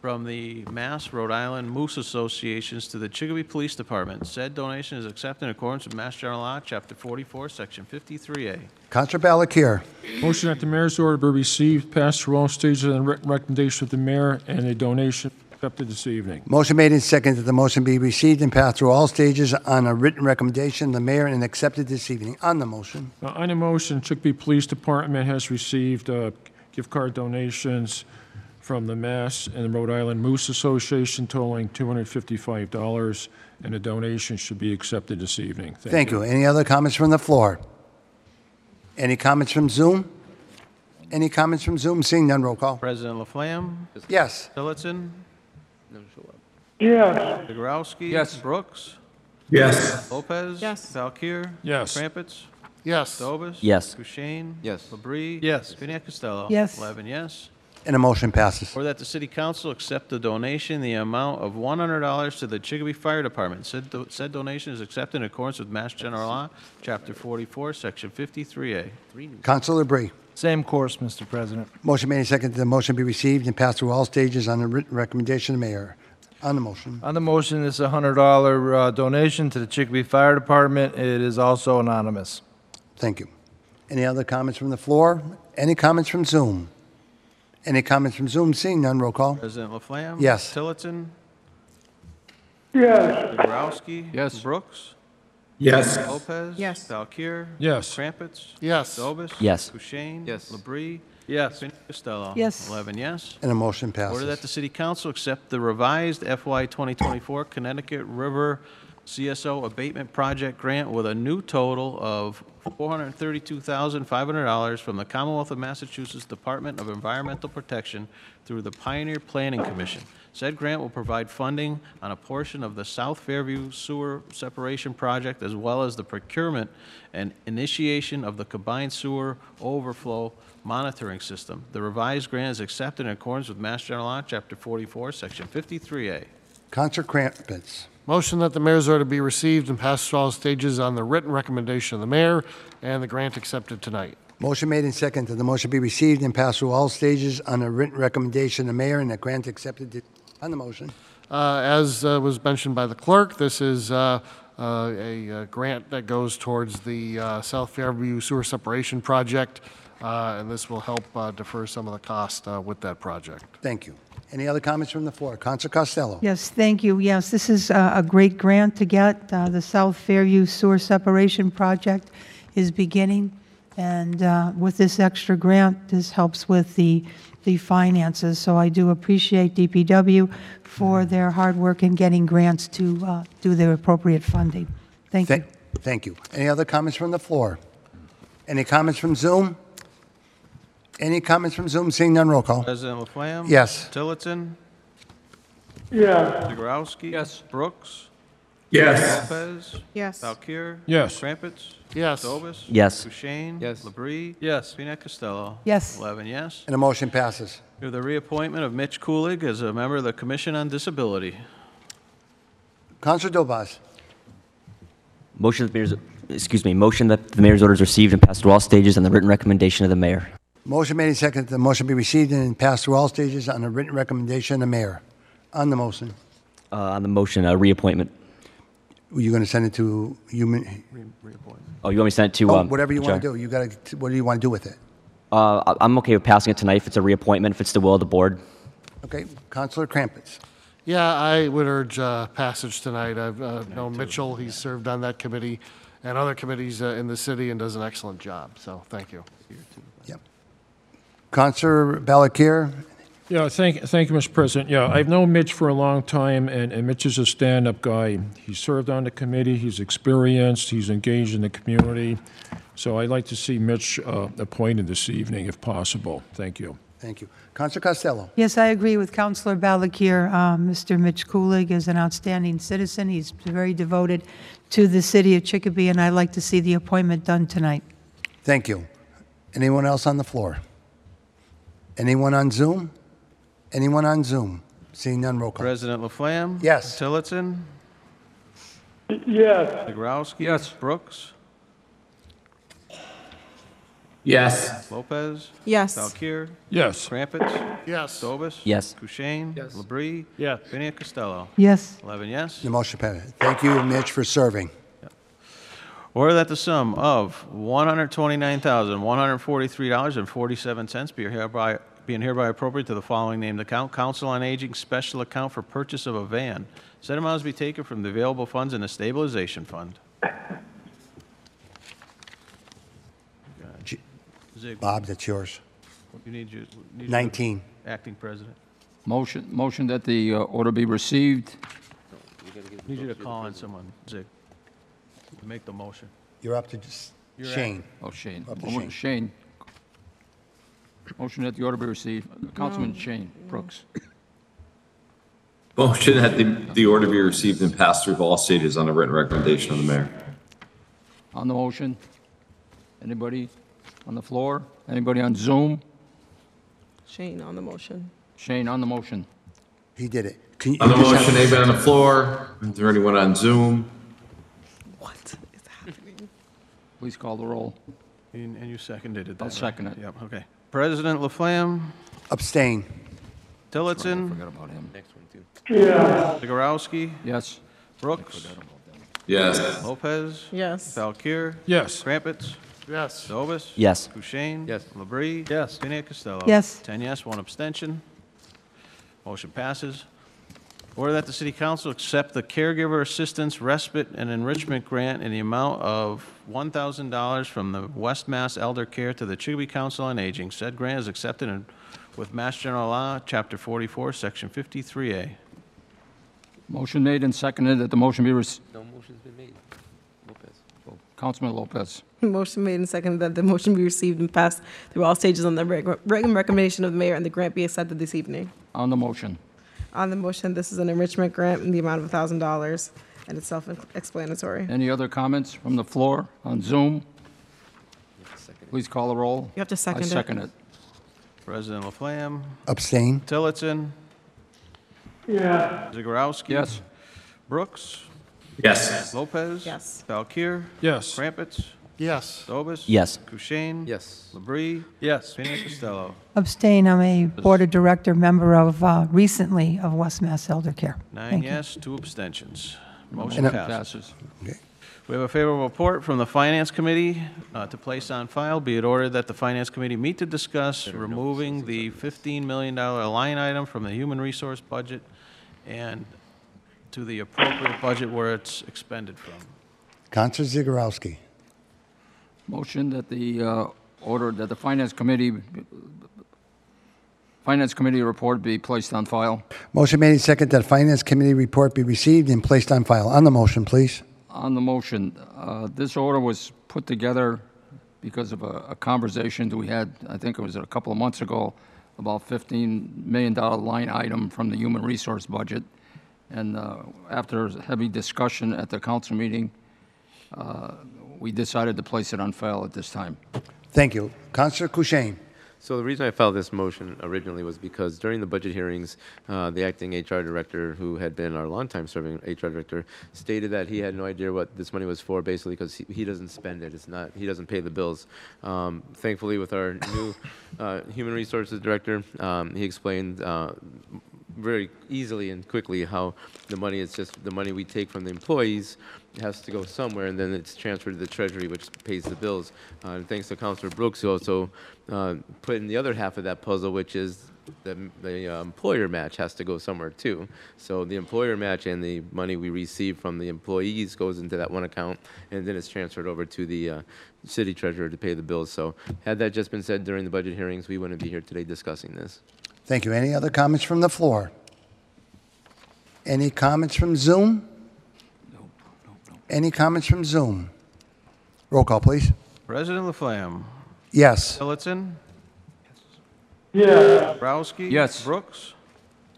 [SPEAKER 22] from the Mass Rhode Island Moose Associations to the Chicopee Police Department. Said donation is accepted in accordance with Mass General Law, Chapter 44, Section 53A.
[SPEAKER 1] Counselor Ballakir.
[SPEAKER 11] Motion that the mayor's order be received, passed through all stages, and the recommendation of the mayor, and a donation accepted this evening.
[SPEAKER 1] Motion made and seconded that the motion be received and passed through all stages on a written recommendation of the mayor and accepted this evening. On the motion,
[SPEAKER 11] Uh, On a motion, Chicopee Police Department has received uh, gift card donations from the Mass and the Rhode Island Moose Association totaling $255, and a donation should be accepted this evening.
[SPEAKER 1] thank you. Any other comments from the floor? Any comments from Zoom? Any comments from Zoom? Seeing none, roll call.
[SPEAKER 22] President Laflamme?
[SPEAKER 1] Yes.
[SPEAKER 22] Tillotson?
[SPEAKER 1] Yes.
[SPEAKER 22] Zegarowski? Yes. Brooks?
[SPEAKER 1] Yes.
[SPEAKER 22] Lopez? Yes. Valkir?
[SPEAKER 11] Yes.
[SPEAKER 22] Crumpets?
[SPEAKER 6] Yes.
[SPEAKER 22] Dobis?
[SPEAKER 1] Yes.
[SPEAKER 22] Kushein? Yes. Labrie? Yes. Pena Costello?
[SPEAKER 1] Yes.
[SPEAKER 22] Eleven yes.
[SPEAKER 1] And the motion passes.
[SPEAKER 22] Or that the city council accept the donation, in the amount of $100 to the Chicopee Fire Department. Said, do- said donation is accepted in accordance with Mass General Law, Chapter 44, Section 53A.
[SPEAKER 1] Counselor Bree.
[SPEAKER 12] Same course, Mr. President.
[SPEAKER 1] Motion made and seconded that the motion be received and passed through all stages on a written recommendation of the mayor. On the motion,
[SPEAKER 12] On the motion, it's a hundred dollar uh, donation to the Chicopee Fire Department. It is also anonymous.
[SPEAKER 1] thank you. Any other comments from the floor? Any comments from Zoom? Any comments from Zoom? Seeing none, roll call.
[SPEAKER 22] President Laflamme?
[SPEAKER 1] Yes.
[SPEAKER 22] Tillotson?
[SPEAKER 1] Yes.
[SPEAKER 22] Dombrowski? Yes. Brooks?
[SPEAKER 1] Yes.
[SPEAKER 22] Lopez? Yes. Valkir?
[SPEAKER 11] Yes.
[SPEAKER 22] Crumpets?
[SPEAKER 6] Yes.
[SPEAKER 22] Dobis?
[SPEAKER 1] Yes.
[SPEAKER 22] Kushein? Yes. Labrie? Yes. Costello?
[SPEAKER 6] Yes.
[SPEAKER 22] Eleven yes.
[SPEAKER 1] And the motion
[SPEAKER 22] Order
[SPEAKER 1] passes.
[SPEAKER 22] that the city council accept the revised FY 2024 Connecticut River CSO Abatement Project Grant with a new total of $432,500 from the Commonwealth of Massachusetts Department of Environmental Protection through the Pioneer Planning Commission. Said grant will provide funding on a portion of the South Fairview Sewer Separation Project as well as the procurement and initiation of the combined sewer overflow monitoring system. The revised grant is accepted in accordance with Mass General Law, Chapter 44, Section 53A.
[SPEAKER 1] Counselor Crampits.
[SPEAKER 6] Motion that the mayor's order be received and passed through all stages on the written recommendation of the mayor and the grant accepted tonight.
[SPEAKER 1] Motion made and seconded that the motion be received and passed through all stages on a written recommendation of the mayor and the grant accepted. On the motion,
[SPEAKER 6] Uh, As uh, was mentioned by the clerk, this is uh, uh, a uh, grant that goes towards the uh, South Fairview Sewer Separation Project, uh, and this will help uh, defer some of the cost uh, with that project.
[SPEAKER 1] thank you. Any other comments from the floor? Counselor Costello.
[SPEAKER 29] Yes, thank you. Yes, this is uh, a great grant to get. Uh, The South Fairview Sewer Separation Project is beginning, and uh, with this extra grant, this helps with the, the finances. So I do appreciate DPW for their hard work in getting grants to uh, do their appropriate funding. Thank you.
[SPEAKER 1] Thank you. Any other comments from the floor? Any comments from Zoom? Any comments from Zoom? Seeing none, roll call.
[SPEAKER 22] President Laflamme?
[SPEAKER 1] Yes.
[SPEAKER 22] Tillotson?
[SPEAKER 1] Yeah.
[SPEAKER 22] Zegarowski? Yes. Brooks?
[SPEAKER 1] Yes.
[SPEAKER 22] Lopez?
[SPEAKER 7] Yes.
[SPEAKER 22] Valkir?
[SPEAKER 11] Yes.
[SPEAKER 22] Crumpets?
[SPEAKER 6] Yes.
[SPEAKER 22] Dobis?
[SPEAKER 1] Yes.
[SPEAKER 22] Kushein?
[SPEAKER 1] Yes.
[SPEAKER 22] Labrie? Yes. Pena Costello?
[SPEAKER 1] Yes.
[SPEAKER 22] Eleven yes.
[SPEAKER 1] And the motion passes.
[SPEAKER 22] Move the reappointment of Mitch Coolig as a member of the Commission on Disability.
[SPEAKER 1] Counselor Dobas.
[SPEAKER 4] Motion that the mayor's, excuse me, motion that the mayor's order is received and passed through all stages on the written recommendation of the mayor.
[SPEAKER 1] Motion made and seconded that the motion be received and passed through all stages on a written recommendation of the mayor. On the motion,
[SPEAKER 4] Uh, on the motion, uh, reappointment.
[SPEAKER 1] were you going to send it to human?
[SPEAKER 4] Oh, you want me to send it to?
[SPEAKER 1] Oh,
[SPEAKER 4] um,
[SPEAKER 1] whatever you want
[SPEAKER 4] HR?
[SPEAKER 1] to do, you got to, what do you want to do with it?
[SPEAKER 4] Uh, I- I'm okay with passing it tonight if it's a reappointment, if it's the will of the board.
[SPEAKER 1] Okay, Counselor Crampits.
[SPEAKER 6] Yeah, I would urge uh, passage tonight. I've uh, known Mitchell, he's served on that committee and other committees uh, in the city and does an excellent job, so thank you.
[SPEAKER 1] Counselor Ballakir,
[SPEAKER 11] Yeah, thank, thank you, Mr. President. Yeah, I've known Mitch for a long time, and, and Mitch is a stand-up guy. He served on the committee, he's experienced, he's engaged in the community. So I'd like to see Mitch uh, appointed this evening, if possible. Thank you.
[SPEAKER 1] Thank you. Councilor Costello.
[SPEAKER 29] Yes, I agree with Counselor Balakir. Uh, Mr. Mitch Kulig is an outstanding citizen. He's very devoted to the city of Chicopee, and I'd like to see the appointment done tonight.
[SPEAKER 1] Thank you. Anyone else on the floor? Anyone on Zoom? Anyone on Zoom? Seeing none, roll call.
[SPEAKER 22] President Laflamme? Yes. Tillotson? Yes. Zegarowski? Yes. Brooks?
[SPEAKER 25] Yes.
[SPEAKER 22] Lopez?
[SPEAKER 7] Yes.
[SPEAKER 22] Valkir?
[SPEAKER 2] Yes.
[SPEAKER 22] Crumpets?
[SPEAKER 32] Yes.
[SPEAKER 22] Dobis?
[SPEAKER 1] Yes.
[SPEAKER 22] Kushein? Yes. Labrie? Yes. Pena Costello?
[SPEAKER 29] Yes.
[SPEAKER 22] 11 yes.
[SPEAKER 1] The motion passes. Thank you, Mitch, for serving.
[SPEAKER 22] Order that the sum of $129,143.47 be hereby, being hereby appropriate to the following named account, Council on Aging Special Account for Purchase of a Van. Said amounts be taken from the available funds in the stabilization fund.
[SPEAKER 1] G-
[SPEAKER 22] Zig,
[SPEAKER 1] Bob, that's yours.
[SPEAKER 22] you need you. need you-
[SPEAKER 1] 19.
[SPEAKER 22] Acting President.
[SPEAKER 3] Motion, motion that the uh, order be received.
[SPEAKER 22] Need you to call in someone, Zig. Make the motion.
[SPEAKER 1] You're up to just
[SPEAKER 22] You're up.
[SPEAKER 1] Shane.
[SPEAKER 3] Oh, Shane.
[SPEAKER 1] Up to
[SPEAKER 3] Mo-
[SPEAKER 1] Shane.
[SPEAKER 3] Shane. Motion that the order be received. Councilman Shane Brooks.
[SPEAKER 25] Motion that the, the order be received and passed through all stages on a written recommendation of the mayor.
[SPEAKER 3] On the motion? Anybody on the floor? Anybody on Zoom?
[SPEAKER 7] Shane on the motion.
[SPEAKER 3] Shane on the motion.
[SPEAKER 1] He did it. Can you-
[SPEAKER 25] On the motion, anybody on the floor? Is there anyone on Zoom?
[SPEAKER 3] Please call the roll.
[SPEAKER 22] And and you seconded it.
[SPEAKER 3] I'll
[SPEAKER 22] that, right?
[SPEAKER 3] second it.
[SPEAKER 22] Yep, okay. President Laflamme?
[SPEAKER 1] Abstain.
[SPEAKER 22] Tillotson?
[SPEAKER 3] Forgot about him.
[SPEAKER 22] Next one, too. Yeah. Zagorowski?
[SPEAKER 3] Yes.
[SPEAKER 22] Brooks?
[SPEAKER 25] Yes.
[SPEAKER 22] Lopez?
[SPEAKER 7] Yes.
[SPEAKER 22] Valkir?
[SPEAKER 2] Yes.
[SPEAKER 22] Crumpets?
[SPEAKER 32] Yes.
[SPEAKER 22] Dobis?
[SPEAKER 4] Yes.
[SPEAKER 22] Kushein? Yes. Labrie? Yes. Pena Costello?
[SPEAKER 29] Yes.
[SPEAKER 22] Ten yes, one abstention. Motion passes. Order that the city council accept the caregiver assistance respite and enrichment grant in the amount of $1,000 from the West Mass Elder Care to the Chicopee Council on Aging. Said grant is accepted in- with Mass General Law, Chapter 44, Section 53A.
[SPEAKER 3] Motion made and seconded that the motion be received.
[SPEAKER 24] No motion's been made. Lopez.
[SPEAKER 3] Councilman Lopez.
[SPEAKER 7] Motion made and seconded that the motion be received and passed through all stages on the reg- reg- recommendation of the mayor and the grant be accepted this evening.
[SPEAKER 3] On the motion.
[SPEAKER 7] On the motion, this is an enrichment grant in the amount of $1,000, and it's self-explanatory.
[SPEAKER 3] Any other comments from the floor on Zoom? Please call the roll.
[SPEAKER 7] You have to second
[SPEAKER 3] I
[SPEAKER 7] it.
[SPEAKER 3] second it.
[SPEAKER 22] President Laflamme?
[SPEAKER 1] Abstain.
[SPEAKER 22] Tillotson?
[SPEAKER 23] Yeah.
[SPEAKER 22] Zagorowski?
[SPEAKER 3] Yes.
[SPEAKER 22] Brooks?
[SPEAKER 25] Yes.
[SPEAKER 22] Lopez? Yes. Valkir?
[SPEAKER 2] Yes.
[SPEAKER 22] Crumpets?
[SPEAKER 32] Yes.
[SPEAKER 22] Dobis?
[SPEAKER 4] Yes.
[SPEAKER 22] Kushein? Yes. Labrie? Yes. Pena Costello?
[SPEAKER 29] Abstain, I'm a Board of Director member of, uh, recently, of West Mass Elder Care.
[SPEAKER 22] Nine
[SPEAKER 29] Thank you.
[SPEAKER 22] yes, two abstentions. Motion
[SPEAKER 1] And, uh,
[SPEAKER 22] passes. We have a favorable report from the Finance Committee uh, to place on file. Be it ordered that the Finance Committee meet to discuss removing the $15 million line item from the human resource budget and to the appropriate budget where it's expended from.
[SPEAKER 1] Councilor Zagorowski.
[SPEAKER 3] Motion that the uh, order, that the Finance Committee, Finance Committee report be placed on file.
[SPEAKER 1] Motion made and seconded that Finance Committee report be received and placed on file. On the motion, please.
[SPEAKER 3] On the motion, uh, this order was put together because of a a conversation that we had, I think it was a couple of months ago, about $15 million line item from the human resource budget. And uh, after heavy discussion at the council meeting, uh, we decided to place it on file at this time.
[SPEAKER 1] Thank you. Councilor Kushein.
[SPEAKER 24] So the reason I filed this motion originally was because during the budget hearings, uh, the acting HR director, who had been our longtime serving HR director, stated that he had no idea what this money was for, basically because he, he doesn't spend it. It's not he doesn't pay the bills. Um, thankfully, with our new uh, human resources director, um, he explained. Uh, very easily and quickly how the money is just the money we take from the employees has to go somewhere and then it's transferred to the treasury which pays the bills uh, and thanks to Councilor Brooks who also uh, put in the other half of that puzzle which is the, the uh, employer match has to go somewhere too so the employer match and the money we receive from the employees goes into that one account and then it's transferred over to the uh, city treasurer to pay the bills so had that just been said during the budget hearings we wouldn't be here today discussing this
[SPEAKER 1] Thank you. Any other comments from the floor? Any comments from Zoom? Any comments from Zoom? Roll call, please.
[SPEAKER 22] President Laflamme?
[SPEAKER 1] Yes.
[SPEAKER 22] Tillotson?
[SPEAKER 23] Yeah.
[SPEAKER 22] Dombrowski?
[SPEAKER 21] Yes.
[SPEAKER 22] Brooks?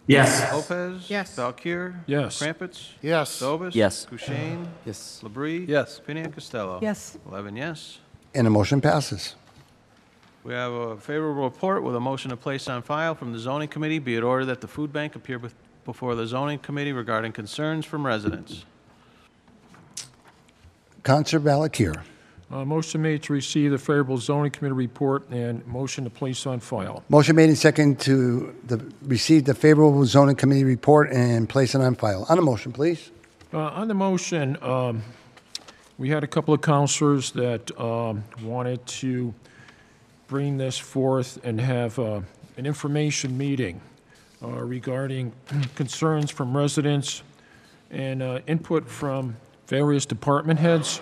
[SPEAKER 21] Yes.
[SPEAKER 22] Lopez? Yes. Valkir?
[SPEAKER 21] Yes.
[SPEAKER 22] Krampus?
[SPEAKER 6] Yes.
[SPEAKER 22] Dobis?
[SPEAKER 1] Yes.
[SPEAKER 22] Kushein?
[SPEAKER 2] Yes.
[SPEAKER 22] Labrie? Yes. Piniac Costello?
[SPEAKER 29] Yes.
[SPEAKER 22] Eleven yes.
[SPEAKER 1] And the motion passes.
[SPEAKER 22] We have a favorable report with a motion to place on file from the zoning committee. Be it ordered that the food bank appear bef- before the zoning committee regarding concerns from residents.
[SPEAKER 1] Counselor Valakir.
[SPEAKER 11] Uh, Motion made to receive the favorable zoning committee report and motion to place on file.
[SPEAKER 1] Motion made and second to the, receive the favorable zoning committee report and place it on file. On the motion, please.
[SPEAKER 11] Uh, On the motion, um, we had a couple of counselors that um, wanted to bring this forth and have uh, an information meeting uh, regarding concerns from residents and uh, input from various department heads.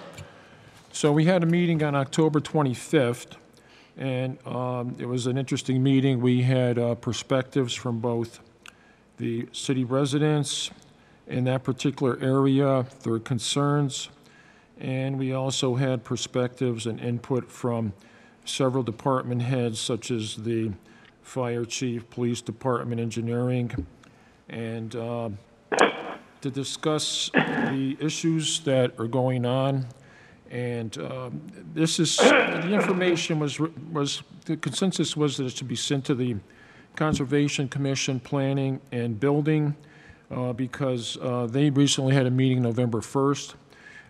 [SPEAKER 11] So we had a meeting on October 25th, and um, it was an interesting meeting. We had uh, perspectives from both the city residents in that particular area, their concerns, and we also had perspectives and input from several department heads, such as the fire chief, police department, engineering, and uh, to discuss the issues that are going on. And um, this is, the information was, was, the consensus was that it should be sent to the Conservation Commission, Planning and Building, uh, because uh, they recently had a meeting November 1st.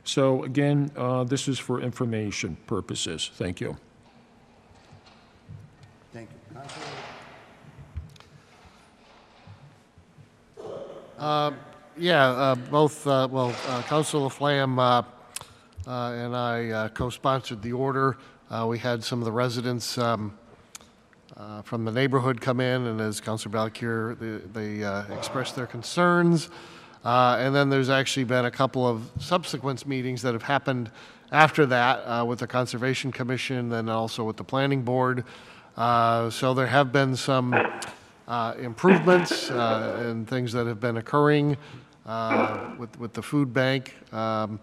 [SPEAKER 11] So again, uh, this is for information purposes. Thank you.
[SPEAKER 1] Thank you.
[SPEAKER 6] Uh, Yeah, uh, both, uh, well, uh, Council Laflamme uh, uh, and I uh, co-sponsored the order. Uh, We had some of the residents um, uh, from the neighborhood come in, and as Councilor Balakir, the- they uh, expressed their concerns. Uh, And then there's actually been a couple of subsequent meetings that have happened after that uh, with the Conservation Commission and also with the Planning Board. Uh, So there have been some uh, improvements uh, and things that have been occurring uh, with with the food bank. Um,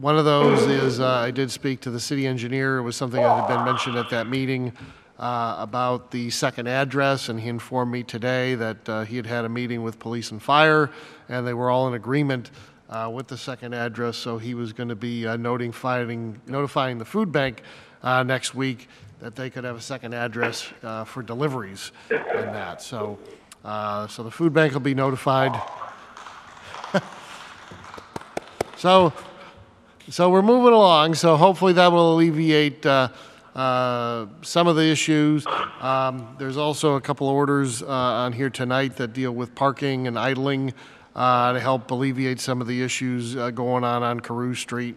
[SPEAKER 6] One of those is, uh, I did speak to the city engineer, it was something that had been mentioned at that meeting uh, about the second address, and he informed me today that uh, he had had a meeting with police and fire, and they were all in agreement uh, with the second address, so he was going to be uh, notifying, notifying the food bank uh, next week that they could have a second address uh, for deliveries and that. So, uh, so the food bank will be notified. So, so we're moving along, so hopefully that will alleviate uh, uh, some of the issues. Um, There's also a couple orders uh, on here tonight that deal with parking and idling uh, to help alleviate some of the issues uh, going on on Carew Street.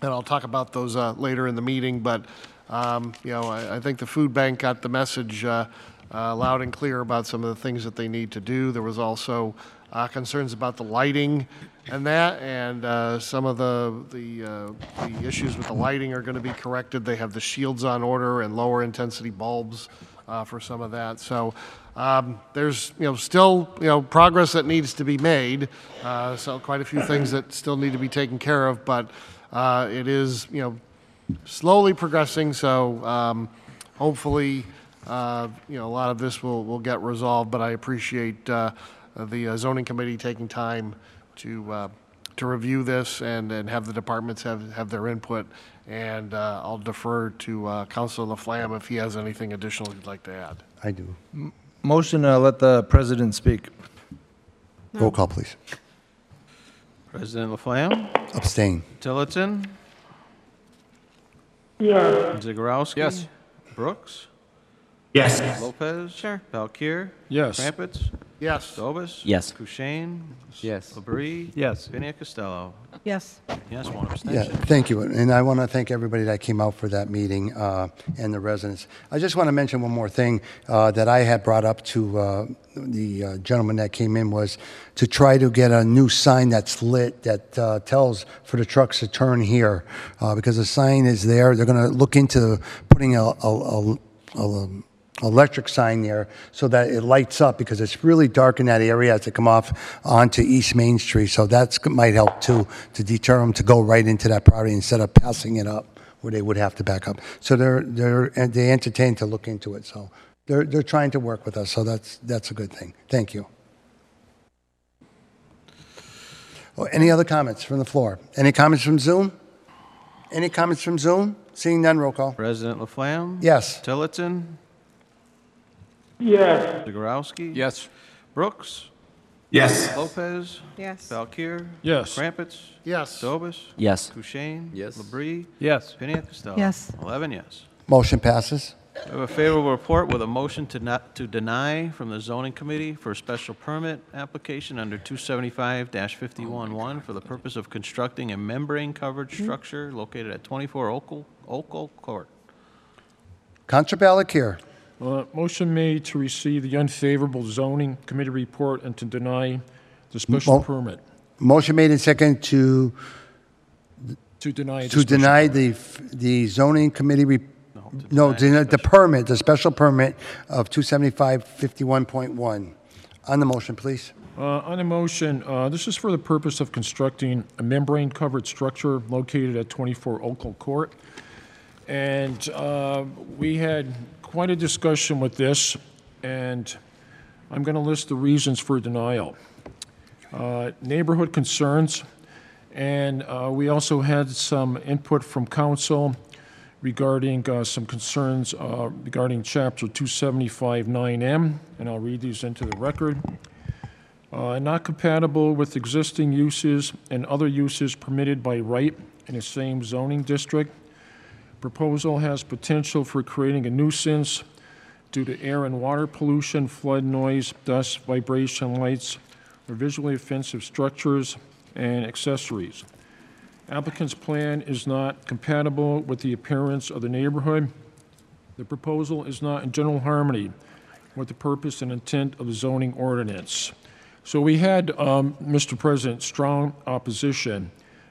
[SPEAKER 6] And I'll talk about those uh, later in the meeting, but, um, you know, I I think the food bank got the message uh, uh, loud and clear about some of the things that they need to do. There was also uh, concerns about the lighting and that, and uh, some of the, the uh, the issues with the lighting are going to be corrected. They have the shields on order and lower intensity bulbs uh, for some of that. So um, there's, you know, still, you know, progress that needs to be made. Uh, So quite a few things that still need to be taken care of, but uh, it is, you know, slowly progressing, so um, hopefully, uh, you know, a lot of this will, will get resolved, but I appreciate uh, the uh, zoning committee taking time to, uh, to review this and, and have the departments have, have their input. And uh, I'll defer to uh, Counselor Laflamme if he has anything additional he'd like to add.
[SPEAKER 1] I do.
[SPEAKER 12] Motion to let the president speak.
[SPEAKER 1] Roll call, please.
[SPEAKER 22] President Laflamme?
[SPEAKER 1] Abstain.
[SPEAKER 22] Tillotson?
[SPEAKER 23] Yeah.
[SPEAKER 22] Zegarowski? Yes. Brooks?
[SPEAKER 1] Yes.
[SPEAKER 22] Lopez? Sure. Valkir?
[SPEAKER 11] Yes.
[SPEAKER 22] Crumpets?
[SPEAKER 6] Yes.
[SPEAKER 22] Dobis?
[SPEAKER 4] Yes.
[SPEAKER 22] Kushein?
[SPEAKER 2] Yes.
[SPEAKER 22] Labrie?
[SPEAKER 12] Yes.
[SPEAKER 22] Piniac Costello?
[SPEAKER 29] Yes.
[SPEAKER 22] Yes, one
[SPEAKER 1] Yeah,
[SPEAKER 22] abstention.
[SPEAKER 1] thank you. And I want to thank everybody that came out for that meeting uh, and the residents. I just want to mention one more thing uh, that I had brought up to uh, the uh, gentleman that came in was to try to get a new sign that's lit that uh, tells for the trucks to turn here uh, because the sign is there. They're going to look into putting a, a, a- a, um, electric sign there so that it lights up because it's really dark in that area as they come off onto East Main Street. So that's might help too to deter them to go right into that property instead of passing it up where they would have to back up. So they're they're and they entertain to look into it. So they're, they're trying to work with us, so that's, that's a good thing. Thank you. Oh, Any other comments from the floor? Any comments from Zoom? Any comments from Zoom? Seeing none, roll call.
[SPEAKER 22] President Laflamme?
[SPEAKER 1] Yes.
[SPEAKER 22] Tillotson?
[SPEAKER 23] Yes.
[SPEAKER 22] Zegarowski? Yes. Brooks?
[SPEAKER 9] Yes.
[SPEAKER 22] Lopez?
[SPEAKER 7] Yes.
[SPEAKER 22] Valkir?
[SPEAKER 11] Yes.
[SPEAKER 22] Crumpets?
[SPEAKER 6] Yes.
[SPEAKER 22] Dobis?
[SPEAKER 4] Yes.
[SPEAKER 22] Kushein? Yes. Labrie?
[SPEAKER 12] Yes.
[SPEAKER 22] Piniac Costello?
[SPEAKER 1] Yes.
[SPEAKER 22] Eleven yes.
[SPEAKER 1] Motion passes.
[SPEAKER 22] We have a favorable report with a motion to not, to deny from the zoning committee for a special permit application under 275-51-1 for the purpose of constructing a membrane-covered structure located at 24 Oakle, Oakle Court.
[SPEAKER 1] Contra Balakir.
[SPEAKER 11] Uh, Motion made to receive the unfavorable zoning committee report and to deny the special
[SPEAKER 1] Mo-
[SPEAKER 11] permit.
[SPEAKER 1] Motion made and second to,
[SPEAKER 11] To deny. the
[SPEAKER 1] to
[SPEAKER 11] special-
[SPEAKER 1] deny the, f- the zoning committee, re- no, deny the permit, the special permit of 275-51.1. On the motion, please.
[SPEAKER 11] Uh, On a motion, uh, this is for the purpose of constructing a membrane-covered structure located at 24 Oakle Court. And uh, we had quite a discussion with this, and I'm going to list the reasons for denial. Uh, Neighborhood concerns, and uh, we also had some input from council regarding uh, some concerns uh, regarding Chapter 275-9M, and I'll read these into the record uh, not compatible with existing uses and other uses permitted by right in the same zoning district. Proposal has potential for creating a nuisance due to air and water pollution, flood noise, dust, vibration, lights, or visually offensive structures and accessories. Applicant's plan is not compatible with the appearance of the neighborhood. The proposal is not in general harmony with the purpose and intent of the zoning ordinance. So we had, um, Mr. President, strong opposition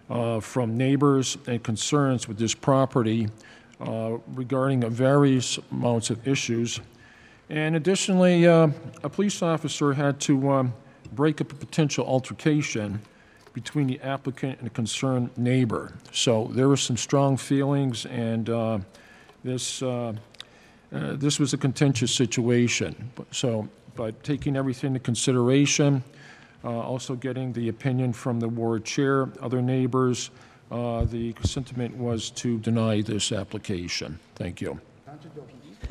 [SPEAKER 11] uh, from neighbors and concerns with this property uh, regarding a various amounts of issues. And additionally, uh, a police officer had to um, break up a potential altercation between the applicant and a concerned neighbor. So there were some strong feelings, and uh, this, uh, uh, this was a contentious situation. But- So, but taking everything into consideration, uh, also getting the opinion from the ward chair, other neighbors, uh, the sentiment was to deny this application. Thank you.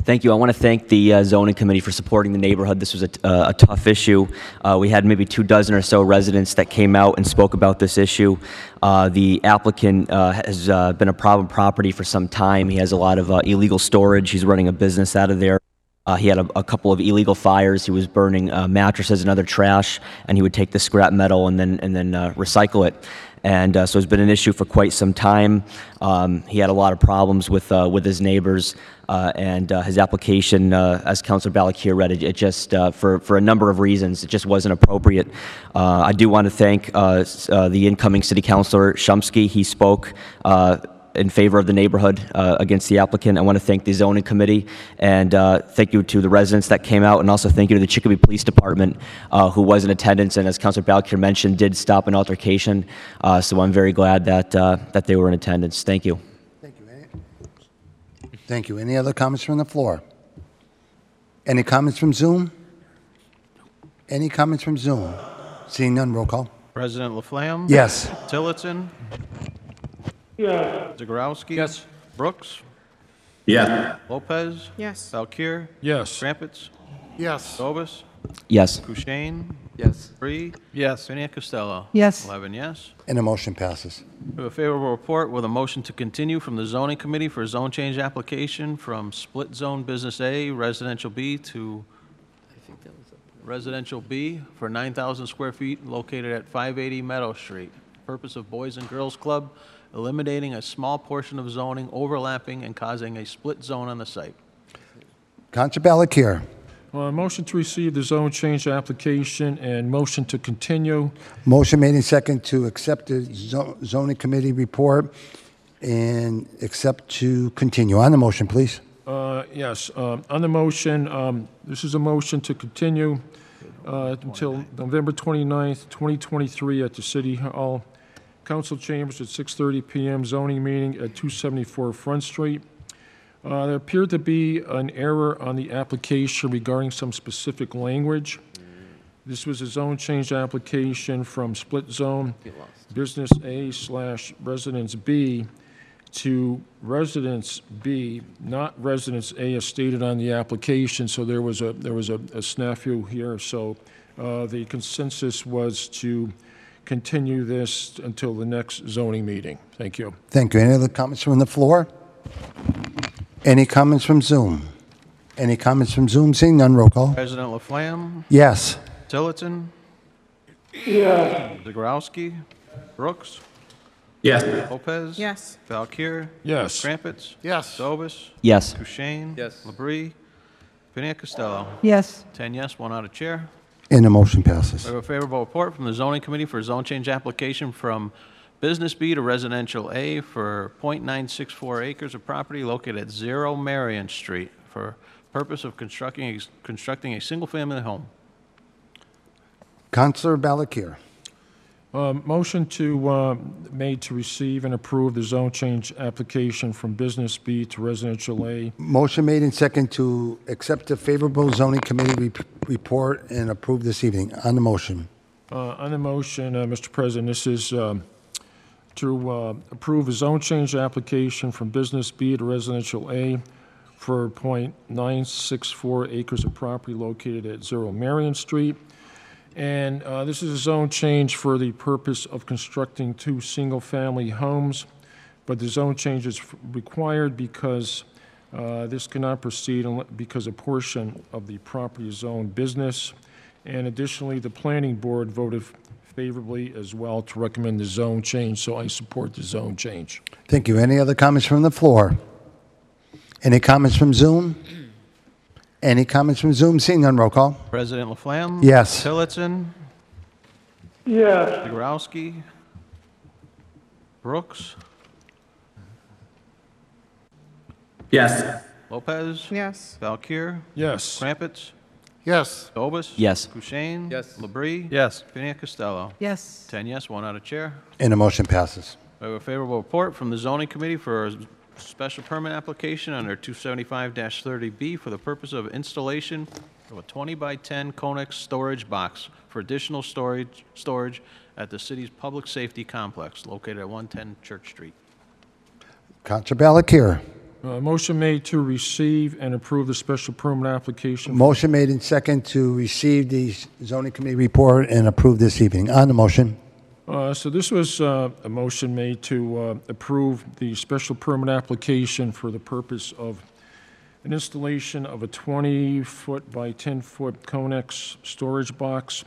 [SPEAKER 4] Thank you. I want to thank the uh, zoning committee for supporting the neighborhood. This was a, uh, a tough issue. Uh, we had maybe two dozen or so residents that came out and spoke about this issue. Uh, the applicant uh, has uh, been a problem property for some time. He has a lot of uh, illegal storage. He's running a business out of there. Uh, he had a, a couple of illegal fires. He was burning uh, mattresses and other trash, and he would take the scrap metal and then and then uh, recycle it. And uh, so it's been an issue for quite some time. Um, he had a lot of problems with uh, with his neighbors, uh, and uh, his application, uh, as Councilor Balak here read it, it just uh, for for a number of reasons, it just wasn't appropriate. Uh, I do want to thank uh, s- uh, the incoming City Councilor Shumsky. He spoke. Uh, in favor of the neighborhood uh, against the applicant. I want to thank the zoning committee and uh, thank you to the residents that came out, and also thank you to the Chicopee Police Department uh, who was in attendance and, as Councilor Balcure mentioned, did stop an altercation. Uh, so I'm very glad that uh, that they were in attendance. Thank you.
[SPEAKER 1] Thank you. Any other comments from the floor? Any comments from Zoom? Any comments from Zoom? Seeing none, roll call.
[SPEAKER 22] President Laflamme?
[SPEAKER 1] Yes.
[SPEAKER 22] Tillotson? Yes. Zegarowski? Yes. Brooks?
[SPEAKER 9] Yeah.
[SPEAKER 22] Lopez?
[SPEAKER 7] Yes.
[SPEAKER 22] Valkir?
[SPEAKER 11] Yes.
[SPEAKER 22] Crumpets?
[SPEAKER 6] Yes.
[SPEAKER 22] Dobis?
[SPEAKER 4] Yes.
[SPEAKER 22] Kushein? Yes. Bree? Yes. Piniac Costello?
[SPEAKER 1] Yes.
[SPEAKER 22] Eleven yes.
[SPEAKER 1] And the motion passes.
[SPEAKER 22] We have a favorable report with a motion to continue from the zoning committee for a zone change application from split zone business A, residential B to residential B for 9,000 square feet located at 580 Meadow Street. Purpose of Boys and Girls Club, eliminating a small portion of zoning overlapping and causing a split zone on the site.
[SPEAKER 1] Contra Balakir.
[SPEAKER 11] Uh, Motion to receive the zone change application and motion to continue.
[SPEAKER 1] Motion made and second to accept the zo- zoning committee report and accept to continue. On the motion, please.
[SPEAKER 11] Uh, Yes, um, on the motion, um, this is a motion to continue uh, until November 29th, 2023, at the City Hall Council Chambers at 6:30 PM, zoning meeting at 274 Front Street. Uh, Uh, There appeared to be an error on the application regarding some specific language. This was a zone change application from split zone business A slash residence B to residence B, not residence A as stated on the application, so there was a, there was a a snafu here. So uh, the consensus was to continue this until the next zoning meeting. Thank you.
[SPEAKER 1] Thank you. Any other comments from the floor? Any comments from Zoom? Any comments from Zoom? Seeing none, roll call.
[SPEAKER 22] President Laflamme?
[SPEAKER 1] Yes.
[SPEAKER 22] Tillotson?
[SPEAKER 23] Yeah.
[SPEAKER 22] Zegarowski? Brooks?
[SPEAKER 9] Yes.
[SPEAKER 22] Lopez? Yes. Valkir?
[SPEAKER 11] Yes.
[SPEAKER 22] Crumpets? Yes. Dobis?
[SPEAKER 4] Yes.
[SPEAKER 22] Kushein? Yes. Labrie? Piniac Costello?
[SPEAKER 29] Yes.
[SPEAKER 22] Ten yes, one out of chair.
[SPEAKER 1] And the motion passes.
[SPEAKER 22] We have a favorable report from the zoning committee for a zone change application from Business B to Residential A for .964 acres of property located at Zero Marion Street for purpose of constructing, constructing a single-family home.
[SPEAKER 1] Counselor Balakir.
[SPEAKER 11] Uh, Motion to, uh, made to receive and approve the zone change application from Business B to Residential A.
[SPEAKER 1] Motion made and second to accept the favorable zoning committee re- report and approve this evening. On the motion.
[SPEAKER 11] Uh, On the motion, uh, Mr. President, this is um, to uh, approve a zone change application from Business B to Residential A for .964 acres of property located at Zero Marion Street. And uh, this is a zone change for the purpose of constructing two single-family homes, but the zone change is required because uh, this cannot proceed unle- because a portion of the property is zoned business. And additionally, the planning board voted favorably as well to recommend the zone change, so I support the zone change.
[SPEAKER 1] Thank you. Any other comments from the floor? Any comments from Zoom? Any comments from Zoom? Seeing none, roll call.
[SPEAKER 22] President Laflamme?
[SPEAKER 1] Yes.
[SPEAKER 22] Tillotson?
[SPEAKER 23] Yeah.
[SPEAKER 22] Zegarowski? Brooks?
[SPEAKER 9] Yes.
[SPEAKER 22] Lopez? Yes. Valkir?
[SPEAKER 11] Yes.
[SPEAKER 22] Crumpets?
[SPEAKER 6] Yes.
[SPEAKER 22] Dobis?
[SPEAKER 4] Yes.
[SPEAKER 22] Kushein? Yes. Labrie? Yes. Piniac Costello?
[SPEAKER 29] Yes.
[SPEAKER 22] Ten yes, one out of chair.
[SPEAKER 1] And the motion passes.
[SPEAKER 22] We have a favorable report from the zoning committee for a special permit application under 275-30B for the purpose of installation of a 20 by 10 Conex storage box for additional storage, storage at the city's public safety complex located at 110 Church Street.
[SPEAKER 1] Counselor Balakir.
[SPEAKER 11] Uh, Motion made to receive and approve the special permit application. for-
[SPEAKER 1] Motion made and second to receive the zoning committee report and approve this evening. On the motion.
[SPEAKER 11] Uh, So this was uh, a motion made to uh, approve the special permit application for the purpose of an installation of a 20-foot by 10-foot Conex storage box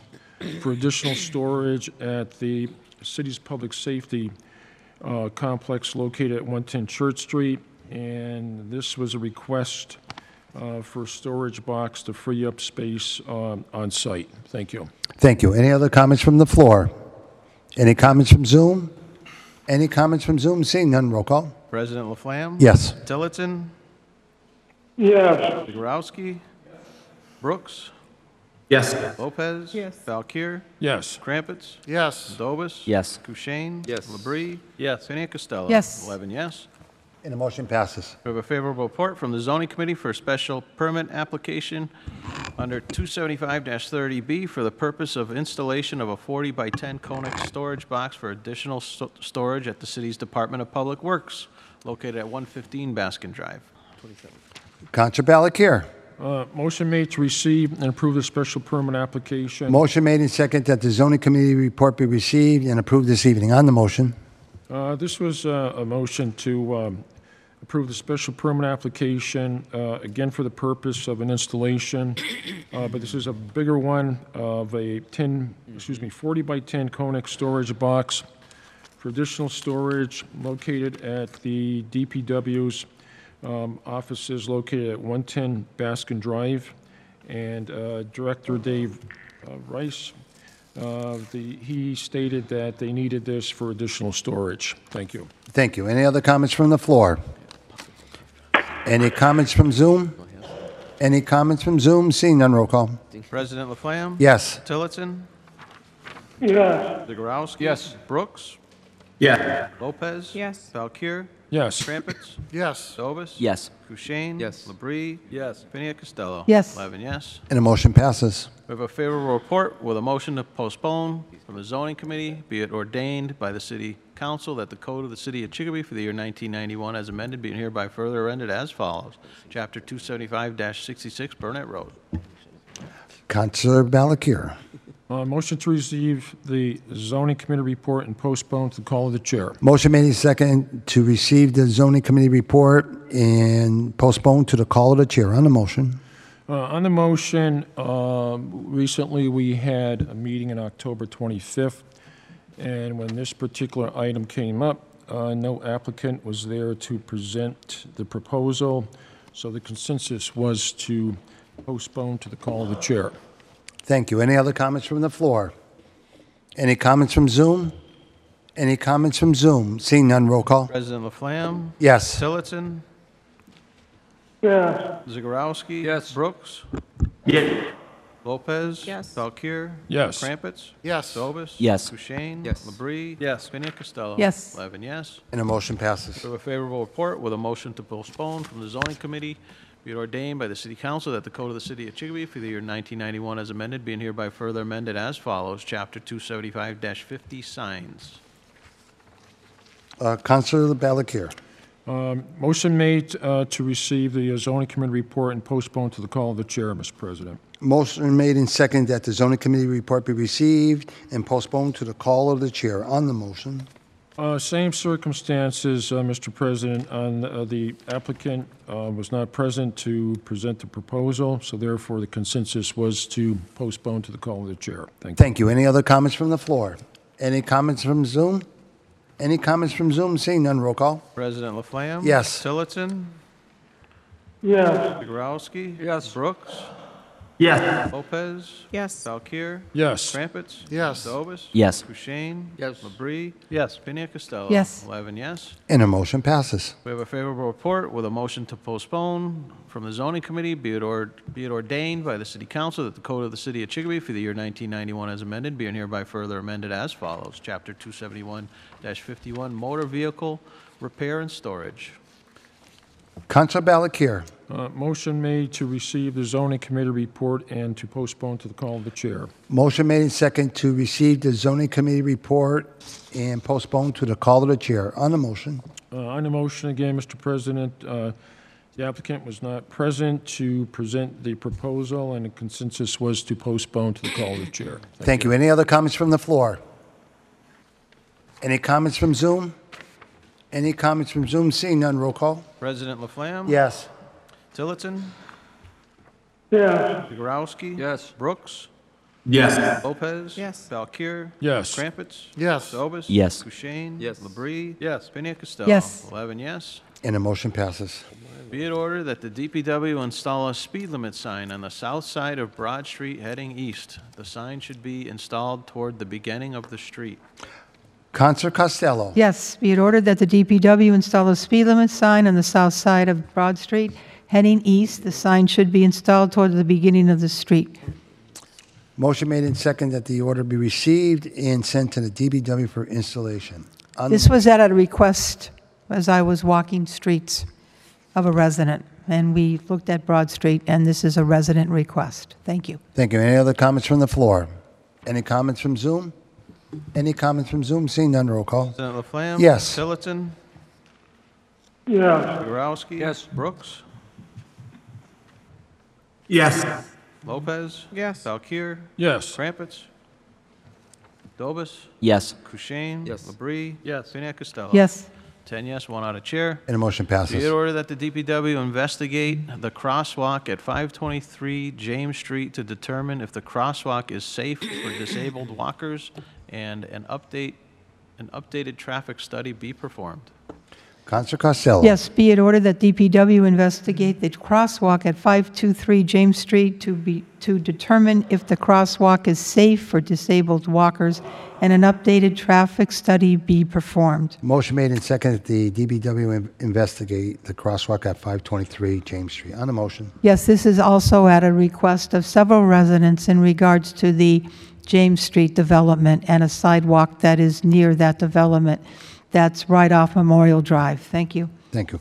[SPEAKER 11] for additional storage at the city's public safety uh, complex located at 110 Church Street. And this was a request uh, for a storage box to free up space um, on site. Thank you.
[SPEAKER 1] Thank you. Any other comments from the floor? Any comments from Zoom? Any comments from Zoom? Seeing none, roll call.
[SPEAKER 22] President Laflamme?
[SPEAKER 1] Yes.
[SPEAKER 22] Tillotson?
[SPEAKER 23] Yes.
[SPEAKER 22] Zegarowski? Brooks?
[SPEAKER 9] Yes.
[SPEAKER 22] Lopez? Yes. Valkir?
[SPEAKER 11] Yes.
[SPEAKER 22] Crumpets? Yes. Dobis?
[SPEAKER 4] Yes.
[SPEAKER 22] Kushein? Yes. Labrie? Yes. Piniac Costello?
[SPEAKER 1] Yes.
[SPEAKER 22] Eleven yes.
[SPEAKER 1] And the motion passes.
[SPEAKER 22] We have a favorable report from the zoning committee for a special permit application under 275-30B for the purpose of installation of a 40 by 10 conic storage box for additional sto- storage at the city's Department of Public Works, located at 115 Baskin Drive.
[SPEAKER 1] Counselor Balakir.
[SPEAKER 11] Uh, Motion made to receive and approve the special permit application.
[SPEAKER 1] Motion made and second that the zoning committee report be received and approved this evening. On the motion.
[SPEAKER 11] Uh, This was uh, a motion to um, approve the special permit application, uh, again for the purpose of an installation, uh, but this is a bigger one of a 10, excuse me, 40 by 10 conic storage box for additional storage located at the DPW's um, offices located at 110 Baskin Drive. And uh, Director Dave uh, Rice, uh, the- he stated that they needed this for additional storage. Thank you.
[SPEAKER 1] Thank you. Any other comments from the floor? Any comments from Zoom? Any comments from Zoom? Seeing none, roll call.
[SPEAKER 22] President Laflamme?
[SPEAKER 1] Yes.
[SPEAKER 22] Tillotson?
[SPEAKER 23] Yes.
[SPEAKER 22] Zegarowski? Yes. Brooks?
[SPEAKER 9] Yeah.
[SPEAKER 22] Lopez? Yes. Valkir?
[SPEAKER 11] Yes.
[SPEAKER 22] Crumpets?
[SPEAKER 6] Yes.
[SPEAKER 22] Dobis?
[SPEAKER 4] Yes.
[SPEAKER 22] Kushein? Yes. Labrie? Yes. Pena Costello?
[SPEAKER 1] Yes.
[SPEAKER 22] Eleven yes.
[SPEAKER 1] And the motion passes.
[SPEAKER 22] We have a favorable report with a motion to postpone from the zoning committee, be it ordained by the city council that the code of the city of Chicopee for the year 1991 as amended being hereby further amended as follows. Chapter 275-66 Burnett Road.
[SPEAKER 1] Counselor Balakir.
[SPEAKER 11] Uh, Motion to receive the zoning committee report and postpone to the call of the chair.
[SPEAKER 1] Motion made and second to receive the zoning committee report and postpone to the call of the chair on the motion.
[SPEAKER 11] Uh, On the motion, um, recently, we had a meeting on October 25th, and when this particular item came up, uh, no applicant was there to present the proposal, so the consensus was to postpone to the call of the chair.
[SPEAKER 1] Thank you. Any other comments from the floor? Any comments from Zoom? Any comments from Zoom? Seeing none, roll call.
[SPEAKER 22] President Laflamme?
[SPEAKER 1] Yes.
[SPEAKER 22] Tillotson?
[SPEAKER 23] Yeah.
[SPEAKER 22] Zagorowski? Yes. Brooks?
[SPEAKER 9] Yes.
[SPEAKER 22] Lopez? Yes. Valkir?
[SPEAKER 11] Yes.
[SPEAKER 22] Crumpets? Yes. Dobis?
[SPEAKER 1] Yes.
[SPEAKER 22] Kushein? Yes. Labrie? Yes. Pena Costello?
[SPEAKER 1] Yes.
[SPEAKER 22] Eleven yes.
[SPEAKER 1] And the motion passes.
[SPEAKER 22] We have a favorable report with a motion to postpone from the zoning committee. Be it ordained by the city council that the code of the city of Chicopee for the year 1991 as amended being hereby further amended as follows. Chapter 275-50 signs.
[SPEAKER 1] Uh, Counselor Balakir.
[SPEAKER 11] Um, Motion made uh, to receive the zoning committee report and postpone to the call of the chair, Mr. President.
[SPEAKER 1] Motion made and second that the zoning committee report be received and postponed to the call of the chair on the motion.
[SPEAKER 11] Uh, Same circumstances, uh, Mr. President, on uh, the applicant uh, was not present to present the proposal, so therefore the consensus was to postpone to the call of the chair. Thank you.
[SPEAKER 1] Thank you. Any other comments from the floor? Any comments from Zoom? Any comments from Zoom? Seeing none, roll call.
[SPEAKER 22] President Laflamme?
[SPEAKER 1] Yes.
[SPEAKER 22] Tillotson?
[SPEAKER 23] Yes.
[SPEAKER 22] Zagorowski? Yes. Brooks?
[SPEAKER 23] Yes.
[SPEAKER 22] Lopez? Yes. Valkir?
[SPEAKER 11] Yes.
[SPEAKER 22] Crumpets? Yes. Dobis?
[SPEAKER 1] Yes.
[SPEAKER 22] Kushein? Yes. Labrie? Yes. Pena Costello?
[SPEAKER 1] Yes.
[SPEAKER 22] Eleven yes.
[SPEAKER 1] And a motion passes.
[SPEAKER 22] We have a favorable report with a motion to postpone from the zoning committee, be it or, be it ordained by the city council that the code of the city of Chicopee for the year 1991 as amended, being hereby further amended as follows. Chapter 271-51, motor vehicle repair and storage.
[SPEAKER 1] Counselor Balakir.
[SPEAKER 11] Uh, Motion made to receive the zoning committee report and to postpone to the call of the chair.
[SPEAKER 1] Motion made and second to receive the zoning committee report and postpone to the call of the chair on the motion.
[SPEAKER 11] Uh, On the motion again, Mr. President, uh, the applicant was not present to present the proposal, and the consensus was to postpone to the call of the chair.
[SPEAKER 1] Thank you. Any other comments from the floor? Any comments from Zoom? Any comments from Zoom? Seeing none, roll call.
[SPEAKER 22] President Laflamme?
[SPEAKER 1] Yes.
[SPEAKER 22] Tillotson?
[SPEAKER 23] Yes.
[SPEAKER 22] Zagorowski? Yes. Brooks?
[SPEAKER 9] Yes.
[SPEAKER 22] Lopez? Yes. Valkir?
[SPEAKER 11] Yes.
[SPEAKER 22] Crumpets?
[SPEAKER 6] Yes.
[SPEAKER 22] Dobis?
[SPEAKER 1] Yes.
[SPEAKER 22] Kushein? Yes. Labrie? Yes. Pena Costello?
[SPEAKER 1] Yes.
[SPEAKER 22] Eleven yes.
[SPEAKER 1] And a motion passes.
[SPEAKER 22] Be it ordered that the DPW install a speed limit sign on the south side of Broad Street heading east. The sign should be installed toward the beginning of the street.
[SPEAKER 1] Counselor Costello.
[SPEAKER 29] Yes, be it ordered that the DPW install a speed limit sign on the south side of Broad Street heading east. The sign should be installed toward the beginning of the street.
[SPEAKER 1] Motion made and second that the order be received and sent to the DBW for installation. On the-
[SPEAKER 29] This was at a request as I was walking streets of a resident, and we looked at Broad Street, and this is a resident request. Thank you.
[SPEAKER 1] Thank you. Any other comments from the floor? Any comments from Zoom? Any comments from Zoom? Seeing none, roll call.
[SPEAKER 22] President Laflamme?
[SPEAKER 1] Yes.
[SPEAKER 22] Tillotson?
[SPEAKER 23] Yeah.
[SPEAKER 22] Yagowski? Yes. Brooks?
[SPEAKER 23] Yes.
[SPEAKER 22] Lopez? Yes. Valkir?
[SPEAKER 11] Yes.
[SPEAKER 22] Crumpets? Dobis?
[SPEAKER 1] Yes.
[SPEAKER 22] Kushein? Yes. Labrie? Yes. Pena Costello?
[SPEAKER 1] Yes.
[SPEAKER 22] Ten yes, one out of chair.
[SPEAKER 1] And a motion
[SPEAKER 22] Be it
[SPEAKER 1] passes.
[SPEAKER 22] ordered that the DPW investigate the crosswalk at 523 James Street to determine if the crosswalk is safe for disabled walkers and an update, an updated traffic study be performed.
[SPEAKER 1] Counselor Costello.
[SPEAKER 29] Yes, be it ordered that DPW investigate the crosswalk at 523 James Street to be, to determine if the crosswalk is safe for disabled walkers, and an updated traffic study be performed.
[SPEAKER 1] Motion made and seconded that the DBW in- investigate the crosswalk at 523 James Street. On the motion,
[SPEAKER 29] Yes, this is also at a request of several residents in regards to the James Street development and a sidewalk that is near that development. That's right off Memorial Drive. Thank you.
[SPEAKER 1] thank you.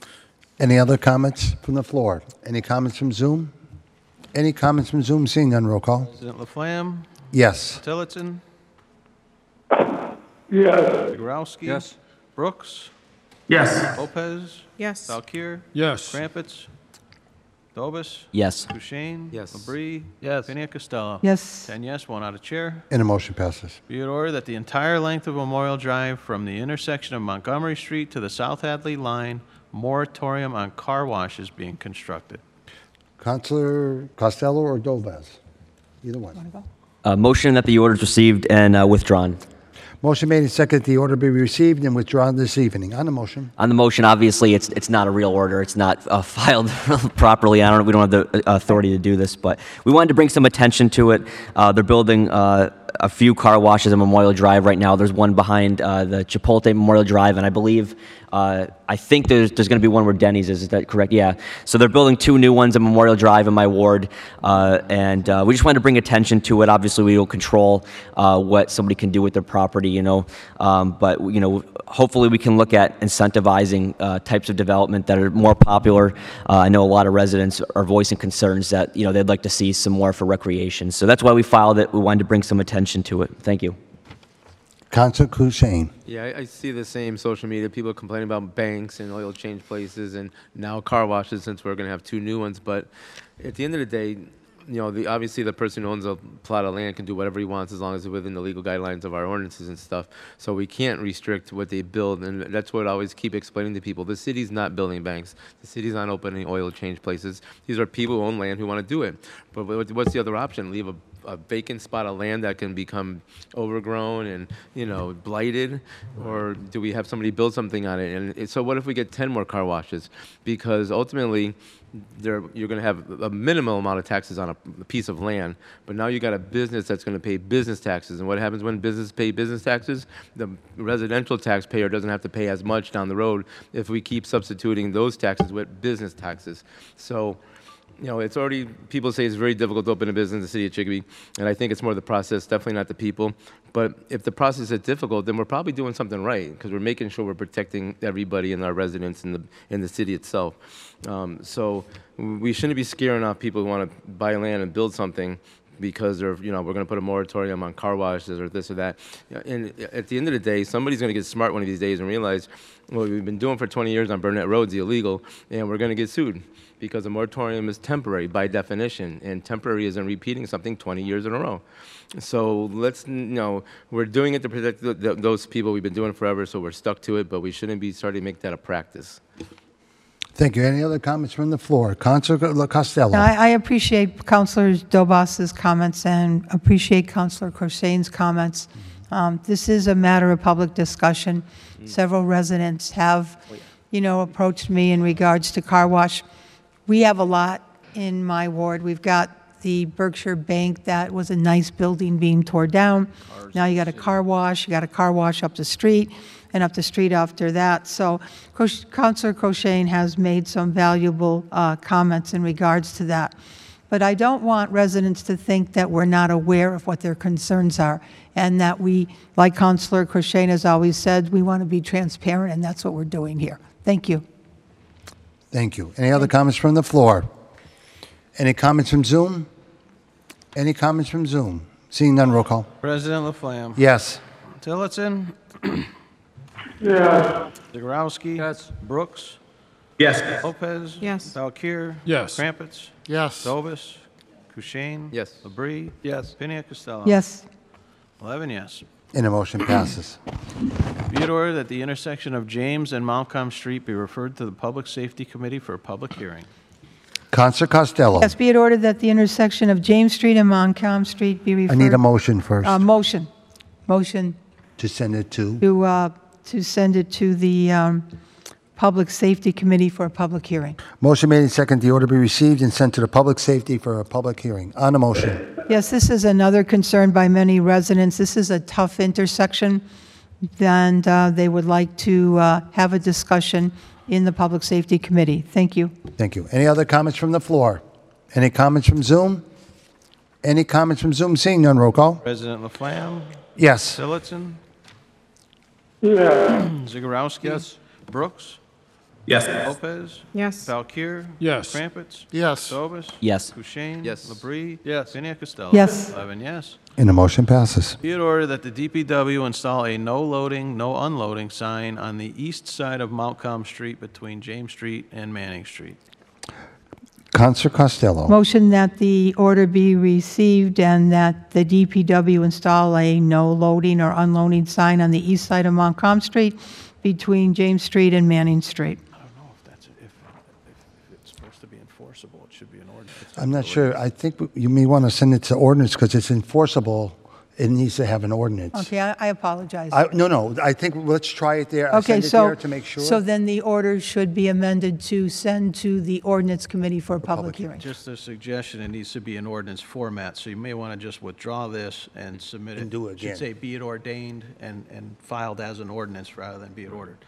[SPEAKER 1] Any other comments from the floor? Any comments from Zoom? Any comments from Zoom? Seeing none, roll call.
[SPEAKER 22] President Laflamme?
[SPEAKER 1] Yes.
[SPEAKER 22] Tillotson?
[SPEAKER 21] Yes.
[SPEAKER 22] Yagowski?
[SPEAKER 21] Yes.
[SPEAKER 22] Brooks?
[SPEAKER 21] Yes.
[SPEAKER 22] Lopez?
[SPEAKER 7] Yes.
[SPEAKER 22] Valkir?
[SPEAKER 13] Yes.
[SPEAKER 22] Crumpets? Dobis?
[SPEAKER 1] Yes.
[SPEAKER 22] Kushein? Yes. Labrie? Yes. Pena Costello?
[SPEAKER 1] Yes.
[SPEAKER 22] Ten yes, one out of chair.
[SPEAKER 1] And the motion passes.
[SPEAKER 22] Be it ordered that the entire length of Memorial Drive from the intersection of Montgomery Street to the South Hadley line, moratorium on car wash is being constructed.
[SPEAKER 1] Counselor Costello or Dovaz? Either one.
[SPEAKER 4] Uh, motion that the order is received and uh, withdrawn.
[SPEAKER 1] Motion made and seconded that the order be received and withdrawn this evening. On the motion,
[SPEAKER 4] On the motion, obviously, it's, it's not a real order. It's not uh, filed properly. I don't, we don't have the uh, authority to do this, but we wanted to bring some attention to it. Uh, they're building uh, a few car washes on Memorial Drive right now. There's one behind uh, the Chipotle Memorial Drive, and I believe, uh, I think there's, there's going to be one where Denny's is. Is that correct? Yeah. So they're building two new ones on Memorial Drive in my ward, uh, and uh, we just wanted to bring attention to it. Obviously, we don't control uh, what somebody can do with their property, you know, um, but you know, hopefully, we can look at incentivizing uh, types of development that are more popular. Uh, I know a lot of residents are voicing concerns that you know they'd like to see some more for recreation. So that's why we filed it. We wanted to bring some attention to it. Thank you.
[SPEAKER 1] Counselor Kushein.
[SPEAKER 24] Yeah, I, I see the same social media. People complaining about banks and oil change places and now car washes since we're going to have two new ones. But at the end of the day, you know, the, obviously the person who owns a plot of land can do whatever he wants as long as it's within the legal guidelines of our ordinances and stuff. So we can't restrict what they build. And that's what I always keep explaining to people. The city's not building banks. The city's not opening oil change places. These are people who own land who want to do it. But what- what's the other option? Leave a a vacant spot of land that can become overgrown and you know blighted, or do we have somebody build something on it? And it- so, what if we get ten more car washes? Because ultimately, there you're going to have a minimal amount of taxes on a p- piece of land, but now you got a business that's going to pay business taxes. And what happens when businesses pay business taxes? The residential taxpayer doesn't have to pay as much down the road if we keep substituting those taxes with business taxes. So you know, it's already, people say it's very difficult to open a business in the city of Chicopee, and I think it's more the process, definitely not the people. But if the process is difficult, then we're probably doing something right, because we're making sure we're protecting everybody and our residents in the, in the city itself. Um, so we shouldn't be scaring off people who want to buy land and build something because they're, you know, we're going to put a moratorium on car washes or this or that. Yeah, And at the end of the day, somebody's going to get smart one of these days and realize what we've been doing for 20 years on Burnett Road is illegal, and we're going to get sued because a moratorium is temporary by definition, and temporary isn't repeating something 20 years in a row. So let's, you know, we're doing it to protect th- th- those people. We've been doing it forever, so we're stuck to it, but we shouldn't be starting to make that a practice.
[SPEAKER 1] Thank you. Any other comments from the floor? Counselor Costello.
[SPEAKER 29] Now, I I appreciate Counselor Dobas's comments and appreciate Counselor Crochain's comments. Um, This is a matter of public discussion. Several residents have, you know, approached me in regards to car wash. We have a lot in my ward. We've got the Berkshire Bank, that was a nice building being torn down. Now you got a car wash, you got a car wash up the street and up the street after that. So Cous- Counselor Crochain has made some valuable uh, comments in regards to that. But I don't want residents to think that we're not aware of what their concerns are and that we, like Counselor Crochain has always said, we want to be transparent and that's what we're doing here. Thank you.
[SPEAKER 1] Thank you. Any other comments from the floor? Any comments from Zoom? Any comments from Zoom? Seeing none, roll call.
[SPEAKER 22] President Laflamme?
[SPEAKER 1] Yes.
[SPEAKER 22] Tillotson?
[SPEAKER 21] Yes.
[SPEAKER 22] Yagowski? Yes. Brooks?
[SPEAKER 21] Yes.
[SPEAKER 22] Lopez? Yes. Valkir?
[SPEAKER 13] Yes.
[SPEAKER 22] Crumpets?
[SPEAKER 33] Yes.
[SPEAKER 22] Dobis? Kushein? Yes. Labrie? Yes. Pena Costello?
[SPEAKER 29] Yes.
[SPEAKER 22] Eleven yes.
[SPEAKER 1] And the motion passes.
[SPEAKER 22] Be it ordered that the intersection of James and Malcolm Street be referred to the Public Safety Committee for a public hearing.
[SPEAKER 1] Counselor Costello.
[SPEAKER 29] Yes, be it ordered that the intersection of James Street and Montcalm Street be
[SPEAKER 1] I
[SPEAKER 29] referred.
[SPEAKER 1] need a motion first
[SPEAKER 29] Uh, Motion, motion
[SPEAKER 1] to send it to,
[SPEAKER 29] to, uh, to send it to the um, Public Safety Committee for a public hearing.
[SPEAKER 1] Motion made and seconded. The order be received and sent to the Public Safety for a public hearing. On the motion.
[SPEAKER 29] Yes, this is another concern by many residents. This is a tough intersection, and uh, they would like to uh, have a discussion in the Public Safety Committee. Thank you.
[SPEAKER 1] Thank you. Any other comments from the floor? Any comments from Zoom? Any comments from Zoom? Seeing none, roll call.
[SPEAKER 22] President Laflamme?
[SPEAKER 1] Yes.
[SPEAKER 22] Tillotson? Yeah. Zagorowski?
[SPEAKER 4] Yes.
[SPEAKER 22] Brooks?
[SPEAKER 25] Yes.
[SPEAKER 22] Lopez?
[SPEAKER 34] Yes.
[SPEAKER 22] Valkir?
[SPEAKER 6] Yes.
[SPEAKER 22] Crumpets?
[SPEAKER 4] Yes.
[SPEAKER 22] Dobis?
[SPEAKER 1] Yes.
[SPEAKER 22] Kushein? Yes. Labrie? Yes. Piniac Costello?
[SPEAKER 1] Yes.
[SPEAKER 22] Eleven yes.
[SPEAKER 1] And the motion passes.
[SPEAKER 22] Be it ordered that the DPW install a no loading, no unloading sign on the east side of Mountcom Street between James Street and Manning Street.
[SPEAKER 1] Counselor Costello.
[SPEAKER 29] Motion that the order be received and that the DPW install a no loading or unloading sign on the east side of Montcalm Street between James Street and Manning Street.
[SPEAKER 22] It's supposed to be enforceable, it should be an ordinance.
[SPEAKER 1] I'm not sure. I think you may want to send it to ordinance because it's enforceable. It needs to have an ordinance.
[SPEAKER 29] Okay, I I apologize.
[SPEAKER 1] I, no, no, I think let's try it there. I'll
[SPEAKER 29] Okay,
[SPEAKER 1] send it
[SPEAKER 29] so,
[SPEAKER 1] there to make sure.
[SPEAKER 29] so then the order should be amended to send to the ordinance committee for a public hearing.
[SPEAKER 22] Just a suggestion, it needs to be in ordinance format, so you may want to just withdraw this and submit it.
[SPEAKER 1] And do it again.
[SPEAKER 22] Should say be it ordained and, and filed as an ordinance rather than be it ordered.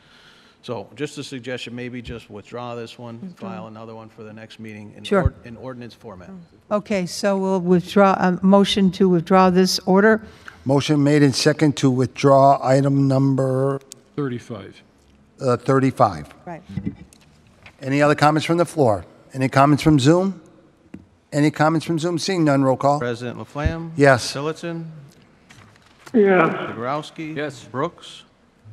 [SPEAKER 22] So just a suggestion, maybe just withdraw this one, file another one for the next meeting in
[SPEAKER 29] Sure.
[SPEAKER 22] ord- in ordinance format.
[SPEAKER 29] Okay, so we'll withdraw, a motion to withdraw this order.
[SPEAKER 1] Motion made and second to withdraw item number
[SPEAKER 6] Thirty-five.
[SPEAKER 1] uh, 35.
[SPEAKER 29] Right.
[SPEAKER 1] Any other comments from the floor? Any comments from Zoom? Any comments from Zoom? Seeing none, roll
[SPEAKER 29] Oh.
[SPEAKER 1] call.
[SPEAKER 22] President Laflamme?
[SPEAKER 1] Yes.
[SPEAKER 22] Tillotson? Yeah. Zegarowski? Yes. Brooks?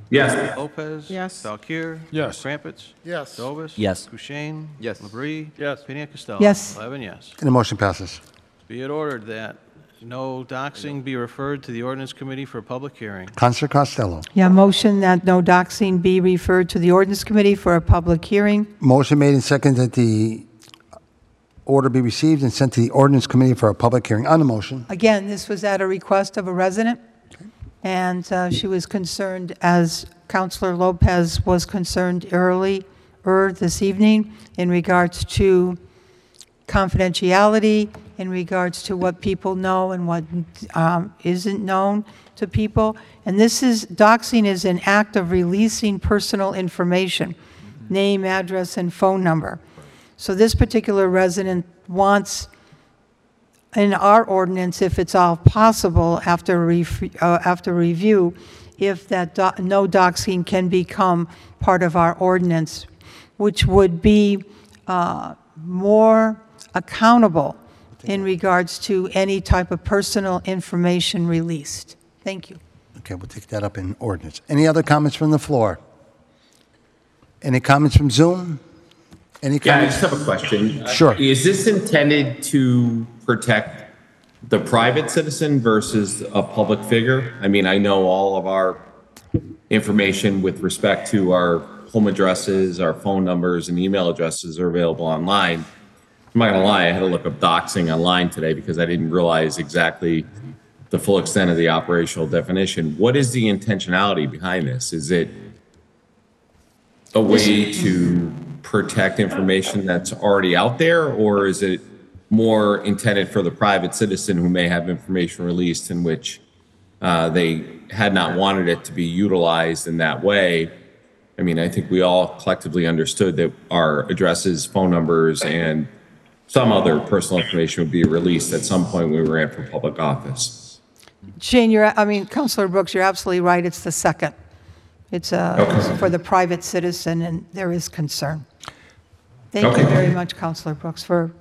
[SPEAKER 25] Yes.
[SPEAKER 22] Lopez? Yes. Valkir?
[SPEAKER 6] Yes.
[SPEAKER 22] Crumpets?
[SPEAKER 4] Yes.
[SPEAKER 22] Dobis?
[SPEAKER 1] Yes.
[SPEAKER 22] Kushein? Yes. Labrie? Yes. Pena Costello?
[SPEAKER 1] Yes.
[SPEAKER 22] Eleven yes.
[SPEAKER 1] And the motion passes.
[SPEAKER 22] Be it ordered that no doxing be referred to the ordinance committee for public hearing.
[SPEAKER 1] Counselor Costello.
[SPEAKER 29] Yeah, motion that no doxing be referred to the ordinance committee for a public hearing.
[SPEAKER 1] Motion made and second that the order be received and sent to the ordinance committee for a public hearing. On the motion,
[SPEAKER 29] Again, this was at a request of a resident, and uh, she was concerned, as Counselor Lopez was concerned early, er, this evening, in regards to confidentiality, in regards to what people know and what um, isn't known to people. And this is, doxing is an act of releasing personal information, name, address, and phone number. So this particular resident wants in our ordinance, if it's all possible, after, ref- uh, after review, if that do- no doxing can become part of our ordinance, which would be uh, more accountable in regards to any type of personal information released. Thank you.
[SPEAKER 1] okay, we'll take that up in ordinance. Any other comments from the floor? Any comments from Zoom? Any
[SPEAKER 25] Yeah, I
[SPEAKER 1] comments?
[SPEAKER 25] just have a question.
[SPEAKER 1] Sure.
[SPEAKER 25] Is this intended to protect the private citizen versus a public figure? I mean, I know all of our information with respect to our home addresses, our phone numbers, and email addresses are available online. I'm not gonna lie, I had to look up doxing online today because I didn't realize exactly the full extent of the operational definition. What is the intentionality behind this? Is it a way to protect information that's already out there, or is it more intended for the private citizen who may have information released in which uh, they had not wanted it to be utilized in that way? I mean, I think we all collectively understood that our addresses, phone numbers, and some other personal information would be released at some point when we ran for public office.
[SPEAKER 29] Shane, you're, I mean, Counselor Brooks, you're absolutely right. It's the second. It's uh,
[SPEAKER 25] Okay.
[SPEAKER 29] for the private citizen, and there is concern. Thank
[SPEAKER 1] Okay.
[SPEAKER 29] you very much, Counselor Brooks, for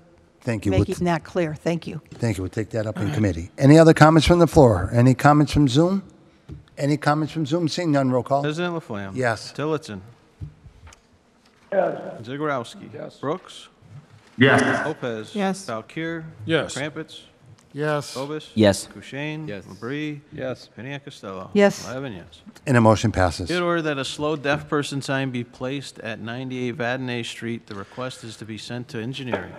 [SPEAKER 1] Thank you. We'll
[SPEAKER 29] making that clear. Thank you.
[SPEAKER 1] Thank you. We'll take that up in committee. Any other comments from the floor? Any comments from Zoom? Any comments from Zoom? Seeing none, roll call.
[SPEAKER 22] President Laflamme?
[SPEAKER 1] Yes.
[SPEAKER 22] Tillotson? Zagorowski? Yes. Brooks?
[SPEAKER 1] Yes.
[SPEAKER 22] Lopez?
[SPEAKER 4] Yes.
[SPEAKER 22] Valkir?
[SPEAKER 4] Yes.
[SPEAKER 22] Crumpets?
[SPEAKER 4] Yes.
[SPEAKER 22] Bobus?
[SPEAKER 1] Yes.
[SPEAKER 22] Kushein? Yes. Labrie? Yes. Pena Costello?
[SPEAKER 1] Yes.
[SPEAKER 22] Eleven yes.
[SPEAKER 1] And a motion passes.
[SPEAKER 22] Be it ordered that a slow deaf person sign be placed at 98 Vadnais Street. The request is to be sent to engineering.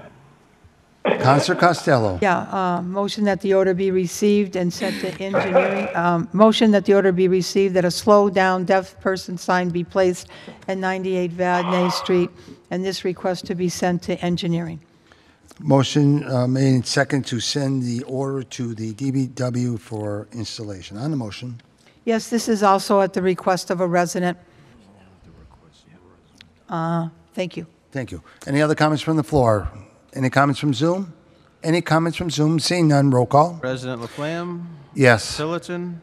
[SPEAKER 1] Counselor Costello.
[SPEAKER 29] Yeah, uh, motion that the order be received and sent to engineering, um, motion that the order be received, that a slow-down deaf person sign be placed at 98 Vadney Street, and this request to be sent to engineering.
[SPEAKER 1] Motion uh, made and second to send the order to the DBW for installation. On the motion,
[SPEAKER 29] Yes, this is also at the request of a resident. Uh, Thank you.
[SPEAKER 1] thank you. Any other comments from the floor? Any comments from Zoom? Any comments from Zoom? Seeing none, roll call.
[SPEAKER 22] President Laflamme?
[SPEAKER 1] Yes.
[SPEAKER 22] Tillotson?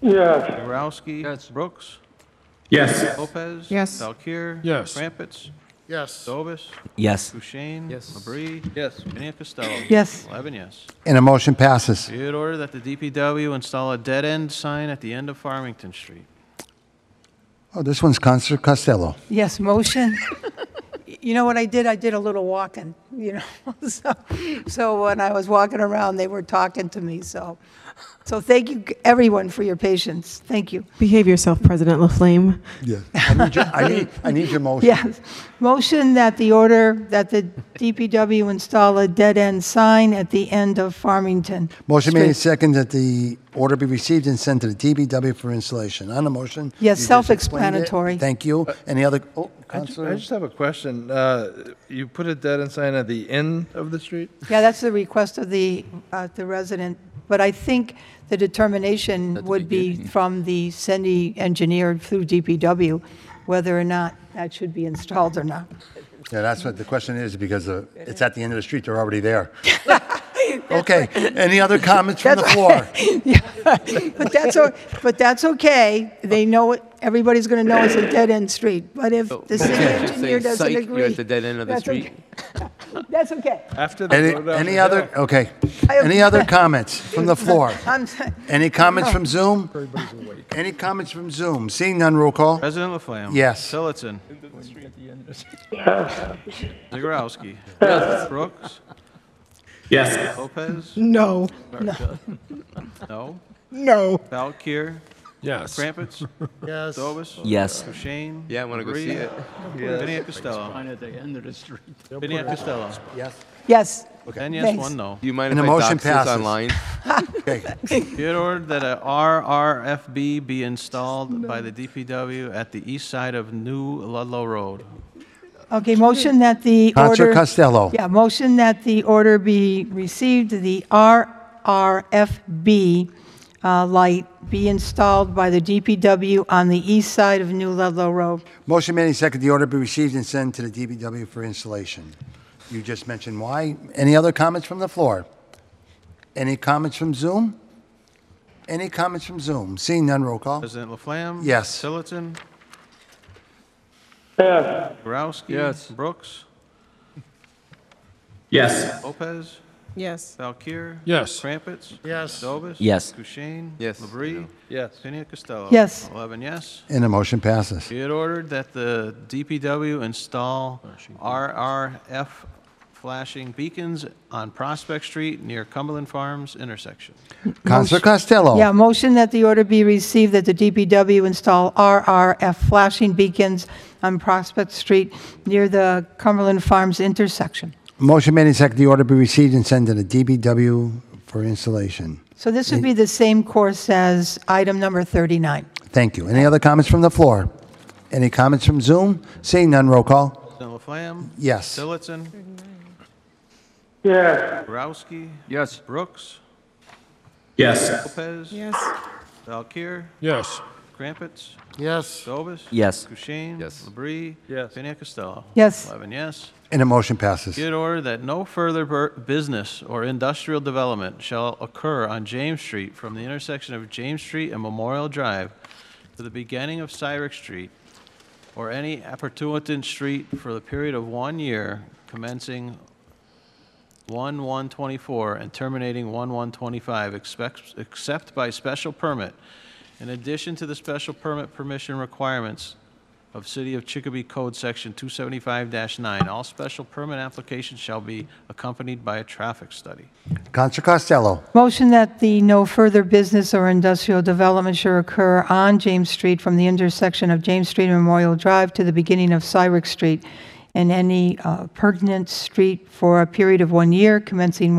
[SPEAKER 1] Yes.
[SPEAKER 22] Yurowski? Yes. Brooks?
[SPEAKER 1] Yes.
[SPEAKER 22] Lopez?
[SPEAKER 1] Yes.
[SPEAKER 22] Valkir?
[SPEAKER 1] Yes.
[SPEAKER 22] Crumpets?
[SPEAKER 6] Yes.
[SPEAKER 22] Dobis?
[SPEAKER 1] Yes.
[SPEAKER 22] Kushein? Yes. Labrie? Yes. Piniac Costello?
[SPEAKER 1] Yes.
[SPEAKER 22] Eleven yes.
[SPEAKER 1] And a motion passes.
[SPEAKER 22] Be it ordered that the DPW install a dead-end sign at the end of Farmington Street.
[SPEAKER 1] Oh, this one's Counselor Costello.
[SPEAKER 29] Yes, motion. You know what I did? I did a little walking, you know, so, so when I was walking around, they were talking to me, so. So thank you, everyone, for your patience. Thank you.
[SPEAKER 7] Behave yourself, President Laflamme.
[SPEAKER 1] Yes. I need your, I need, I need your motion.
[SPEAKER 29] Yes. Motion that the order, that the DPW install a dead-end sign at the end of Farmington.
[SPEAKER 1] Motion made and
[SPEAKER 29] Street.
[SPEAKER 1] second that the order be received and sent to the DBW for installation. On the motion?
[SPEAKER 29] Yes,
[SPEAKER 1] you just explained it.
[SPEAKER 29] self-explanatory.
[SPEAKER 1] Thank you. Any other, oh,
[SPEAKER 12] I ju-
[SPEAKER 1] Counselor?
[SPEAKER 12] I just have a question. Uh, You put a dead end sign at the end of the street?
[SPEAKER 29] Yeah, that's the request of the, uh, the resident, but I think the determination would be from the Cindy engineer through DPW, whether or not that should be installed or not.
[SPEAKER 1] Yeah, that's what the question is, because uh, it's at the end of the street, they're already there. Okay, any other comments from the floor?
[SPEAKER 29] But that's, o- but that's okay, they know, it. everybody's going to know it's a dead-end street, but if
[SPEAKER 2] Oh,
[SPEAKER 29] the city
[SPEAKER 2] Just
[SPEAKER 29] engineer
[SPEAKER 2] saying,
[SPEAKER 29] doesn't
[SPEAKER 2] "Psych, You're
[SPEAKER 29] agree,
[SPEAKER 2] at the dead end of the
[SPEAKER 29] That's
[SPEAKER 2] street.
[SPEAKER 29] that's okay.
[SPEAKER 12] After
[SPEAKER 1] Any, any other, okay, any other comments from the floor?
[SPEAKER 29] I'm-
[SPEAKER 1] Any comments from Zoom? Any comments from Zoom? Seeing none, roll call.
[SPEAKER 22] President Laflamme?
[SPEAKER 1] Yes.
[SPEAKER 22] Tillotson? Zagorowski?
[SPEAKER 1] Yes.
[SPEAKER 22] Brooks?
[SPEAKER 1] Yes.
[SPEAKER 22] Lopez?
[SPEAKER 7] No.
[SPEAKER 22] America. No?
[SPEAKER 7] No.
[SPEAKER 22] Valkir?
[SPEAKER 11] Yes.
[SPEAKER 22] Crumpets?
[SPEAKER 6] Yes.
[SPEAKER 22] Dobis?
[SPEAKER 4] Yes.
[SPEAKER 22] Kushane?
[SPEAKER 2] Yeah, I wanna go see it.
[SPEAKER 22] Yes. Vinnie Costello?
[SPEAKER 12] at the end of the street.
[SPEAKER 22] Vinnie Costello?
[SPEAKER 1] Yes.
[SPEAKER 29] Yes.
[SPEAKER 22] Ten yes, one no.
[SPEAKER 2] Do you mind
[SPEAKER 1] And
[SPEAKER 2] if I
[SPEAKER 1] the motion
[SPEAKER 2] dox this
[SPEAKER 1] passes.
[SPEAKER 2] online?
[SPEAKER 22] Be it ordered that a RRFB be installed by the DPW at the east side of New Ludlow Road.
[SPEAKER 29] Okay, motion that the order...
[SPEAKER 22] Counselor Costello.
[SPEAKER 29] Yeah, motion that the order be received, the RRFB uh, light be installed by the DPW on the east side of New Ludlow Road.
[SPEAKER 1] Motion made and second, the order be received and sent to the DBW for installation. You just mentioned why. Any other comments from the floor? Any comments from Zoom? Any comments from Zoom? Seeing none, roll call.
[SPEAKER 22] President Laflamme?
[SPEAKER 1] Yes.
[SPEAKER 22] Tillotson?
[SPEAKER 1] Yes.
[SPEAKER 22] Borowski?
[SPEAKER 1] Yes.
[SPEAKER 22] Brooks?
[SPEAKER 9] Yes.
[SPEAKER 22] Lopez?
[SPEAKER 7] Yes.
[SPEAKER 22] Valkir?
[SPEAKER 11] Yes.
[SPEAKER 22] Crumpets? Yes. Dobis?
[SPEAKER 1] Yes.
[SPEAKER 22] Kushein? Yes. Labrie? Yes. Pena Costello?
[SPEAKER 1] Yes.
[SPEAKER 22] Eleven yes.
[SPEAKER 1] And the motion passes.
[SPEAKER 22] Be it ordered that the DPW install RRF flashing beacons on Prospect Street near Cumberland Farms intersection.
[SPEAKER 1] Counselor Costello.
[SPEAKER 29] Yeah, motion that the order be received, that the DPW install RRF flashing beacons on Prospect Street near the Cumberland Farms intersection.
[SPEAKER 1] Motion made and second, the order be received and sent to the DBW for installation.
[SPEAKER 29] So this would be the same course as item number 39.
[SPEAKER 1] Thank you. Any other comments from the floor? Any comments from Zoom? Seeing none, roll call.
[SPEAKER 22] President Laflamme?
[SPEAKER 1] Yes.
[SPEAKER 22] Tillotson?
[SPEAKER 6] Yes.
[SPEAKER 22] Borowski?
[SPEAKER 12] Yes.
[SPEAKER 22] Brooks?
[SPEAKER 9] Yes.
[SPEAKER 22] Lopez?
[SPEAKER 7] Yes.
[SPEAKER 22] Valkir?
[SPEAKER 11] Yes.
[SPEAKER 22] Crumpets?
[SPEAKER 6] Yes.
[SPEAKER 22] Dobis?
[SPEAKER 1] Yes.
[SPEAKER 22] Kushein? Yes. Labrie? Yes. Pena Costello?
[SPEAKER 1] Yes.
[SPEAKER 22] Eleven yes.
[SPEAKER 1] And the motion passes.
[SPEAKER 22] Be it ordered that no further bur- business or industrial development shall occur on James Street from the intersection of James Street and Memorial Drive to the beginning of Cyric Street or any appurtenant street for the period of one year commencing 1/124 and terminating 1/125, expect- except by special permit. In addition to the special permit permission requirements of City of Chicopee Code Section 275-9, all special permit applications shall be accompanied by a traffic study.
[SPEAKER 1] Counselor Costello.
[SPEAKER 29] Motion that the no further business or industrial development shall occur on James Street from the intersection of James Street and Memorial Drive to the beginning of Cyric Street in any uh, pertinent street for a period of one year, commencing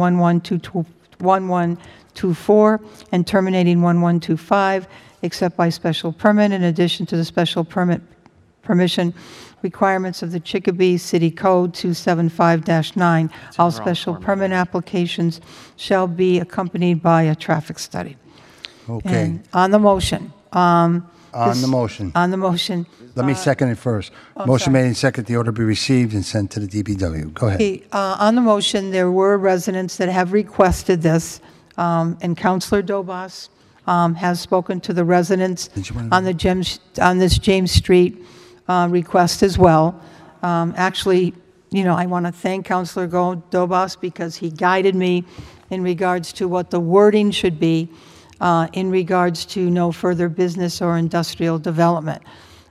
[SPEAKER 29] 1124 and terminating 1125, except by special permit in addition to the special permit permission requirements of the Chicopee City Code 275-9. All special permit applications shall be accompanied by a traffic study.
[SPEAKER 1] Okay.
[SPEAKER 29] And On the motion. um,
[SPEAKER 1] On
[SPEAKER 29] this-
[SPEAKER 1] the motion.
[SPEAKER 29] On the motion.
[SPEAKER 1] Let me second it first.
[SPEAKER 29] Uh, oh, I'm
[SPEAKER 1] Motion
[SPEAKER 29] sorry.
[SPEAKER 1] made and second, the order be received and sent to the DBW. Go ahead.
[SPEAKER 29] Okay, uh, On the motion, there were residents that have requested this, um, and Counselor Dobas um, has spoken to the residents on the James, on this James Street uh, request as well. Um, Actually, you know, I want to thank Counselor Go- Dobas because he guided me in regards to what the wording should be uh, in regards to no further business or industrial development.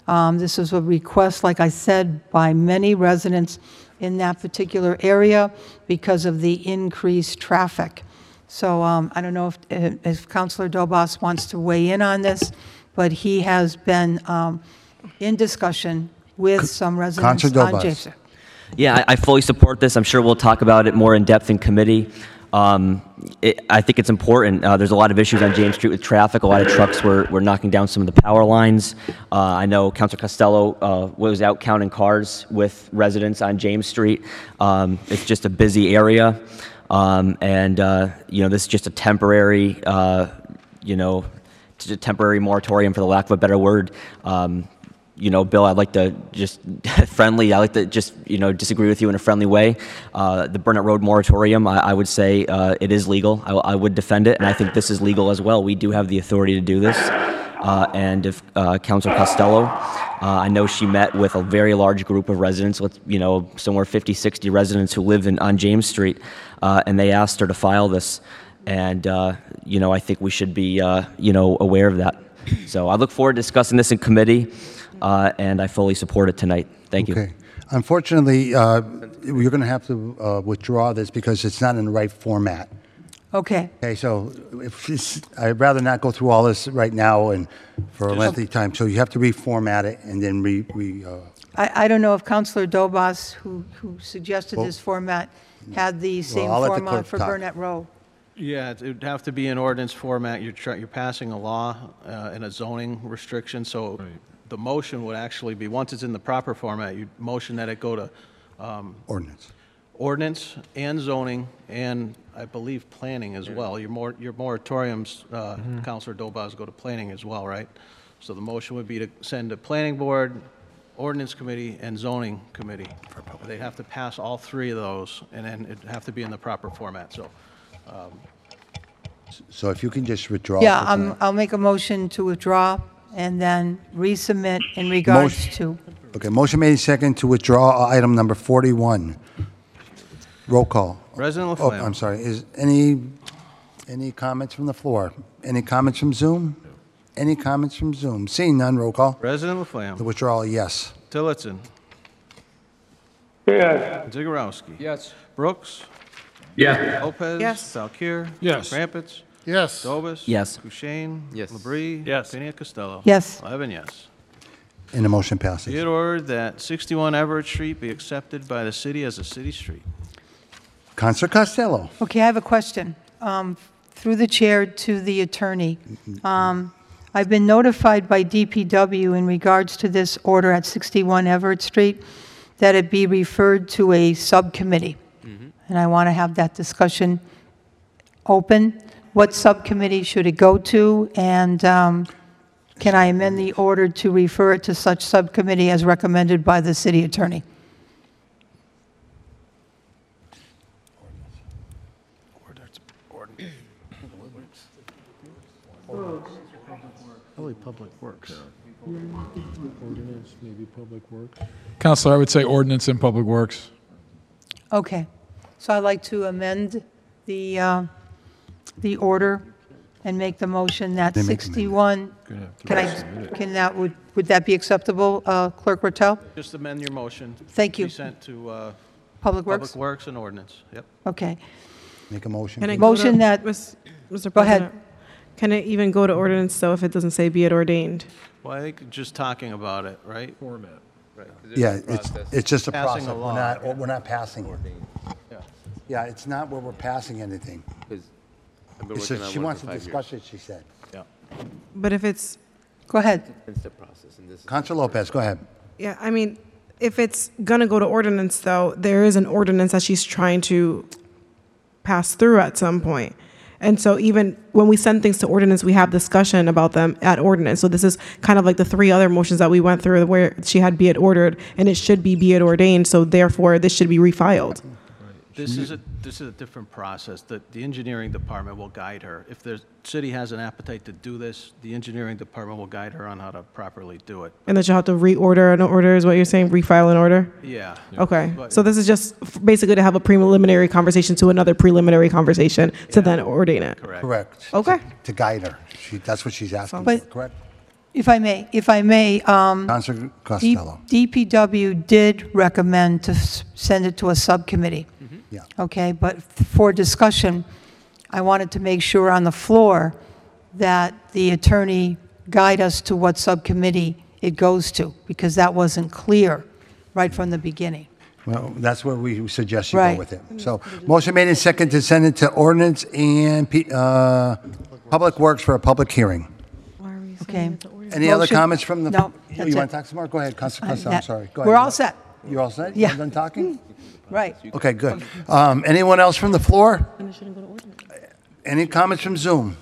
[SPEAKER 29] Um, This is a request, like I said, by many residents in that particular area because of the increased traffic. So um, I don't know if- if if Counselor Dobas wants to weigh in on this, but he has been um, in discussion with some residents
[SPEAKER 4] Counselor
[SPEAKER 29] on
[SPEAKER 4] Dobas.
[SPEAKER 29] Jason.
[SPEAKER 4] Yeah, I, I fully support this. I'm sure we'll talk about it more in depth in committee. Um, it, I think it's important. Uh, there's a lot of issues on James Street with traffic. A lot of trucks were, were knocking down some of the power lines. Uh, I know Councilor Costello uh, was out counting cars with residents on James Street. Um, it's just a busy area, um, and uh, you know this is just a temporary, uh, you know, t- temporary moratorium for the lack of a better word. Um, you know, Bill, I'd like to just friendly, I'd like to just, you know, disagree with you in a friendly way. Uh, the Burnet Road moratorium, I, I would say uh, it is legal. I, I would defend it, and I think this is legal as well. We do have the authority to do this. Uh, and if uh, Council Costello, uh, I know she met with a very large group of residents, with, you know, somewhere 50, 60 residents who live in, on James Street, uh, and they asked her to file this. And, uh, you know, I think we should be, uh, you know, aware of that. So I look forward to discussing this in committee, uh, and I fully support it tonight. Thank you.
[SPEAKER 1] Okay. Unfortunately, uh, you're going to have to uh, withdraw this because it's not in the right format.
[SPEAKER 29] Okay.
[SPEAKER 1] Okay, so if it's- I'd rather not go through all this right now and for a lengthy time. So you have to reformat it and then re, re, uh,
[SPEAKER 29] I, I don't know if Counselor Dobas, who, who suggested
[SPEAKER 1] Well-
[SPEAKER 29] this format, had the same
[SPEAKER 22] I'll let the
[SPEAKER 29] format
[SPEAKER 22] clerk
[SPEAKER 29] for
[SPEAKER 22] talk.
[SPEAKER 29] Burnett Row.
[SPEAKER 22] Yeah, it- it'd have to be an ordinance format. You're try, you're passing a law uh, and a zoning restriction, so the motion would actually be, once it's in the proper format, you motion that it go to um,
[SPEAKER 1] ordinance.
[SPEAKER 22] ordinance and zoning and I believe planning as well. Your mor, your moratoriums, uh, Counselor Dobaz, go to planning as well, right? So the motion would be to send to planning board, ordinance committee, and zoning committee. They'd have to pass all three of those and then it'd have to be in the proper format, so. um,
[SPEAKER 1] So if you can just withdraw.
[SPEAKER 29] Yeah, um,
[SPEAKER 1] for
[SPEAKER 29] I'm,
[SPEAKER 1] tonight.
[SPEAKER 29] I'll make a motion to withdraw and then resubmit in regards to,
[SPEAKER 1] Okay, motion made and second to withdraw item number 41. Roll call.
[SPEAKER 22] President
[SPEAKER 1] Oh,
[SPEAKER 22] Laflamme.
[SPEAKER 1] I'm sorry. Is any, any comments from the floor? Any comments from Zoom? Any comments from Zoom? Seeing none, roll call.
[SPEAKER 22] President Laflamme.
[SPEAKER 1] The withdrawal, yes.
[SPEAKER 22] Tillotson.
[SPEAKER 23] Yes.
[SPEAKER 22] Zagorowski. Yes. Brooks.
[SPEAKER 23] Yes.
[SPEAKER 22] Lopez.
[SPEAKER 6] Yes.
[SPEAKER 22] Valkir.
[SPEAKER 6] Yes.
[SPEAKER 22] Crumpets.
[SPEAKER 6] Yes.
[SPEAKER 22] Dobis.
[SPEAKER 1] Yes.
[SPEAKER 22] Kushein. Yes. Labrie. Yes. Pena Costello.
[SPEAKER 1] Yes.
[SPEAKER 22] Eleven yes.
[SPEAKER 1] And the motion passes.
[SPEAKER 22] Be it ordered that 61 Everett Street be accepted by the city as a city street.
[SPEAKER 1] Counselor Costello.
[SPEAKER 29] okay, I have a question, um, through the chair to the attorney. Um, I've been notified by DPW in regards to this order at 61 Everett Street that it be referred to a subcommittee. And I want to have that discussion open. What subcommittee should it go to? And um, can I amend the order to refer it to such subcommittee as recommended by the city attorney?
[SPEAKER 22] Probably Public Works.
[SPEAKER 11] Ordinance, maybe Public Works.
[SPEAKER 13] Counselor, I would say ordinance and public works.
[SPEAKER 29] Okay, so I'd like to amend the, uh, the order and make the motion that
[SPEAKER 13] Then make
[SPEAKER 29] 61,
[SPEAKER 22] Gonna have to
[SPEAKER 29] can I,
[SPEAKER 22] resubmit it.
[SPEAKER 29] can that, would, would that be acceptable, uh, Clerk Rattell?
[SPEAKER 22] Just amend your motion.
[SPEAKER 29] Thank you.
[SPEAKER 22] Be sent to uh,
[SPEAKER 29] Public Works?
[SPEAKER 22] Public Works and Ordinance, yep.
[SPEAKER 29] Okay.
[SPEAKER 1] Make a motion.
[SPEAKER 7] Can it
[SPEAKER 1] please.
[SPEAKER 7] go to-
[SPEAKER 29] Motion that-
[SPEAKER 7] Mis- Mr.
[SPEAKER 29] Go ahead.
[SPEAKER 7] President, can it even go to ordinance though if it doesn't say be it ordained?
[SPEAKER 22] Well, I think just talking about it, right? Format.
[SPEAKER 1] Yeah, it's, it's just a
[SPEAKER 22] Passing
[SPEAKER 1] process.
[SPEAKER 22] a
[SPEAKER 1] We're
[SPEAKER 22] law.
[SPEAKER 1] not, we're not passing it.
[SPEAKER 22] Yeah.
[SPEAKER 1] Yeah, it's not where we're passing anything.
[SPEAKER 2] I've been
[SPEAKER 1] It's
[SPEAKER 2] working
[SPEAKER 1] just
[SPEAKER 2] on
[SPEAKER 1] She
[SPEAKER 2] one
[SPEAKER 1] wants
[SPEAKER 2] for
[SPEAKER 1] to
[SPEAKER 2] five years.
[SPEAKER 1] discuss it, she said.
[SPEAKER 2] Yeah.
[SPEAKER 7] But if it's
[SPEAKER 29] Go ahead.
[SPEAKER 2] It's the process, and this is.
[SPEAKER 1] Council Lopez, go ahead.
[SPEAKER 7] Yeah, I mean, if it's gonna go to ordinance though, there is an ordinance that she's trying to pass through at some point. And so even when we send things to ordinance, we have discussion about them at ordinance. So this is kind of like the three other motions that we went through where she had be it ordered and it should be be it ordained, so therefore this should be refiled.
[SPEAKER 22] This is a, this is a different process. The, the engineering department will guide her. If the city has an appetite to do this, the engineering department will guide her on how to properly do it.
[SPEAKER 7] And that you'll have to reorder an order is what you're saying, refile an order?
[SPEAKER 22] Yeah. Yeah.
[SPEAKER 7] Okay,
[SPEAKER 22] But-
[SPEAKER 7] so this is just f- basically to have a preliminary conversation to another preliminary conversation to then ordain it.
[SPEAKER 1] Correct.
[SPEAKER 7] Okay.
[SPEAKER 1] To guide her. She, that's what she's asking for,
[SPEAKER 29] But-
[SPEAKER 1] correct?
[SPEAKER 29] If I may, if I may, um,
[SPEAKER 1] Council
[SPEAKER 29] D-
[SPEAKER 1] Costello.
[SPEAKER 29] DPW did recommend to s- send it to a subcommittee.
[SPEAKER 1] Mm-hmm. Yeah.
[SPEAKER 29] Okay, but for discussion, I wanted to make sure on the floor that the attorney guide us to what subcommittee it goes to, because that wasn't clear right from the beginning.
[SPEAKER 1] Well, that's where we suggest you go
[SPEAKER 29] Right.
[SPEAKER 1] with it. So, motion made and second to send it to ordinance and, P- uh, Public Works for a public hearing.
[SPEAKER 29] Okay.
[SPEAKER 1] Any other
[SPEAKER 29] Motion-
[SPEAKER 1] comments from the?
[SPEAKER 29] No,
[SPEAKER 1] You
[SPEAKER 29] that's
[SPEAKER 1] want to
[SPEAKER 29] it.
[SPEAKER 1] talk some more? Go ahead, Council
[SPEAKER 29] I'm
[SPEAKER 1] Costello, I'm
[SPEAKER 29] not-
[SPEAKER 1] sorry. Go
[SPEAKER 29] We're
[SPEAKER 1] ahead.
[SPEAKER 29] all set.
[SPEAKER 1] You all set?
[SPEAKER 29] Yeah.
[SPEAKER 1] You done talking?
[SPEAKER 29] Right.
[SPEAKER 1] Okay, good. Um, Anyone else from the floor? Any comments from Zoom?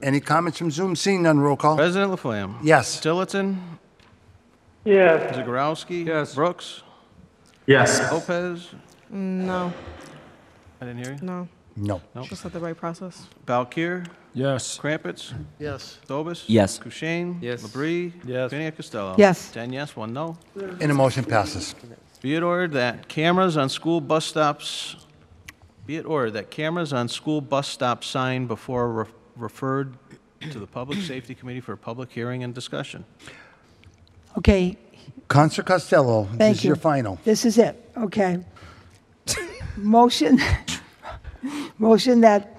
[SPEAKER 1] Any comments from Zoom? Seeing none, roll call.
[SPEAKER 22] President Laflamme?
[SPEAKER 1] Yes.
[SPEAKER 22] Tillotson? Yes. Zagorowski? Yes. Brooks? Yes. Lopez?
[SPEAKER 7] No,
[SPEAKER 22] I didn't hear you.
[SPEAKER 7] no.
[SPEAKER 1] No.
[SPEAKER 7] Just not the right process.
[SPEAKER 22] Valkir?
[SPEAKER 11] Yes.
[SPEAKER 22] Crumpets? Yes. Dobis?
[SPEAKER 1] Yes.
[SPEAKER 22] Kushein? Yes. Labrie? Yes. Pena Costello?
[SPEAKER 1] Yes.
[SPEAKER 22] Ten yes, one no.
[SPEAKER 1] And the motion passes.
[SPEAKER 22] Be it ordered that cameras on school bus stops, be it ordered that cameras on school bus stop sign before re- referred to the Public Safety Committee for public hearing and discussion.
[SPEAKER 29] Okay,
[SPEAKER 1] Council Costello,
[SPEAKER 29] Thank
[SPEAKER 1] this is
[SPEAKER 29] you.
[SPEAKER 1] your final.
[SPEAKER 29] This is it, okay. Motion, motion that,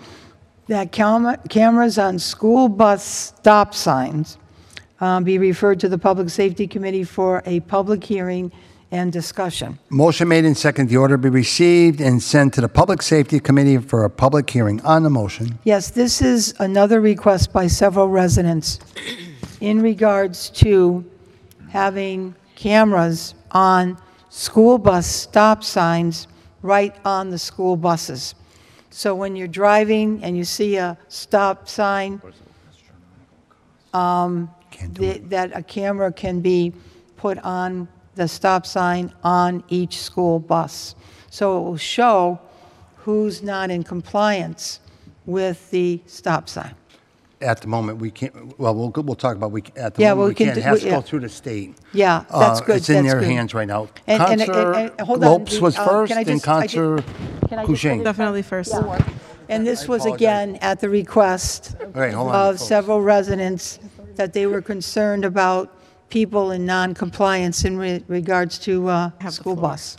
[SPEAKER 29] that cam- cameras on school bus stop signs uh, be referred to the Public Safety Committee for a public hearing and discussion.
[SPEAKER 1] Motion made and second, the order be received and sent to the Public Safety Committee for a public hearing on the motion.
[SPEAKER 29] Yes, this is another request by several residents in regards to having cameras on school bus stop signs right on the school buses. So when you're driving and you see a stop sign, um, th- that a camera can be put on the stop sign on each school bus. So it will show who's not in compliance with the stop sign.
[SPEAKER 1] At the moment, we can't, well, we'll, we'll talk about, we, at the
[SPEAKER 29] Yeah,
[SPEAKER 1] moment,
[SPEAKER 29] we
[SPEAKER 1] we
[SPEAKER 29] can
[SPEAKER 1] can't. It
[SPEAKER 29] do-
[SPEAKER 1] has to
[SPEAKER 29] yeah.
[SPEAKER 1] go through the state.
[SPEAKER 29] Yeah,
[SPEAKER 1] Uh,
[SPEAKER 29] that's good,
[SPEAKER 1] It's in
[SPEAKER 29] that's
[SPEAKER 1] their
[SPEAKER 29] good.
[SPEAKER 1] hands right now.
[SPEAKER 29] And- and-
[SPEAKER 1] Council
[SPEAKER 29] and- and- hold on,
[SPEAKER 1] Lopes was
[SPEAKER 29] uh, can I
[SPEAKER 1] first, and
[SPEAKER 29] just- I did-
[SPEAKER 1] Council
[SPEAKER 29] Can I just
[SPEAKER 1] Kushein.
[SPEAKER 29] finish?
[SPEAKER 7] Definitely first.
[SPEAKER 29] And this was
[SPEAKER 1] apologize.
[SPEAKER 29] again at the request
[SPEAKER 1] right, hold on,
[SPEAKER 29] of
[SPEAKER 1] folks.
[SPEAKER 29] several residents that they were concerned about people in non-compliance in re- regards to uh, school bus.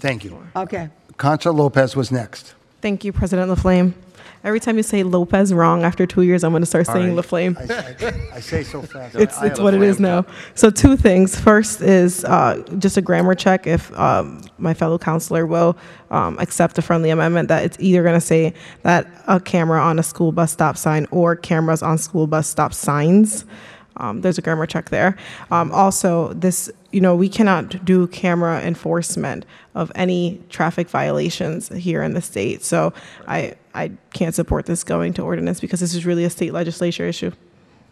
[SPEAKER 1] Thank you.
[SPEAKER 29] Okay.
[SPEAKER 1] Council Lopez was next.
[SPEAKER 7] Thank you, President Laflamme. Every time you say Lopez wrong after two years, I'm going to start
[SPEAKER 1] All right.
[SPEAKER 7] saying Laflamme.
[SPEAKER 1] I- I I say so fast.
[SPEAKER 7] It's,
[SPEAKER 1] I
[SPEAKER 7] it's
[SPEAKER 1] have
[SPEAKER 7] what
[SPEAKER 1] a
[SPEAKER 7] it is
[SPEAKER 1] plan.
[SPEAKER 7] now. So two things. First is uh, just a grammar check if um, my fellow counselor will um, accept a friendly amendment that it's either going to say that a camera on a school bus stop sign or cameras on school bus stop signs. Um, there's a grammar check there. Um, also, this you know we cannot do camera enforcement of any traffic violations here in the state. So I I can't support this going to ordinance because this is really a state legislature issue.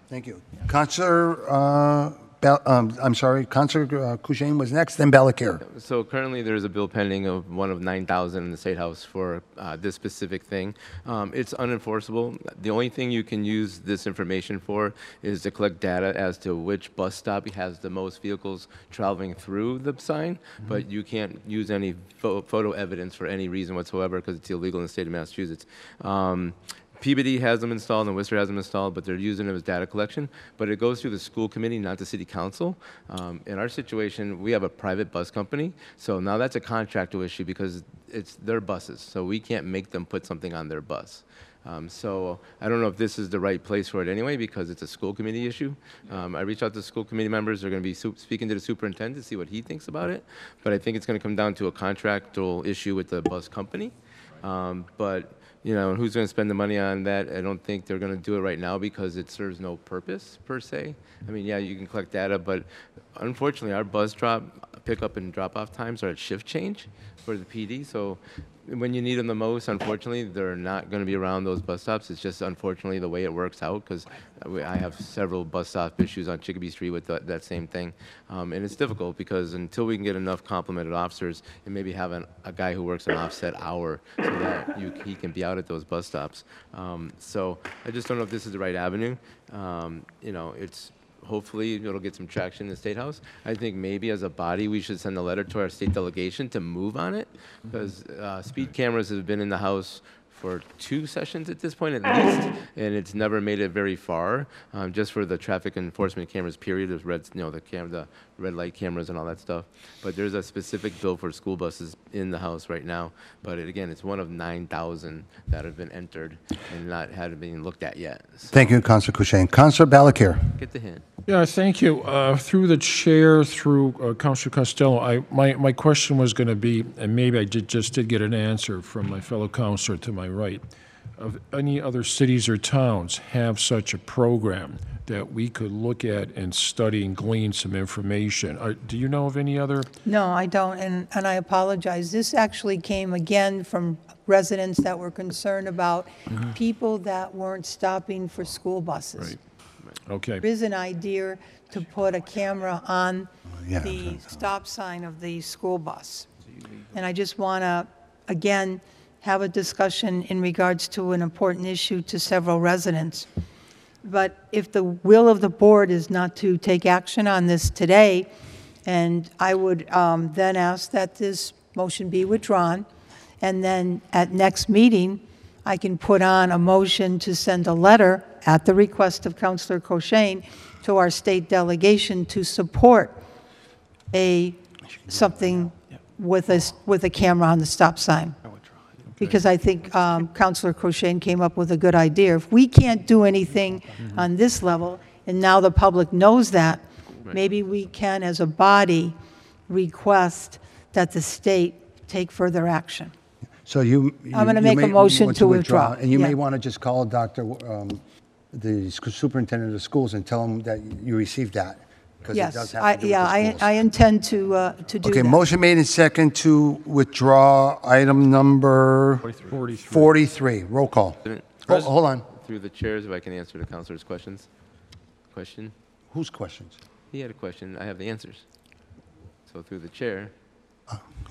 [SPEAKER 1] Thank you. Councilor, uh, Bal- um, I'm sorry, Councilor uh, Kushein was next, then Balakir.
[SPEAKER 2] So currently, there is a bill pending of one of 9,000 in the State House for uh, this specific thing. Um, It's unenforceable. The only thing you can use this information for is to collect data as to which bus stop has the most vehicles traveling through the sign, Mm-hmm. but you can't use any pho- photo evidence for any reason whatsoever because it's illegal in the state of Massachusetts. Um, Peabody has them installed and Worcester has them installed, but they're using them as data collection. But it goes through the school committee, not the city council. Um, in our situation, we have a private bus company, so now that's a contractual issue because it's their buses, so we can't make them put something on their bus.
[SPEAKER 24] Um, so I don't know if this is the right place for it anyway, because it's a school committee issue. Um, I reached out to school committee members. They're going to be su- speaking to the superintendent to see what he thinks about it. But I think it's going to come down to a contractual issue with the bus company. Um, but you know, who's going to spend the money on that? I don't think they're going to do it right now because it serves no purpose per se. I mean, yeah, you can collect data, but unfortunately, our bus drop, pickup, and drop-off times are at shift change for the PD. So when you need them the most, unfortunately, they're not going to be around those bus stops. It's just unfortunately the way it works out because I have several bus stop issues on Chicopee Street with that, that same thing, um, and it's difficult because until we can get enough complemented officers and maybe have an, a guy who works an offset hour so that you, he can be out at those bus stops. Um, so I just don't know if this is the right avenue. Um, you know, it's hopefully it'll get some traction in the state house. I think maybe as a body, we should send a letter to our state delegation to move on it because uh, speed cameras have been in the house for two sessions at this point at least, and it's never made it very far. Um, just for the traffic enforcement cameras, period. There's red, you know, the cam, the red light cameras and all that stuff. But there's a specific bill for school buses in the house right now. But it, again, it's one of 9,000 that have been entered and not had been looked at yet.
[SPEAKER 1] Thank you, Councilor Kushein. Councilor Balakir.
[SPEAKER 24] Get the hint.
[SPEAKER 11] Yeah, thank you. Uh, Through the chair, through uh, Councilor Costello, I, my, my question was going to be, and maybe I did, just did get an answer from my fellow counselor to my right, of any other cities or towns have such a program that we could look at and study and glean some information? Uh, Do you know of any other?
[SPEAKER 29] No, I don't, and, and I apologize. This actually came again from residents that were concerned about
[SPEAKER 11] Mhm.
[SPEAKER 29] people that weren't stopping for school buses.
[SPEAKER 11] Okay.
[SPEAKER 29] There is an idea to put a camera on
[SPEAKER 11] Yeah.
[SPEAKER 29] the stop sign of the school bus. And I just want to, again, have a discussion in regards to an important issue to several residents. But if the will of the board is not to take action on this today, and I would um, then ask that this motion be withdrawn, and then at next meeting, I can put on a motion to send a letter at the request of Counselor Cochain to our state delegation to support a, something with a, s- with a camera on the stop sign. Because I think um, Counselor Cochain came up with a good idea. If we can't do anything on this level, and now the public knows that,
[SPEAKER 20] Right.
[SPEAKER 29] maybe we can, as a body, request that the state take further action.
[SPEAKER 1] So you. you-
[SPEAKER 29] I'm gonna
[SPEAKER 1] you
[SPEAKER 29] make a
[SPEAKER 1] may
[SPEAKER 29] motion
[SPEAKER 1] want
[SPEAKER 29] to withdraw.
[SPEAKER 1] And you may
[SPEAKER 29] Yeah.
[SPEAKER 1] want to just call Dr., um, the sc- superintendent of schools and tell him that you received that. 'cause it does
[SPEAKER 29] Yes,
[SPEAKER 1] have
[SPEAKER 29] I,
[SPEAKER 1] to do with
[SPEAKER 29] yeah,
[SPEAKER 1] the
[SPEAKER 29] I, I intend to, uh, to do that.
[SPEAKER 1] Okay, motion made and second to withdraw item number. 43. roll call. Oh, Hold on,
[SPEAKER 24] Through the chairs, if I can answer the counselor's questions. Question?
[SPEAKER 1] whose questions?
[SPEAKER 24] He had a question. I have the answers. So through the chair,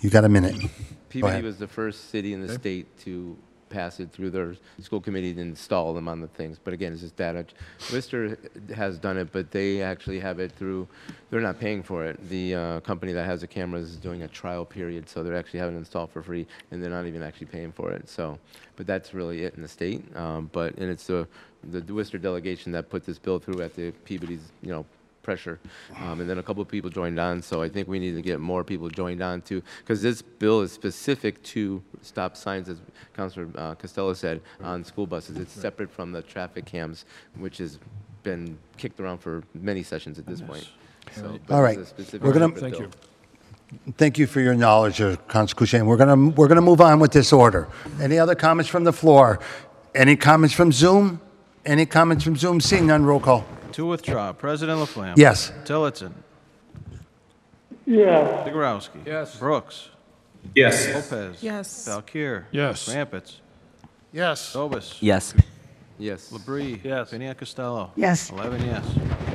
[SPEAKER 1] You got a minute. Go
[SPEAKER 24] Peabody
[SPEAKER 1] ahead.
[SPEAKER 24] was the first city in the state to pass it through their school committee to install them on the things. But again, it's just data. Worcester has done it, but they actually have it through, they're not paying for it. The uh, company that has the cameras is doing a trial period, so they're actually having it installed for free, and they're not even actually paying for it. So, but that's really it in the state. Um, But, and it's the, the Worcester delegation that put this bill through at the Peabody's, you know, pressure. Um, and then a couple of people joined on, so I think we need to get more people joined on too, because this bill is specific to stop signs, as Councilor uh, Costello said, on school buses. It's separate from the traffic cams, which has been kicked around for many sessions at this point. So, but
[SPEAKER 1] All right.
[SPEAKER 24] it's a specific
[SPEAKER 1] We're going
[SPEAKER 24] separate
[SPEAKER 1] to.
[SPEAKER 24] bill.
[SPEAKER 1] Thank you for your knowledge, Councilor Kushein. We're going to, we're going to move on with this order. Any other comments from the floor? Any comments from Zoom? Any comments from Zoom? Seeing none, roll call.
[SPEAKER 22] To withdraw, President Laflamme.
[SPEAKER 1] Yes.
[SPEAKER 22] Tillotson.
[SPEAKER 23] Yeah.
[SPEAKER 22] Zegarowski. Yes. Brooks.
[SPEAKER 6] Yes.
[SPEAKER 22] Lopez.
[SPEAKER 35] Yes.
[SPEAKER 22] Valkir.
[SPEAKER 11] Yes.
[SPEAKER 22] Rampitz.
[SPEAKER 36] Yes.
[SPEAKER 22] Dobis.
[SPEAKER 37] Yes.
[SPEAKER 24] Yes.
[SPEAKER 22] Labrie. Yes. Piniac Costello.
[SPEAKER 1] Yes.
[SPEAKER 22] Eleven yes.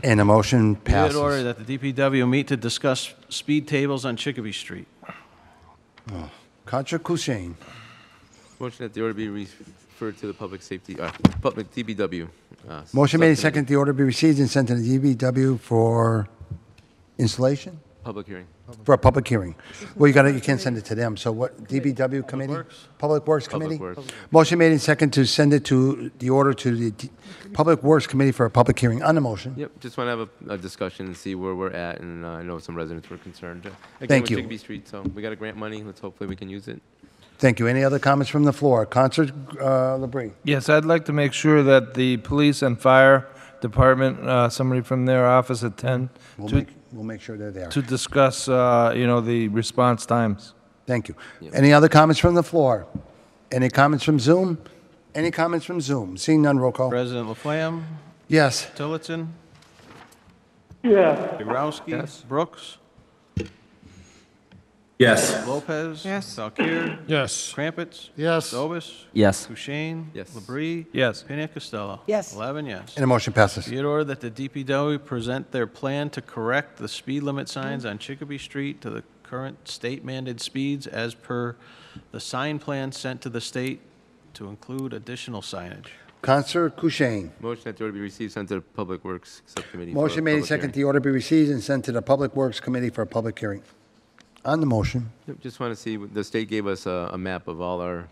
[SPEAKER 1] And the motion
[SPEAKER 22] Be it
[SPEAKER 1] passes.
[SPEAKER 22] ordered that the DPW meet to discuss speed tables on Chicopee Street.
[SPEAKER 1] Councilor Kushein.
[SPEAKER 24] Motion that the order be referred to the public safety, uh, public DBW. uh,
[SPEAKER 1] Motion made and
[SPEAKER 24] subcommittee.
[SPEAKER 1] second, the order be received and sent to the DBW for installation?
[SPEAKER 24] Public hearing.
[SPEAKER 1] For a public hearing. Well, you got to, you can't send it to them, so what, DBW committee? Public Works
[SPEAKER 24] Public
[SPEAKER 1] Committee?
[SPEAKER 24] Works.
[SPEAKER 1] Motion made and second to send it to, the order to the D- Public Works Committee for a public hearing on the motion.
[SPEAKER 24] Yep, just want to have a, a discussion and see where we're at, and uh, I know some residents were concerned. uh, Again,
[SPEAKER 1] Thank
[SPEAKER 24] with
[SPEAKER 1] you.
[SPEAKER 24] Chicopee Street, so we got a grant money, let's hopefully we can use it.
[SPEAKER 1] Thank you. Any other comments from the floor? Councilor uh, Labrie?
[SPEAKER 12] Yes, I'd like to make sure that the police and fire department, uh, somebody from their office at 10,
[SPEAKER 1] We'll
[SPEAKER 12] to
[SPEAKER 1] make, we'll make sure they're there.
[SPEAKER 12] to discuss, uh, you know, the response times.
[SPEAKER 1] Thank you. Any other comments from the floor? Any comments from Zoom? Any comments from Zoom? Seeing none, roll call.
[SPEAKER 22] President Laflamme?
[SPEAKER 1] Yes.
[SPEAKER 22] Tillotson?
[SPEAKER 1] Yeah.
[SPEAKER 22] Yurowski?
[SPEAKER 1] Yes.
[SPEAKER 22] Brooks?
[SPEAKER 25] Yes.
[SPEAKER 22] Lopez? Yes. Valkir?
[SPEAKER 4] Yes.
[SPEAKER 22] Crumpets?
[SPEAKER 6] Yes.
[SPEAKER 22] Dobis?
[SPEAKER 1] Yes.
[SPEAKER 22] Kushein?
[SPEAKER 24] Yes.
[SPEAKER 22] Labrie?
[SPEAKER 12] Yes.
[SPEAKER 22] Pena Costello?
[SPEAKER 1] Yes.
[SPEAKER 22] Eleven yes.
[SPEAKER 1] And the motion passes.
[SPEAKER 22] Be it ordered that the DPW present their plan to correct the speed limit signs on Chicopee Street to the current state mandated speeds as per the sign plan sent to the state to include additional signage.
[SPEAKER 1] Councilor Kushein.
[SPEAKER 24] Motion that the order be received, sent to the Public Works Subcommittee. for
[SPEAKER 1] Motion made,
[SPEAKER 24] public
[SPEAKER 1] second,
[SPEAKER 24] hearing.
[SPEAKER 1] the order be received and sent to the Public Works Committee for a public hearing. On the motion,
[SPEAKER 24] Yep, Just want to see, the state gave us a, a map of all our,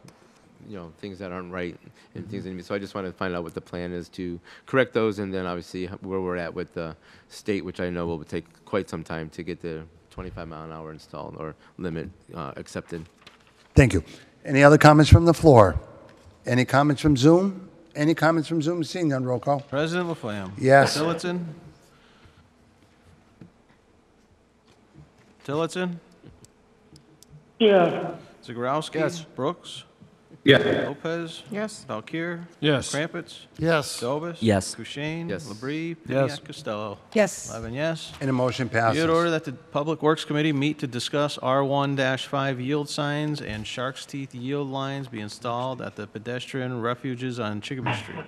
[SPEAKER 24] you know, things that aren't right and things, that- so I just want to find out what the plan is to correct those and then obviously where we're at with the state, which I know will take quite some time to get the 25 mile an hour installed or limit uh, accepted.
[SPEAKER 1] thank you. Any other comments from the floor? Any comments from Zoom? Any comments from Zoom? Seeing none, roll call.
[SPEAKER 22] President Laflamme?
[SPEAKER 1] Yes.
[SPEAKER 22] Tillotson? Tillotson?
[SPEAKER 18] Yeah.
[SPEAKER 22] Zegarowski?
[SPEAKER 18] Yes.
[SPEAKER 22] Brooks?
[SPEAKER 18] Yeah.
[SPEAKER 22] Lopez? Yes. Valkir?
[SPEAKER 4] Yes.
[SPEAKER 22] Crumpets?
[SPEAKER 6] Yes.
[SPEAKER 22] Dobis?
[SPEAKER 1] Yes.
[SPEAKER 22] Kushein?
[SPEAKER 1] Yes.
[SPEAKER 22] Labrie?
[SPEAKER 1] Yes.
[SPEAKER 22] Piniac, Costello?
[SPEAKER 1] Yes.
[SPEAKER 22] Eleven yes.
[SPEAKER 1] And the motion
[SPEAKER 22] Be it
[SPEAKER 1] passes.
[SPEAKER 22] ordered that the Public Works Committee meet to discuss R1-5 yield signs and shark's teeth yield lines be installed at the pedestrian refuges on Chicopee Street.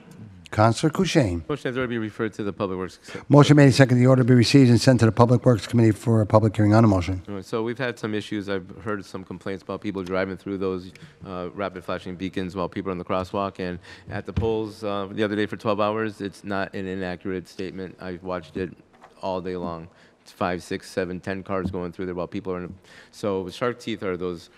[SPEAKER 1] Councilor Kushein.
[SPEAKER 24] Motion that the order be referred to the Public Works
[SPEAKER 1] Motion made, second, the order be received and sent to the Public Works Committee for a public hearing on the motion.
[SPEAKER 24] All right, So we've had some issues. I've heard some complaints about people driving through those uh, rapid flashing beacons while people are on the crosswalk. And at the polls uh, the other day for 12 hours, it's not an inaccurate statement. I've watched it all day long. It's five, six, seven, ten cars going through there while people are in. So shark teeth are those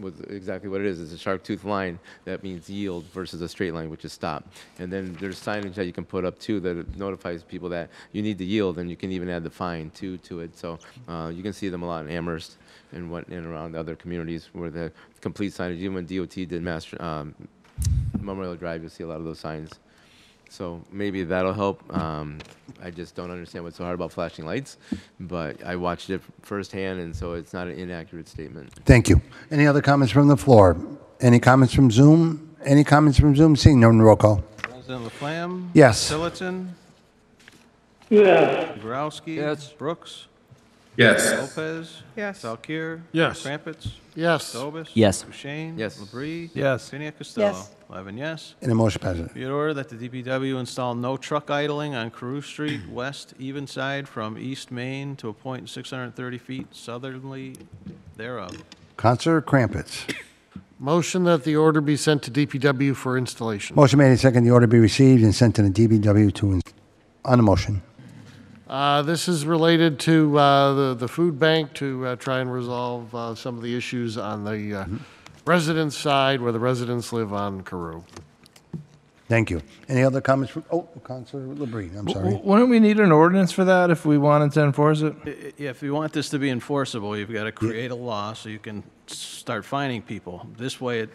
[SPEAKER 24] was exactly what it is. It's a shark tooth line that means yield versus a straight line, which is stop. And then there's signage that you can put up too that notifies people that you need to yield, and you can even add the fine too to it. So uh, you can see them a lot in Amherst and what and around other communities where the complete signage. Even when DOT did master um, Memorial Drive, you'll see a lot of those signs. So maybe that'll help. Um, I just don't understand what's so hard about flashing lights, but I watched it firsthand, and so it's not an inaccurate statement.
[SPEAKER 1] Thank you. Any other comments from the floor? Any comments from Zoom? Any comments from Zoom? Seeing none, roll call.
[SPEAKER 22] President Laflamme?
[SPEAKER 1] Yes.
[SPEAKER 22] Tillotson?
[SPEAKER 18] Yeah.
[SPEAKER 22] Yurowski? Yes. Brooks?
[SPEAKER 25] Yes.
[SPEAKER 22] Lopez?
[SPEAKER 6] Yes.
[SPEAKER 22] Valkir?
[SPEAKER 6] Yes.
[SPEAKER 22] Crumpets?
[SPEAKER 6] Yes.
[SPEAKER 22] Dobis?
[SPEAKER 1] Yes.
[SPEAKER 22] Kushein?
[SPEAKER 24] Yes.
[SPEAKER 22] Labrie?
[SPEAKER 1] Yes.
[SPEAKER 22] Piniac, Costello?
[SPEAKER 6] Yes.
[SPEAKER 22] Eleven yes.
[SPEAKER 1] And the motion passes.
[SPEAKER 22] Be it ordered that the DPW install no truck idling on Carew Street west even side from East Main to a point 630 feet southerly thereof.
[SPEAKER 1] Councilor Crumpets.
[SPEAKER 6] Motion that the order be sent to DPW for installation.
[SPEAKER 1] Motion made, second, the order be received and sent to the DBW to, ins- on the motion.
[SPEAKER 6] Uh, This is related to uh, the the food bank to uh, try and resolve uh, some of the issues on the uh, residents' side where the residents live on Carew.
[SPEAKER 1] Thank you. Any other comments from, oh, Councilor Labrie, I'm sorry.
[SPEAKER 12] Wouldn't we need an ordinance for that if we wanted to enforce it?
[SPEAKER 22] I- i- If you want this to be enforceable, you've got to create a law so you can s- start fining people. This way, it,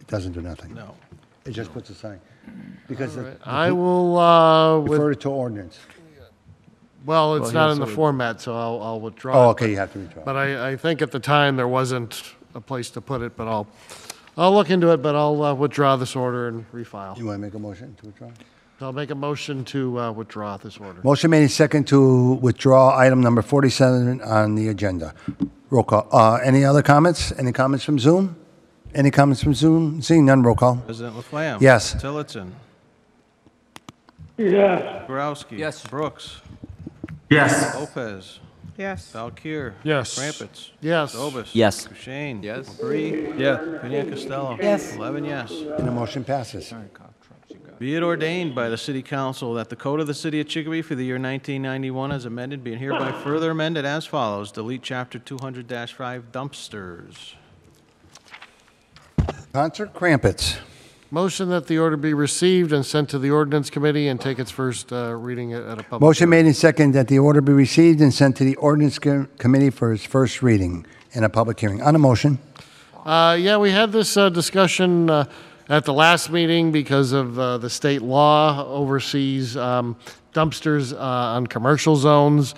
[SPEAKER 1] It doesn't do nothing.
[SPEAKER 22] No.
[SPEAKER 1] It just puts a sign. Because the-
[SPEAKER 6] I will, uh, with-
[SPEAKER 1] Refer it to ordinance.
[SPEAKER 6] Well,
[SPEAKER 1] Well,
[SPEAKER 6] it's not
[SPEAKER 1] here's
[SPEAKER 6] in the
[SPEAKER 1] what we-
[SPEAKER 6] format, so I'll I'll withdraw.
[SPEAKER 1] Oh,
[SPEAKER 6] it,
[SPEAKER 1] okay,
[SPEAKER 6] but-
[SPEAKER 1] you have to withdraw.
[SPEAKER 6] But I I think at the time, there wasn't a place to put it, but I'll, I'll look into it, but I'll uh, withdraw this order and refile.
[SPEAKER 1] You want to make a motion to withdraw?
[SPEAKER 6] I'll make a motion to uh, withdraw this order.
[SPEAKER 1] Motion made, second, to withdraw item number 47 on the agenda. Roll call. Uh, Any other comments? Any comments from Zoom? Any comments from Zoom? Seeing none, roll call.
[SPEAKER 22] President Laflamme?
[SPEAKER 1] Yes.
[SPEAKER 22] Tillotson?
[SPEAKER 18] Yeah.
[SPEAKER 22] Borowski? Yes. Brooks?
[SPEAKER 18] Yes.
[SPEAKER 22] Lopez?
[SPEAKER 38] Yes.
[SPEAKER 22] Valkir?
[SPEAKER 18] Yes.
[SPEAKER 22] Crumpets?
[SPEAKER 6] Yes.
[SPEAKER 22] Dobis?
[SPEAKER 1] Yes.
[SPEAKER 22] Kushein? Yes. Labrie?
[SPEAKER 1] Yes.
[SPEAKER 22] Piniac Costello?
[SPEAKER 1] Yes.
[SPEAKER 22] Eleven yes.
[SPEAKER 1] And the motion passes.
[SPEAKER 22] Be it ordained by the City Council that the Code of the City of Chicopee for the year 1991 as amended being hereby further amended as follows. Delete Chapter 200-5 dumpsters.
[SPEAKER 1] Concert Crumpets.
[SPEAKER 6] Motion that the order be received and sent to the ordinance committee and take its first uh, reading at at a public.
[SPEAKER 1] Motion
[SPEAKER 6] hearing.
[SPEAKER 1] made and second that the order be received and sent to the ordinance com- committee for its first reading and a public hearing. On a motion,
[SPEAKER 6] Uh, yeah, we had this uh, discussion uh, at the last meeting because of uh, the state law oversees um, dumpsters uh, on commercial zones.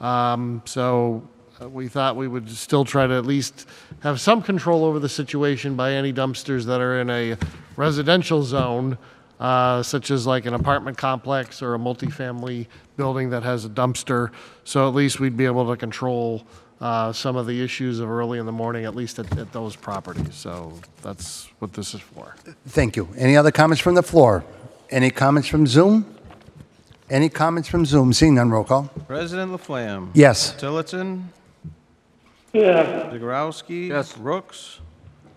[SPEAKER 6] Um, so uh, we thought we would still try to at least have some control over the situation by any dumpsters that are in a residential zone, uh, such as like an apartment complex or a multifamily building that has a dumpster. So at least we'd be able to control uh, some of the issues of early in the morning, at least at, at those properties. So that's what this is for.
[SPEAKER 1] Thank you. Any other comments from the floor? Any comments from Zoom? Any comments from Zoom? Seeing none, roll call.
[SPEAKER 22] President Laflamme?
[SPEAKER 1] Yes.
[SPEAKER 22] Tillotson? Yes. Zegarowski? Yes. Brooks?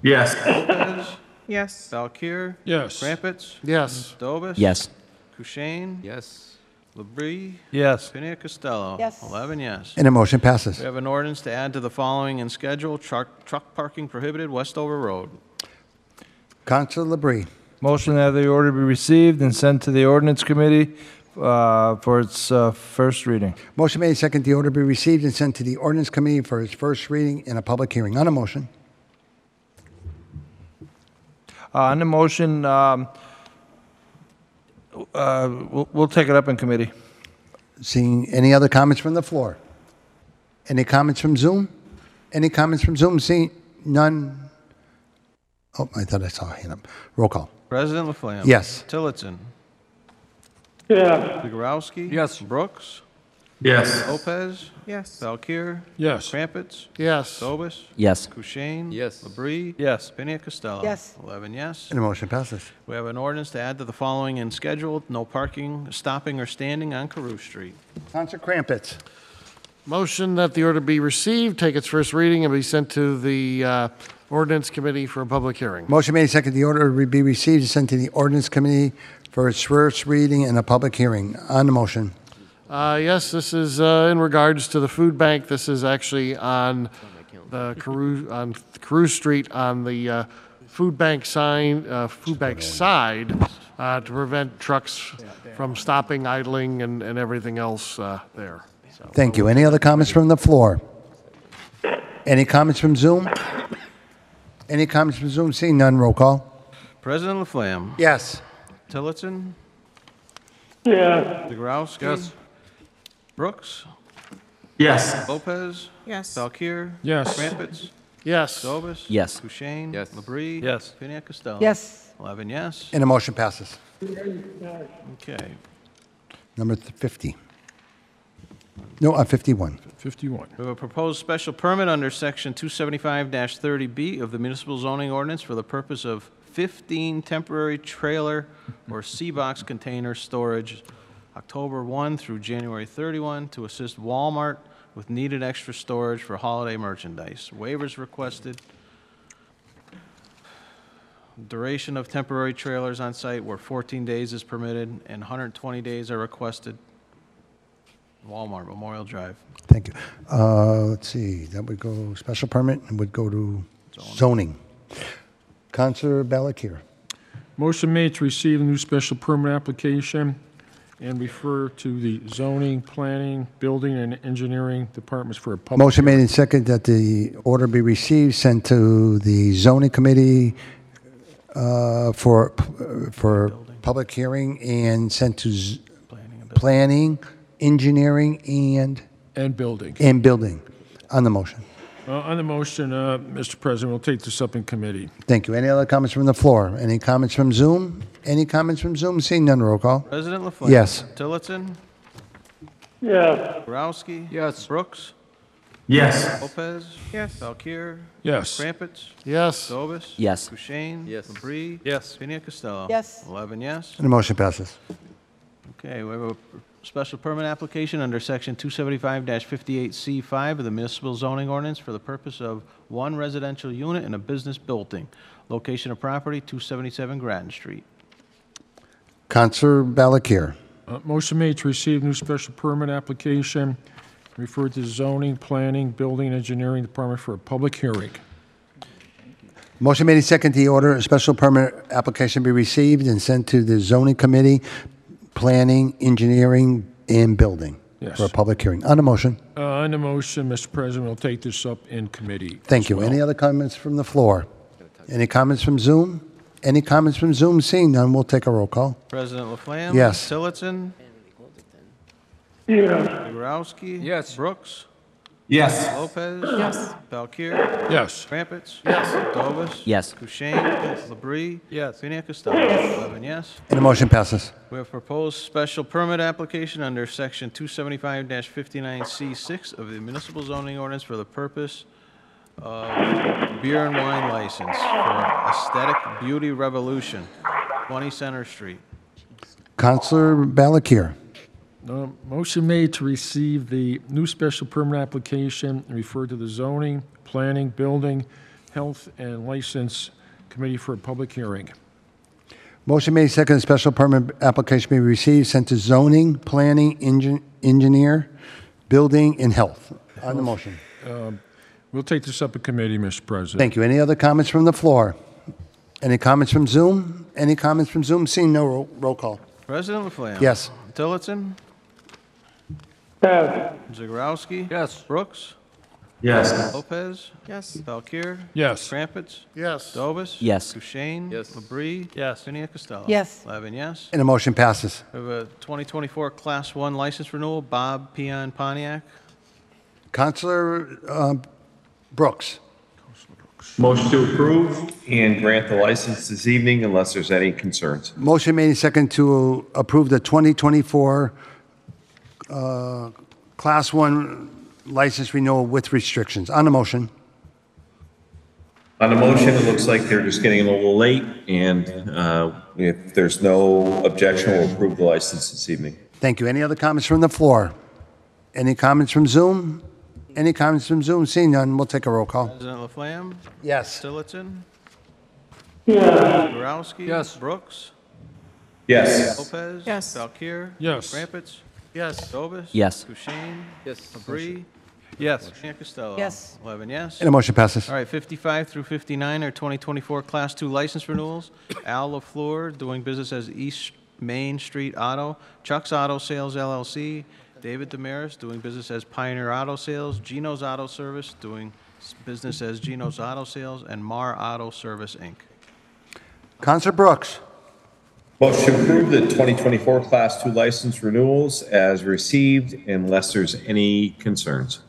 [SPEAKER 1] Yes.
[SPEAKER 22] Lopez?
[SPEAKER 7] Yes.
[SPEAKER 22] Valkir?
[SPEAKER 11] Yes.
[SPEAKER 22] Crumpets?
[SPEAKER 6] Yes.
[SPEAKER 22] Dobis?
[SPEAKER 4] Yes.
[SPEAKER 22] Kushein? Yes. Labrie?
[SPEAKER 12] Yes.
[SPEAKER 22] Pena Costello? Yes. Eleven yes.
[SPEAKER 1] And the motion passes.
[SPEAKER 22] We have an ordinance to add to the following in schedule, truck, truck parking prohibited, Westover Road.
[SPEAKER 1] Council Labrie.
[SPEAKER 12] Motion that the order be received and sent to the ordinance committee uh, for its uh, first reading.
[SPEAKER 1] Motion made, second, the order be received and sent to the ordinance committee for its first reading in a public hearing. On a motion,
[SPEAKER 12] Uh, On the motion, um, uh, we'll we'll take it up in committee.
[SPEAKER 1] seeing any other comments from the floor? Any comments from Zoom? Any comments from Zoom? Seeing none? Oh, I thought I saw a hand up. Roll call.
[SPEAKER 22] President Laflamme?
[SPEAKER 1] Yes.
[SPEAKER 22] Tillotson?
[SPEAKER 23] Yes.
[SPEAKER 22] Zegarowski? Yes. Brooks?
[SPEAKER 23] Yes.
[SPEAKER 22] Lopez?
[SPEAKER 7] Yes.
[SPEAKER 22] Valkir?
[SPEAKER 11] Yes.
[SPEAKER 22] Crumpets?
[SPEAKER 6] Yes.
[SPEAKER 22] Sobis?
[SPEAKER 4] Yes.
[SPEAKER 22] Kushein? Yes. Labrie? Yes. Pena Costello?
[SPEAKER 6] Yes.
[SPEAKER 22] Eleven yes.
[SPEAKER 1] And the motion passes.
[SPEAKER 22] We have an ordinance to add to the following in schedule, no parking, stopping or standing on Carew Street.
[SPEAKER 1] Council Crumpets.
[SPEAKER 6] Motion that the order be received, take its first reading, and be sent to the uh, ordinance committee for a public hearing.
[SPEAKER 1] Motion made, second, the order be received and sent to the ordinance committee for its first reading and a public hearing. On the motion,
[SPEAKER 6] Uh, Yes, this is uh, in regards to the food bank. This is actually on the Carew, on Carew Street, on the uh, food bank sign, uh, food bank side, uh, to prevent trucks from stopping, idling, and and everything else uh, there.
[SPEAKER 1] thank you. Any other comments from the floor? Any comments from Zoom? Any comments from Zoom? Seeing none, roll call.
[SPEAKER 22] President Laflamme?
[SPEAKER 1] Yes.
[SPEAKER 22] Tillotson?
[SPEAKER 23] Yes.
[SPEAKER 22] Zegarowski?
[SPEAKER 23] Yes.
[SPEAKER 22] Brooks?
[SPEAKER 23] Yes.
[SPEAKER 22] Lopez?
[SPEAKER 7] Yes.
[SPEAKER 22] Valkir?
[SPEAKER 11] Yes.
[SPEAKER 22] Crumpets?
[SPEAKER 6] Yes.
[SPEAKER 22] Sobis?
[SPEAKER 4] Yes.
[SPEAKER 22] Kushein? Yes. Labrie?
[SPEAKER 12] Yes.
[SPEAKER 22] Pena Costello?
[SPEAKER 29] Yes.
[SPEAKER 22] Eleven yes.
[SPEAKER 1] And the motion passes.
[SPEAKER 22] Okay.
[SPEAKER 1] Number th- 50. No, uh, 51.
[SPEAKER 11] 51.
[SPEAKER 22] We have a proposed special permit under Section 275-30B of the municipal zoning ordinance for the purpose of 15 temporary trailer or C-box container storage, October 1 through January 31, to assist Walmart with needed extra storage for holiday merchandise. Waivers requested. Duration of temporary trailers on site where 14 days is permitted and 120 days are requested. Walmart Memorial Drive.
[SPEAKER 1] Thank you. Uh, Let's see, that would go special permit and would go to zoning. Counselor Ballakir.
[SPEAKER 11] Motion made to receive a new special permit application and refer to the zoning, planning, building, and engineering departments for a public.
[SPEAKER 1] Motion made and second that the order be received, sent to the zoning committee uh, for, for public hearing and sent to z- planning, engineering, and,
[SPEAKER 11] And building.
[SPEAKER 1] and building on the motion.
[SPEAKER 11] Uh, On the motion, uh, Mr. President, we'll take this up in committee.
[SPEAKER 1] Thank you. Any other comments from the floor? Any comments from Zoom? Any comments from Zoom? Seeing none, roll call.
[SPEAKER 22] President Laflamme?
[SPEAKER 1] Yes.
[SPEAKER 22] Tillotson?
[SPEAKER 23] Yes.
[SPEAKER 22] Borowski? Yes. Brooks?
[SPEAKER 23] Yes.
[SPEAKER 22] Lopez?
[SPEAKER 7] Yes.
[SPEAKER 22] Valkir?
[SPEAKER 11] Yes.
[SPEAKER 22] Crumpets?
[SPEAKER 6] Yes.
[SPEAKER 22] Dobis?
[SPEAKER 1] Yes.
[SPEAKER 22] Kushein? Yes. Labrie? Yes. Pena Costello?
[SPEAKER 29] Yes.
[SPEAKER 22] Eleven yes.
[SPEAKER 1] And the motion passes.
[SPEAKER 22] Okay, we have a special permit application under Section 275-58C5 of the municipal zoning ordinance for the purpose of one residential unit in a business building. Location of property, 277 Grand Street.
[SPEAKER 1] Counselor Ballakir.
[SPEAKER 11] Uh, Motion made to receive new special permit application, refer to zoning, planning, building, and engineering department for a public hearing.
[SPEAKER 1] Motion made and second the order, a special permit application be received and sent to the zoning committee, planning, engineering, and building.
[SPEAKER 11] Yes.
[SPEAKER 1] for a public hearing on a motion.
[SPEAKER 11] Uh, On the motion, Mr. President, we'll take this up in committee.
[SPEAKER 1] Thank you. Any other comments from the floor? Any comments from Zoom? Any comments from Zoom? Seeing none, we'll take a roll call.
[SPEAKER 22] President Laflamme?
[SPEAKER 1] Yes.
[SPEAKER 22] Tillotson?
[SPEAKER 23] Yeah.
[SPEAKER 22] Yagurowski? Yes. Brooks?
[SPEAKER 23] Yes.
[SPEAKER 22] Lopez?
[SPEAKER 23] Yes.
[SPEAKER 22] Valkir?
[SPEAKER 11] Yes.
[SPEAKER 22] Crumpets? Yes. Dovas?
[SPEAKER 1] Yes.
[SPEAKER 22] Kushein? Yes. Labrie? Yes. Pena Costello? Yes. Eleven yes.
[SPEAKER 1] And the motion passes.
[SPEAKER 22] We have proposed special permit application under section 275-59C6 of the municipal zoning ordinance for the purpose of beer and wine license for Aesthetic Beauty Revolution, 20 Center Street.
[SPEAKER 1] Counselor Balakir.
[SPEAKER 11] Uh, Motion made to receive the new special permit application and refer to the zoning, planning, building, health, and license committee for a public hearing.
[SPEAKER 1] Motion made second, that special permit application be received, sent to zoning, planning, engin- engineer, building, and health. On the motion.
[SPEAKER 11] Um, We'll take this up in committee, Mr. President.
[SPEAKER 1] Thank you. Any other comments from the floor? Any comments from Zoom? Any comments from Zoom? Seeing no, roll- roll call.
[SPEAKER 22] President Laflamme?
[SPEAKER 1] Yes.
[SPEAKER 22] Tillotson?
[SPEAKER 23] Yes.
[SPEAKER 22] Zegarowski? Yes. Brooks?
[SPEAKER 23] Yes.
[SPEAKER 22] Lopez? Yes. Valkir?
[SPEAKER 23] Yes.
[SPEAKER 22] Crumpets?
[SPEAKER 6] Yes.
[SPEAKER 22] Dovas?
[SPEAKER 1] Yes.
[SPEAKER 22] Kushein? Yes. Labrie? Yes. Pena Costello?
[SPEAKER 6] Yes.
[SPEAKER 22] Eleven yes.
[SPEAKER 1] And the motion passes.
[SPEAKER 22] We have a 2024 Class 1 license renewal, Bob Peon Pontiac.
[SPEAKER 1] Counselor uh, Brooks.
[SPEAKER 9] Motion to approve and grant the license this evening unless there's any concerns.
[SPEAKER 1] Motion made second to approve the 2024 uh, Class 1 license renewal with restrictions. On the motion.
[SPEAKER 9] On the motion, it looks like they're just getting a little late, and uh, if there's no objection, we'll approve the license this evening.
[SPEAKER 1] Thank you. Any other comments from the floor? Any comments from Zoom? Any comments from Zoom? Seeing none, we'll take a roll call.
[SPEAKER 22] President Laflamme?
[SPEAKER 1] Yes.
[SPEAKER 22] Tillotson?
[SPEAKER 1] Yes.
[SPEAKER 22] Borowski? Yes. Brooks?
[SPEAKER 9] Yes.
[SPEAKER 22] Lopez? Yes. Valkir?
[SPEAKER 9] Yes.
[SPEAKER 22] Crumpets? Yes. Dobis?
[SPEAKER 1] Yes.
[SPEAKER 22] Kushein? Yes. Labrie? Yes. Pena Costello?
[SPEAKER 29] Yes.
[SPEAKER 22] Eleven yes.
[SPEAKER 1] And the motion passes.
[SPEAKER 22] All right, 55 through 59 are 2024 Class 2 license renewals. Al LaFleur, doing business as East Main Street Auto, Chuck's Auto Sales LLC, David Damaris, doing business as Pioneer Auto Sales, Gino's Auto Service, doing s- business as Gino's Auto Sales, and Mar Auto Service, Inc.
[SPEAKER 1] Counselor Brooks.
[SPEAKER 9] Motion to approve the 2024 Class 2 license renewals as received unless there's any concerns.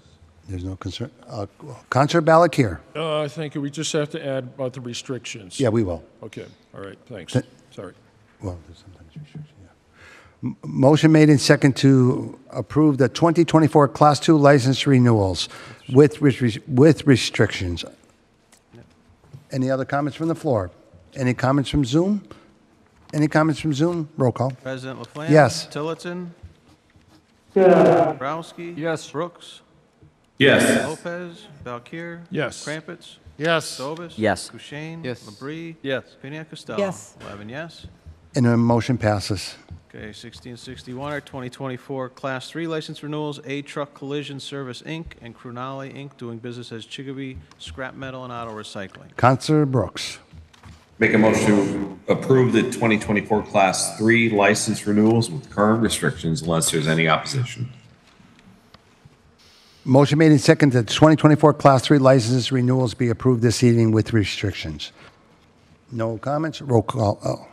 [SPEAKER 1] There's no concern. Uh, Counselor Balakir.
[SPEAKER 11] Uh, thank you. We just have to add about the restrictions.
[SPEAKER 1] Yeah, we will.
[SPEAKER 11] Okay, all right, thanks.
[SPEAKER 1] Th-
[SPEAKER 11] Sorry.
[SPEAKER 1] Well, there's sometimes restrictions, yeah. M- Motion made and second to approve the 2024 Class 2 license renewals with, res- with restrictions. Any other comments from the floor? Any comments from Zoom? Any comments from Zoom? Roll call.
[SPEAKER 22] President Laflamme?
[SPEAKER 1] Yes.
[SPEAKER 22] Tillotson?
[SPEAKER 23] Yeah.
[SPEAKER 22] Borowski? Yes. Brooks?
[SPEAKER 23] Yes.
[SPEAKER 22] Lopez? Valkir?
[SPEAKER 23] Yes.
[SPEAKER 22] Crumpets?
[SPEAKER 6] Yes.
[SPEAKER 22] Dobis?
[SPEAKER 1] Yes.
[SPEAKER 22] Kushein?
[SPEAKER 2] Yes.
[SPEAKER 22] Labrie? Yes. Pena Costello?
[SPEAKER 6] Yes.
[SPEAKER 22] Eleven yes.
[SPEAKER 1] And the motion passes.
[SPEAKER 22] Okay, 1661 are 2024 Class 3 license renewals, A Truck Collision Service, Inc., and Crunali, Inc., doing business as Chicopee Scrap Metal and Auto Recycling.
[SPEAKER 1] Counselor Brooks.
[SPEAKER 9] Make a motion to approve the 2024 Class 3 license renewals with current restrictions unless there's any opposition.
[SPEAKER 1] Motion made and second that 2024 Class 3 license renewals be approved this evening with restrictions. No comments? Roll call. Oh,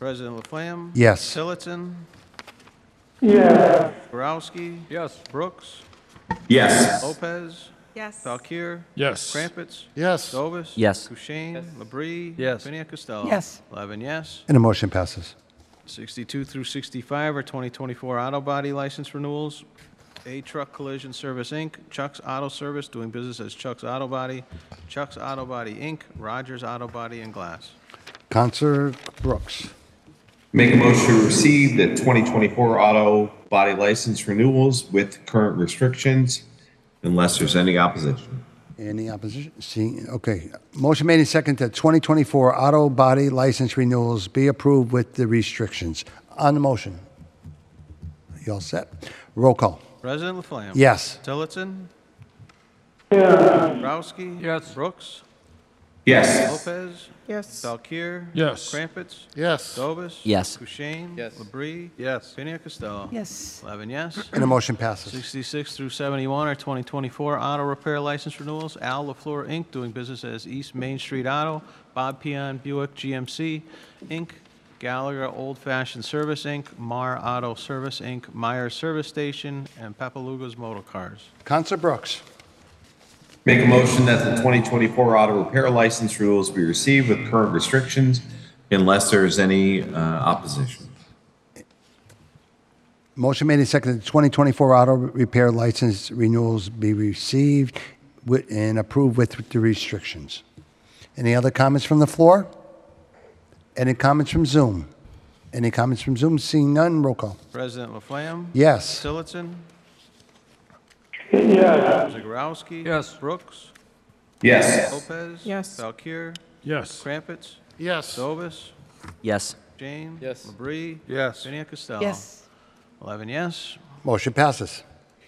[SPEAKER 22] President Laflamme?
[SPEAKER 1] Yes.
[SPEAKER 22] Tillotson?
[SPEAKER 23] Yeah.
[SPEAKER 22] Borowski? Yes. Brooks?
[SPEAKER 9] Yes.
[SPEAKER 22] Lopez?
[SPEAKER 7] Yes.
[SPEAKER 22] Valkir?
[SPEAKER 9] Yes.
[SPEAKER 22] Crumpets?
[SPEAKER 6] Yes.
[SPEAKER 22] Dovas?
[SPEAKER 1] Yes.
[SPEAKER 22] Kushein? Labrie?
[SPEAKER 12] Yes.
[SPEAKER 22] Pena Costello?
[SPEAKER 12] Yes.
[SPEAKER 22] 11 yes.
[SPEAKER 1] and the motion passes.
[SPEAKER 22] 62 through 65 are 2024 auto body license renewals. A Truck Collision Service, Inc., Chuck's Auto Service, doing business as Chuck's Auto Body, Chuck's Auto Body, Inc., Rogers Auto Body and Glass.
[SPEAKER 1] Counselor Brooks.
[SPEAKER 9] Make a motion to receive the 2024 auto body license renewals with current restrictions unless there's any opposition.
[SPEAKER 1] Any opposition? Seeing, okay. Motion made and second that 2024 auto body license renewals be approved with the restrictions. On the motion. You all set? Roll call.
[SPEAKER 22] President Laflamme?
[SPEAKER 1] Yes.
[SPEAKER 22] Tillotson?
[SPEAKER 23] Yeah.
[SPEAKER 22] Dombrowski? Yes. Brooks?
[SPEAKER 25] Yes.
[SPEAKER 22] Lopez.
[SPEAKER 7] Yes.
[SPEAKER 22] Valkir.
[SPEAKER 13] Yes.
[SPEAKER 22] Crumpets.
[SPEAKER 8] Yes.
[SPEAKER 22] Dobis.
[SPEAKER 4] Yes.
[SPEAKER 22] Kushein. Yes. Labrie. Yes. Pena Costello.
[SPEAKER 12] Yes.
[SPEAKER 22] Eleven yes.
[SPEAKER 1] And the motion passes.
[SPEAKER 22] 66 through 71 are 2024 auto repair license renewals. Al LaFleur, Inc., doing business as East Main Street Auto, Bob Pion Buick GMC, Inc., Gallagher Old Fashioned Service, Inc., Mar Auto Service, Inc., Meyer Service Station, and Papalugas Motor Cars.
[SPEAKER 1] Council Brooks.
[SPEAKER 25] Make a motion that the 2024 auto repair license rules be received with current restrictions unless there's any uh, opposition.
[SPEAKER 1] Motion made and seconded, 2024 auto repair license renewals be received with- and approved with the restrictions. Any other comments from the floor? Any comments from Zoom? Any comments from Zoom? Seeing none, roll call.
[SPEAKER 22] President Laflamme?
[SPEAKER 1] Yes.
[SPEAKER 22] Tillotson?
[SPEAKER 23] Yes.
[SPEAKER 22] Zagorowski? Yes. Brooks?
[SPEAKER 25] Yes.
[SPEAKER 22] Lopez?
[SPEAKER 7] Yes.
[SPEAKER 22] Valkir?
[SPEAKER 13] Yes.
[SPEAKER 22] Crumpets?
[SPEAKER 8] Yes.
[SPEAKER 22] Dobis?
[SPEAKER 4] Yes.
[SPEAKER 22] James? Yes. Labrie? Yes. Pena Costello?
[SPEAKER 12] Yes.
[SPEAKER 22] 11 yes.
[SPEAKER 1] Motion passes.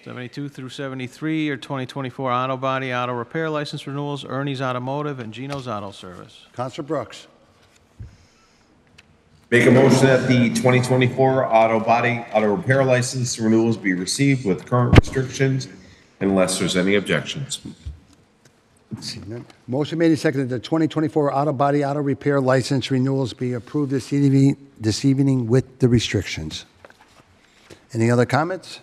[SPEAKER 22] 72 through 73 are 2024 auto body, auto repair license renewals, Ernie's Automotive, and Gino's Auto Service.
[SPEAKER 1] Council Brooks.
[SPEAKER 25] Make a motion that the 2024 auto body auto repair license renewals be received with current restrictions unless there's any objections.
[SPEAKER 1] Seeing none. Motion made and seconded, the 2024 auto body auto repair license renewals be approved this evening, this evening with the restrictions. Any other comments?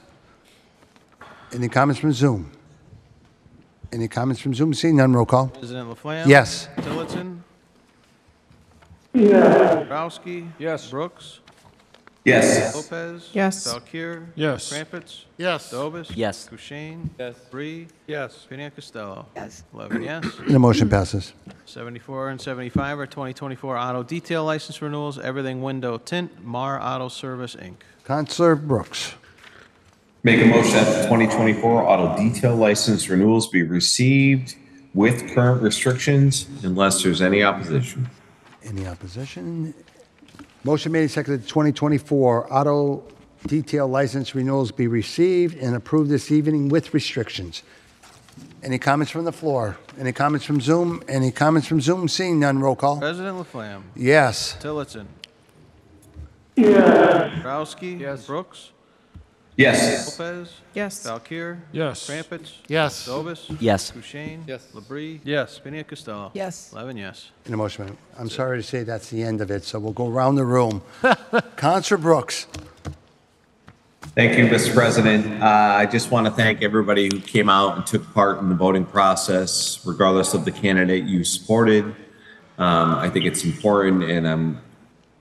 [SPEAKER 1] Any comments from Zoom? Any comments from Zoom? Seeing none, roll call.
[SPEAKER 22] President Laflamme?
[SPEAKER 1] Yes.
[SPEAKER 22] Tillotson?
[SPEAKER 23] Yes.
[SPEAKER 22] Dombrowski? Yes. Brooks?
[SPEAKER 25] Yes.
[SPEAKER 22] Lopez?
[SPEAKER 7] Yes.
[SPEAKER 22] Valkir?
[SPEAKER 13] Yes.
[SPEAKER 22] Crumpets?
[SPEAKER 8] Yes.
[SPEAKER 22] Dobis?
[SPEAKER 4] Yes.
[SPEAKER 22] Kushein? Yes. Bree? Yes. Pena Costello? Yes. Eleven yes.
[SPEAKER 1] The motion passes.
[SPEAKER 22] 74 and 75 are 2024 auto detail license renewals, Everything Window Tint, Mar Auto Service, Inc.
[SPEAKER 1] Counselor Brooks.
[SPEAKER 25] Make a motion that the 2024 auto detail license renewals be received with current restrictions unless there's any opposition.
[SPEAKER 1] Any opposition? Motion made and seconded, 2024 auto detail license renewals be received and approved this evening with restrictions. Any comments from the floor? Any comments from Zoom? Any comments from Zoom? Seeing none, roll call.
[SPEAKER 22] President Laflamme?
[SPEAKER 1] Yes.
[SPEAKER 22] Tillotson?
[SPEAKER 23] Yes.
[SPEAKER 22] Dombrowski? Yes. Brooks?
[SPEAKER 25] Yes.
[SPEAKER 22] Lopez?
[SPEAKER 7] Yes.
[SPEAKER 22] Valkir?
[SPEAKER 13] Yes.
[SPEAKER 22] Crumpets?
[SPEAKER 8] Yes.
[SPEAKER 22] Dobis?
[SPEAKER 4] Yes.
[SPEAKER 22] Kushein?
[SPEAKER 39] Yes.
[SPEAKER 22] Labrie?
[SPEAKER 39] Yes.
[SPEAKER 22] Pena Costello?
[SPEAKER 12] Yes.
[SPEAKER 22] 11 yes.
[SPEAKER 1] In a motion, I'm sorry to say that's the end of it, so we'll go around the room. Counselor Brooks.
[SPEAKER 25] Thank you, Mr. President. Uh, I just want to thank everybody who came out and took part in the voting process, regardless of the candidate you supported. Um, I think it's important, and I'm,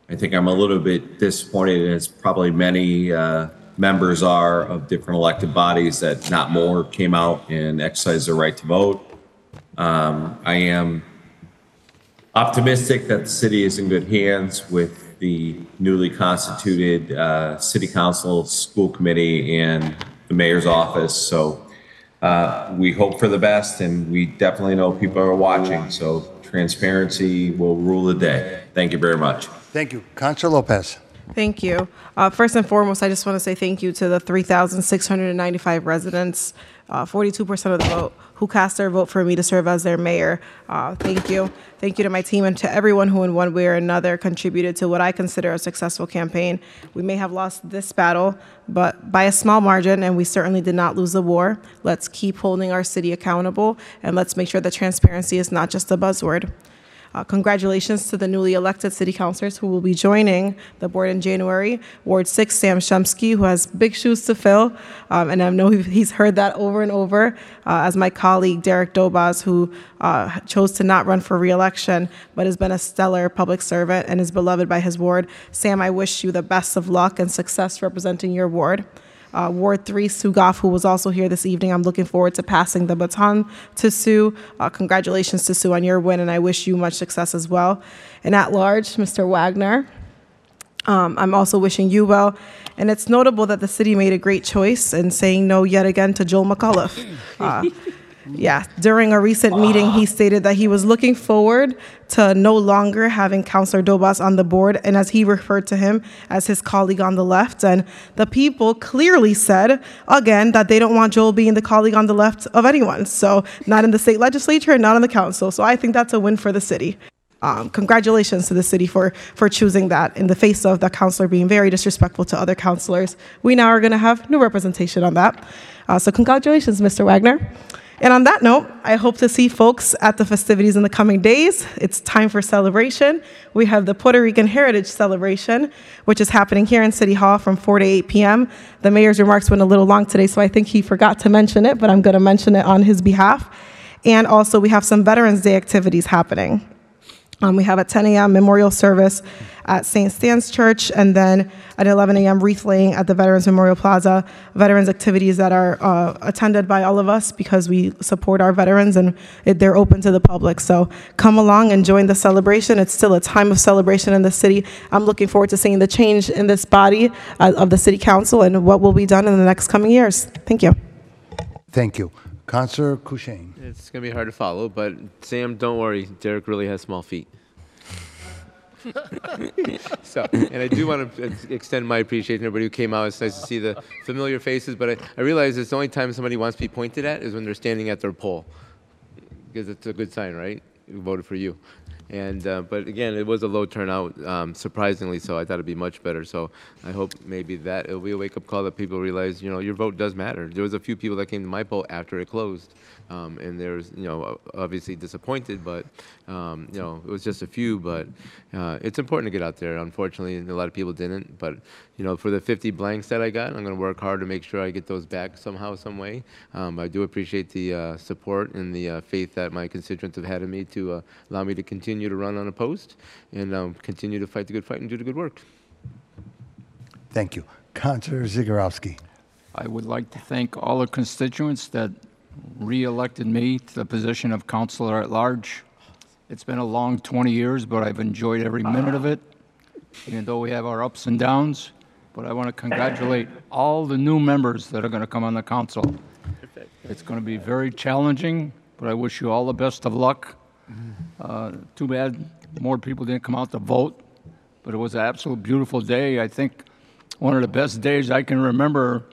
[SPEAKER 25] I think I'm a little bit disappointed, as probably many uh, members are of different elected bodies, that not more came out and exercised their right to vote. Um, I am optimistic that the city is in good hands with the newly constituted uh, city council, school committee, and the mayor's office. So uh, we hope for the best, and we definitely know people are watching. So transparency will rule the day. Thank you very much.
[SPEAKER 1] Thank you. Counselor Lopez.
[SPEAKER 7] Thank you. Uh, first and foremost, I just want to say thank you to the 3,695 residents, uh, 42% of the vote, who cast their vote for me to serve as their mayor. Uh, thank you. Thank you to my team and to everyone who, in one way or another, contributed to what I consider a successful campaign. We may have lost this battle, but by a small margin, and we certainly did not lose the war. Let's keep holding our city accountable, and let's make sure that transparency is not just a buzzword. Uh, congratulations to the newly elected city councilors who will be joining the board in January. Ward 6, Sam Shumsky, who has big shoes to fill, um, and I know he- he's heard that over and over, uh, as my colleague Derek Dobaz, who uh, chose to not run for reelection, but has been a stellar public servant and is beloved by his ward. Sam, I wish you the best of luck and success representing your ward. Uh, Ward 3, Sue Goff, who was also here this evening. I'm looking forward to passing the baton to Sue. Uh, congratulations to Sue on your win, and I wish you much success as well. And at large, Mr. Wagner. Um, I'm also wishing you well. And it's notable that the city made a great choice in saying no yet again to Joel McAuliffe. Uh, Yeah, during a recent meeting, he stated that he was looking forward to no longer having Counselor Dobas on the board, and as he referred to him as his colleague on the left. And the people clearly said, again, that they don't want Joel being the colleague on the left of anyone. So, not in the state legislature and not on the council. So, I think that's a win for the city. Um, congratulations to the city for, for choosing that in the face of the counselor being very disrespectful to other counselors. We now are going to have new representation on that. Uh, so, congratulations, Mr. Wagner. And on that note, I hope to see folks at the festivities in the coming days. It's time for celebration. We have the Puerto Rican Heritage Celebration, which is happening here in City Hall from 4 to 8 p.m. The mayor's remarks went a little long today, so I think he forgot to mention it, but I'm going to mention it on his behalf. And also, we have some Veterans Day activities happening. Um, we have a 10 a.m. memorial service at St. Stan's Church, and then at 11 a.m. wreath laying at the Veterans Memorial Plaza. Veterans activities that are uh, attended by all of us because we support our veterans and it, they're open to the public. So come along and join the celebration. It's still a time of celebration in the city. I'm looking forward to seeing the change in this body uh, of the City Council and what will be done in the next coming years. Thank you.
[SPEAKER 1] Thank you. Counselor Kushein.
[SPEAKER 24] It's going to be hard to follow, but Sam, don't worry. Derek really has small feet. so, and I do want to extend my appreciation to everybody who came out. It's nice to see the familiar faces, but I, I realize it's the only time somebody wants to be pointed at is when they're standing at their poll, because it's a good sign, right? Who voted for you. And uh, but again, it was a low turnout, um, surprisingly. So I thought it'd be much better. So I hope maybe that it'll be a wake-up call that people realize, you know, your vote does matter. There was a few people that came to my poll after it closed, um, and there's, you know, obviously disappointed, but um, you know, it was just a few. But uh, it's important to get out there. Unfortunately, and a lot of people didn't. But you know, for the 50 blanks that I got, I'm going to work hard to make sure I get those back somehow, some way. Um, I do appreciate the uh, support and the uh, faith that my constituents have had in me to uh, allow me to continue to run unopposed and um, continue to fight the good fight and do the good work.
[SPEAKER 1] Thank you. Counselor Zagorowski.
[SPEAKER 3] I would like to thank all the constituents that re-elected me to the position of counselor at large. It's been a long 20 years, but I've enjoyed every minute of it, even though we have our ups and downs. But I want to congratulate all the new members that are going to come on the council. It's going to be very challenging, but I wish you all the best of luck. Uh, Too bad more people didn't come out to vote, but it was an absolute beautiful day. I think one of the best days I can remember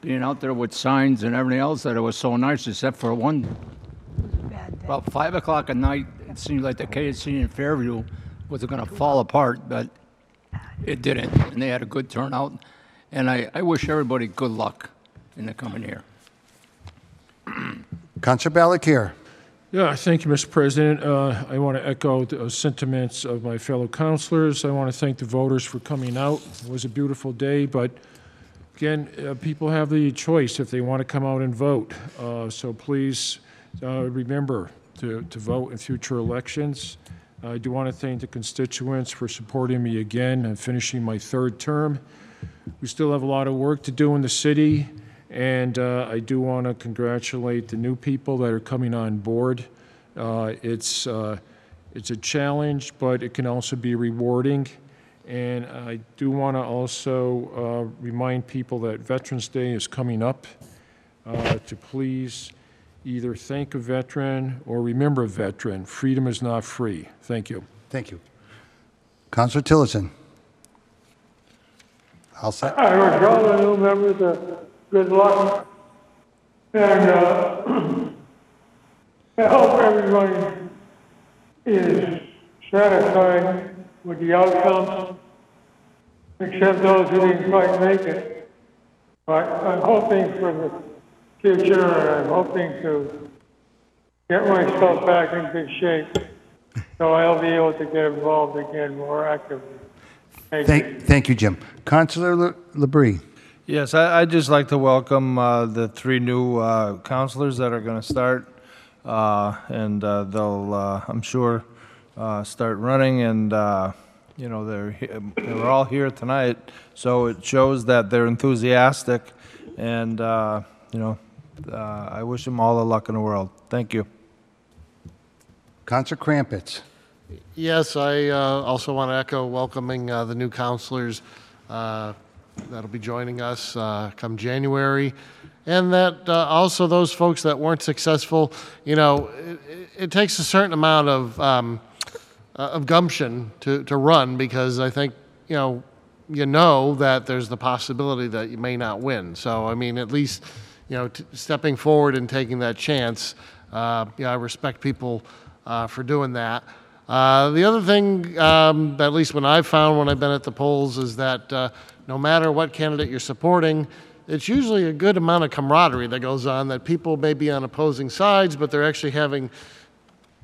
[SPEAKER 3] being out there with signs and everything else, that it was so nice, except for one, about 5 o'clock at night, it seemed like the KSC in Fairview was going to fall apart, but it didn't, and they had a good turnout. And I, I wish everybody good luck in the coming year.
[SPEAKER 1] Counselor Ballakir.
[SPEAKER 11] Yeah, thank you, Mr. President. Uh, I want to echo the sentiments of my fellow counselors. I want to thank the voters for coming out. It was a beautiful day, but again, uh, people have the choice if they want to come out and vote. Uh, so please uh, remember to, to vote in future elections. I do want to thank the constituents for supporting me again and finishing my third term. We still have a lot of work to do in the city, and uh, I do want to congratulate the new people that are coming on board. Uh, it's, uh, it's a challenge, but it can also be rewarding. And I do want to also uh, remind people that Veterans Day is coming up, uh, to please either thank a veteran or remember a veteran. Freedom is not free. Thank you.
[SPEAKER 1] Thank you. Counselor Tillotson. I'll say.
[SPEAKER 23] I wish all the new members uh, good luck. And uh, I hope everyone is satisfied with the outcome, except those who didn't quite make it. But I'm hoping for the future, and I'm hoping to get myself back in good shape, so I'll be able to get involved again more actively. Thank you.
[SPEAKER 1] Thank, thank you, Jim. Counselor Le- Labrie.
[SPEAKER 12] Yes, I, I'd just like to welcome uh, the three new uh, counselors that are going to start. Uh, and uh, they'll, uh, I'm sure, uh, start running. And, uh, you know, they're, he- they're all here tonight. So it shows that they're enthusiastic. And, uh, you know, uh, I wish them all the luck in the world. Thank you.
[SPEAKER 1] Counselor Crumpets.
[SPEAKER 6] Yes, I uh, also want to echo welcoming uh, the new counselors, uh, that'll be joining us uh, come January. And that uh, also those folks that weren't successful, you know, it, it- it takes a certain amount of, um, uh, of gumption to, to run because I think, you know, you know that there's the possibility that you may not win. So, I mean, at least, you know, t- stepping forward and taking that chance, uh, yeah, I respect people uh, for doing that. Uh, the other thing, um, that at least when I've found when I've been at the polls, is that uh, no matter what candidate you're supporting, it's usually a good amount of camaraderie that goes on. That people may be on opposing sides, but they're actually having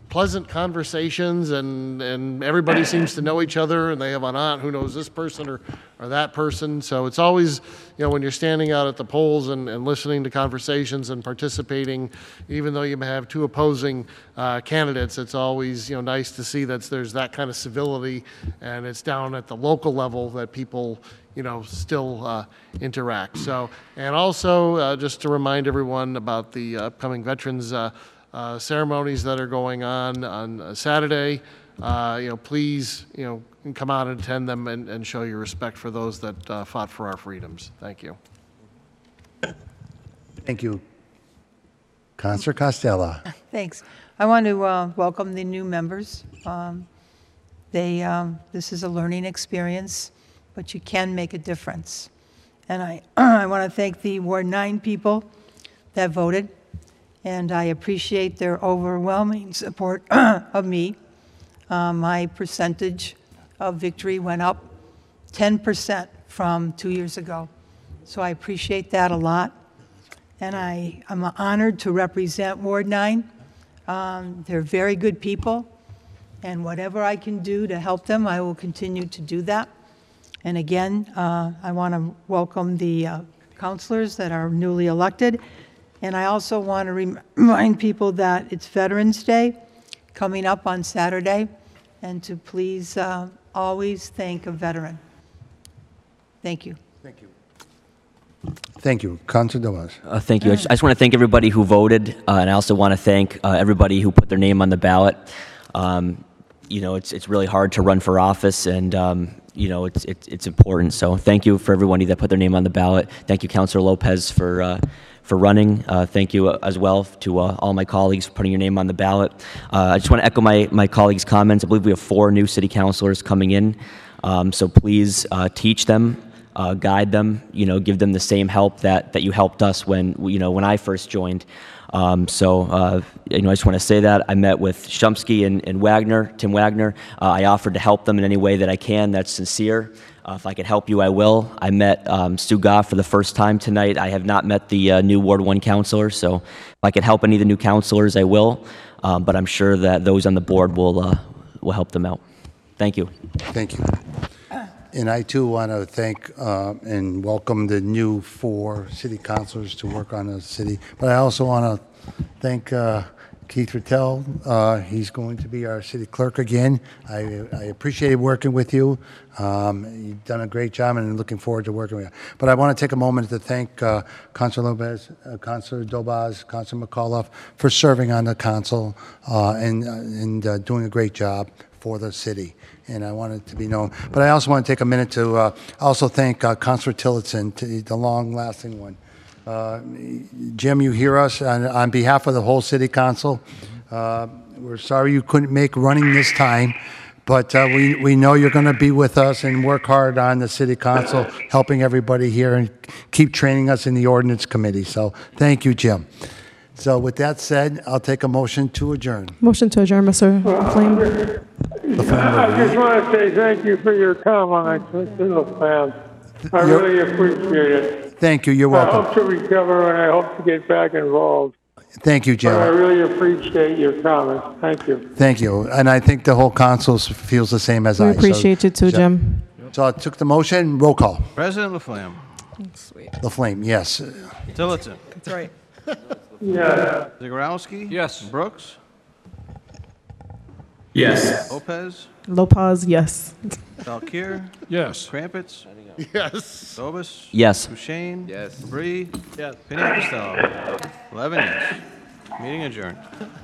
[SPEAKER 6] pleasant conversations and, and everybody seems to know each other and they have an aunt who knows this person or, or that person. So it's always, you know, when you're standing out at the polls and, and listening to conversations and participating, even though you may have two opposing uh, candidates, it's always, you know, nice to see that there's that kind of civility and it's down at the local level that people, you know, still uh, interact. So, and also uh, just to remind everyone about the upcoming Veterans uh, uh, ceremonies that are going on on uh, Saturday. Uh, you know, please, you know, come out and attend them and, and show your respect for those that uh, fought for our freedoms. Thank you.
[SPEAKER 1] Thank you. Counselor Costello.
[SPEAKER 29] Thanks. I want to uh, welcome the new members. Um, They, um, this is a learning experience, but you can make a difference. And I, I want to thank the Ward 9 people that voted, and I appreciate their overwhelming support of me. Uh, My percentage of victory went up 10% from two years ago, so I appreciate that a lot and I am honored to represent Ward 9. Um, They're very good people, and whatever I can do to help them, I will continue to do that. And again, uh, I want to welcome the uh, counselors that are newly elected, and I also want to remind people that it's Veterans Day coming up on Saturday, and to please uh, always thank a veteran. Thank you.
[SPEAKER 1] Thank you. Thank you. Counselor Dobas.
[SPEAKER 4] Uh, thank you. I just, I just want to thank everybody who voted, uh, and I also want to thank uh, everybody who put their name on the ballot. Um, you know, it's it's really hard to run for office, and um, you know, it's, it's it's important. So thank you for everyone that put their name on the ballot. Thank you, Councilor Lopez, for uh, for running. Uh, thank you uh, as well to uh, all my colleagues for putting your name on the ballot. Uh, I just want to echo my my colleagues' comments. I believe we have four new city councilors coming in, um, so please uh, teach them uh, guide them, you know, give them the same help that, that you helped us when, you know, when I first joined. Um, so, uh, you know, I just want to say that I met with Shumsky and, and Wagner, Tim Wagner. Uh, I offered to help them in any way that I can that's sincere. Uh, if I could help you, I will. I met um, Stu Goff for the first time tonight. I have not met the uh, new Ward 1 counselor, so if I could help any of the new counselors, I will. Um, but I'm sure that those on the board will, uh, will help them out. Thank you.
[SPEAKER 1] Thank you. And I too want to thank uh, and welcome the new four city councilors to work on the city. But I also want to thank uh, Keith Rattel. Uh, He's going to be our city clerk again. I I appreciate working with you. Um, You've done a great job and I'm looking forward to working with you. But I want to take a moment to thank uh, Councilor Lopez, uh, Councilor Dobaz, Councilor McAuliffe for serving on the council uh, and and uh, doing a great job for the city, and I want it to be known. But I also want to take a minute to uh, also thank uh, Councilor Tillotson, t- the long-lasting one. Uh, Jim, you hear us on, on behalf of the whole city council. Uh, we're sorry you couldn't make running this time, but uh, we, we know you're going to be with us and work hard on the city council, helping everybody here and keep training us in the ordinance committee. So thank you, Jim. So with that said, I'll take a motion to adjourn.
[SPEAKER 7] Motion to adjourn, Mr. Flame.
[SPEAKER 23] I just want to say thank you for your comments, Mr. LaFlamme. I
[SPEAKER 1] You're-
[SPEAKER 23] really appreciate it.
[SPEAKER 1] Thank you. You're
[SPEAKER 23] I
[SPEAKER 1] welcome.
[SPEAKER 23] hope to recover and I hope to get back involved.
[SPEAKER 1] Thank you, Jim.
[SPEAKER 23] But I really appreciate your comments. Thank you.
[SPEAKER 1] Thank you. And I think the whole council s- feels the same as
[SPEAKER 7] We
[SPEAKER 1] I. so-
[SPEAKER 7] appreciate you too, Jim.
[SPEAKER 1] So I took the motion, roll call.
[SPEAKER 22] President Laflamme. Sweet.
[SPEAKER 1] The flame, yes.
[SPEAKER 22] Tillotson.
[SPEAKER 7] That's right.
[SPEAKER 23] Yeah.
[SPEAKER 22] Zagorowski. Yes. Brooks.
[SPEAKER 9] Yes.
[SPEAKER 22] Lopez.
[SPEAKER 7] Lopez, yes.
[SPEAKER 22] Valkir.
[SPEAKER 11] Yes.
[SPEAKER 22] Krampitz. Yes. Sobus.
[SPEAKER 4] Yes.
[SPEAKER 22] Duchesne. Yes. Bree. Yes. Piniac Costello. Eleven yes. Meeting adjourned.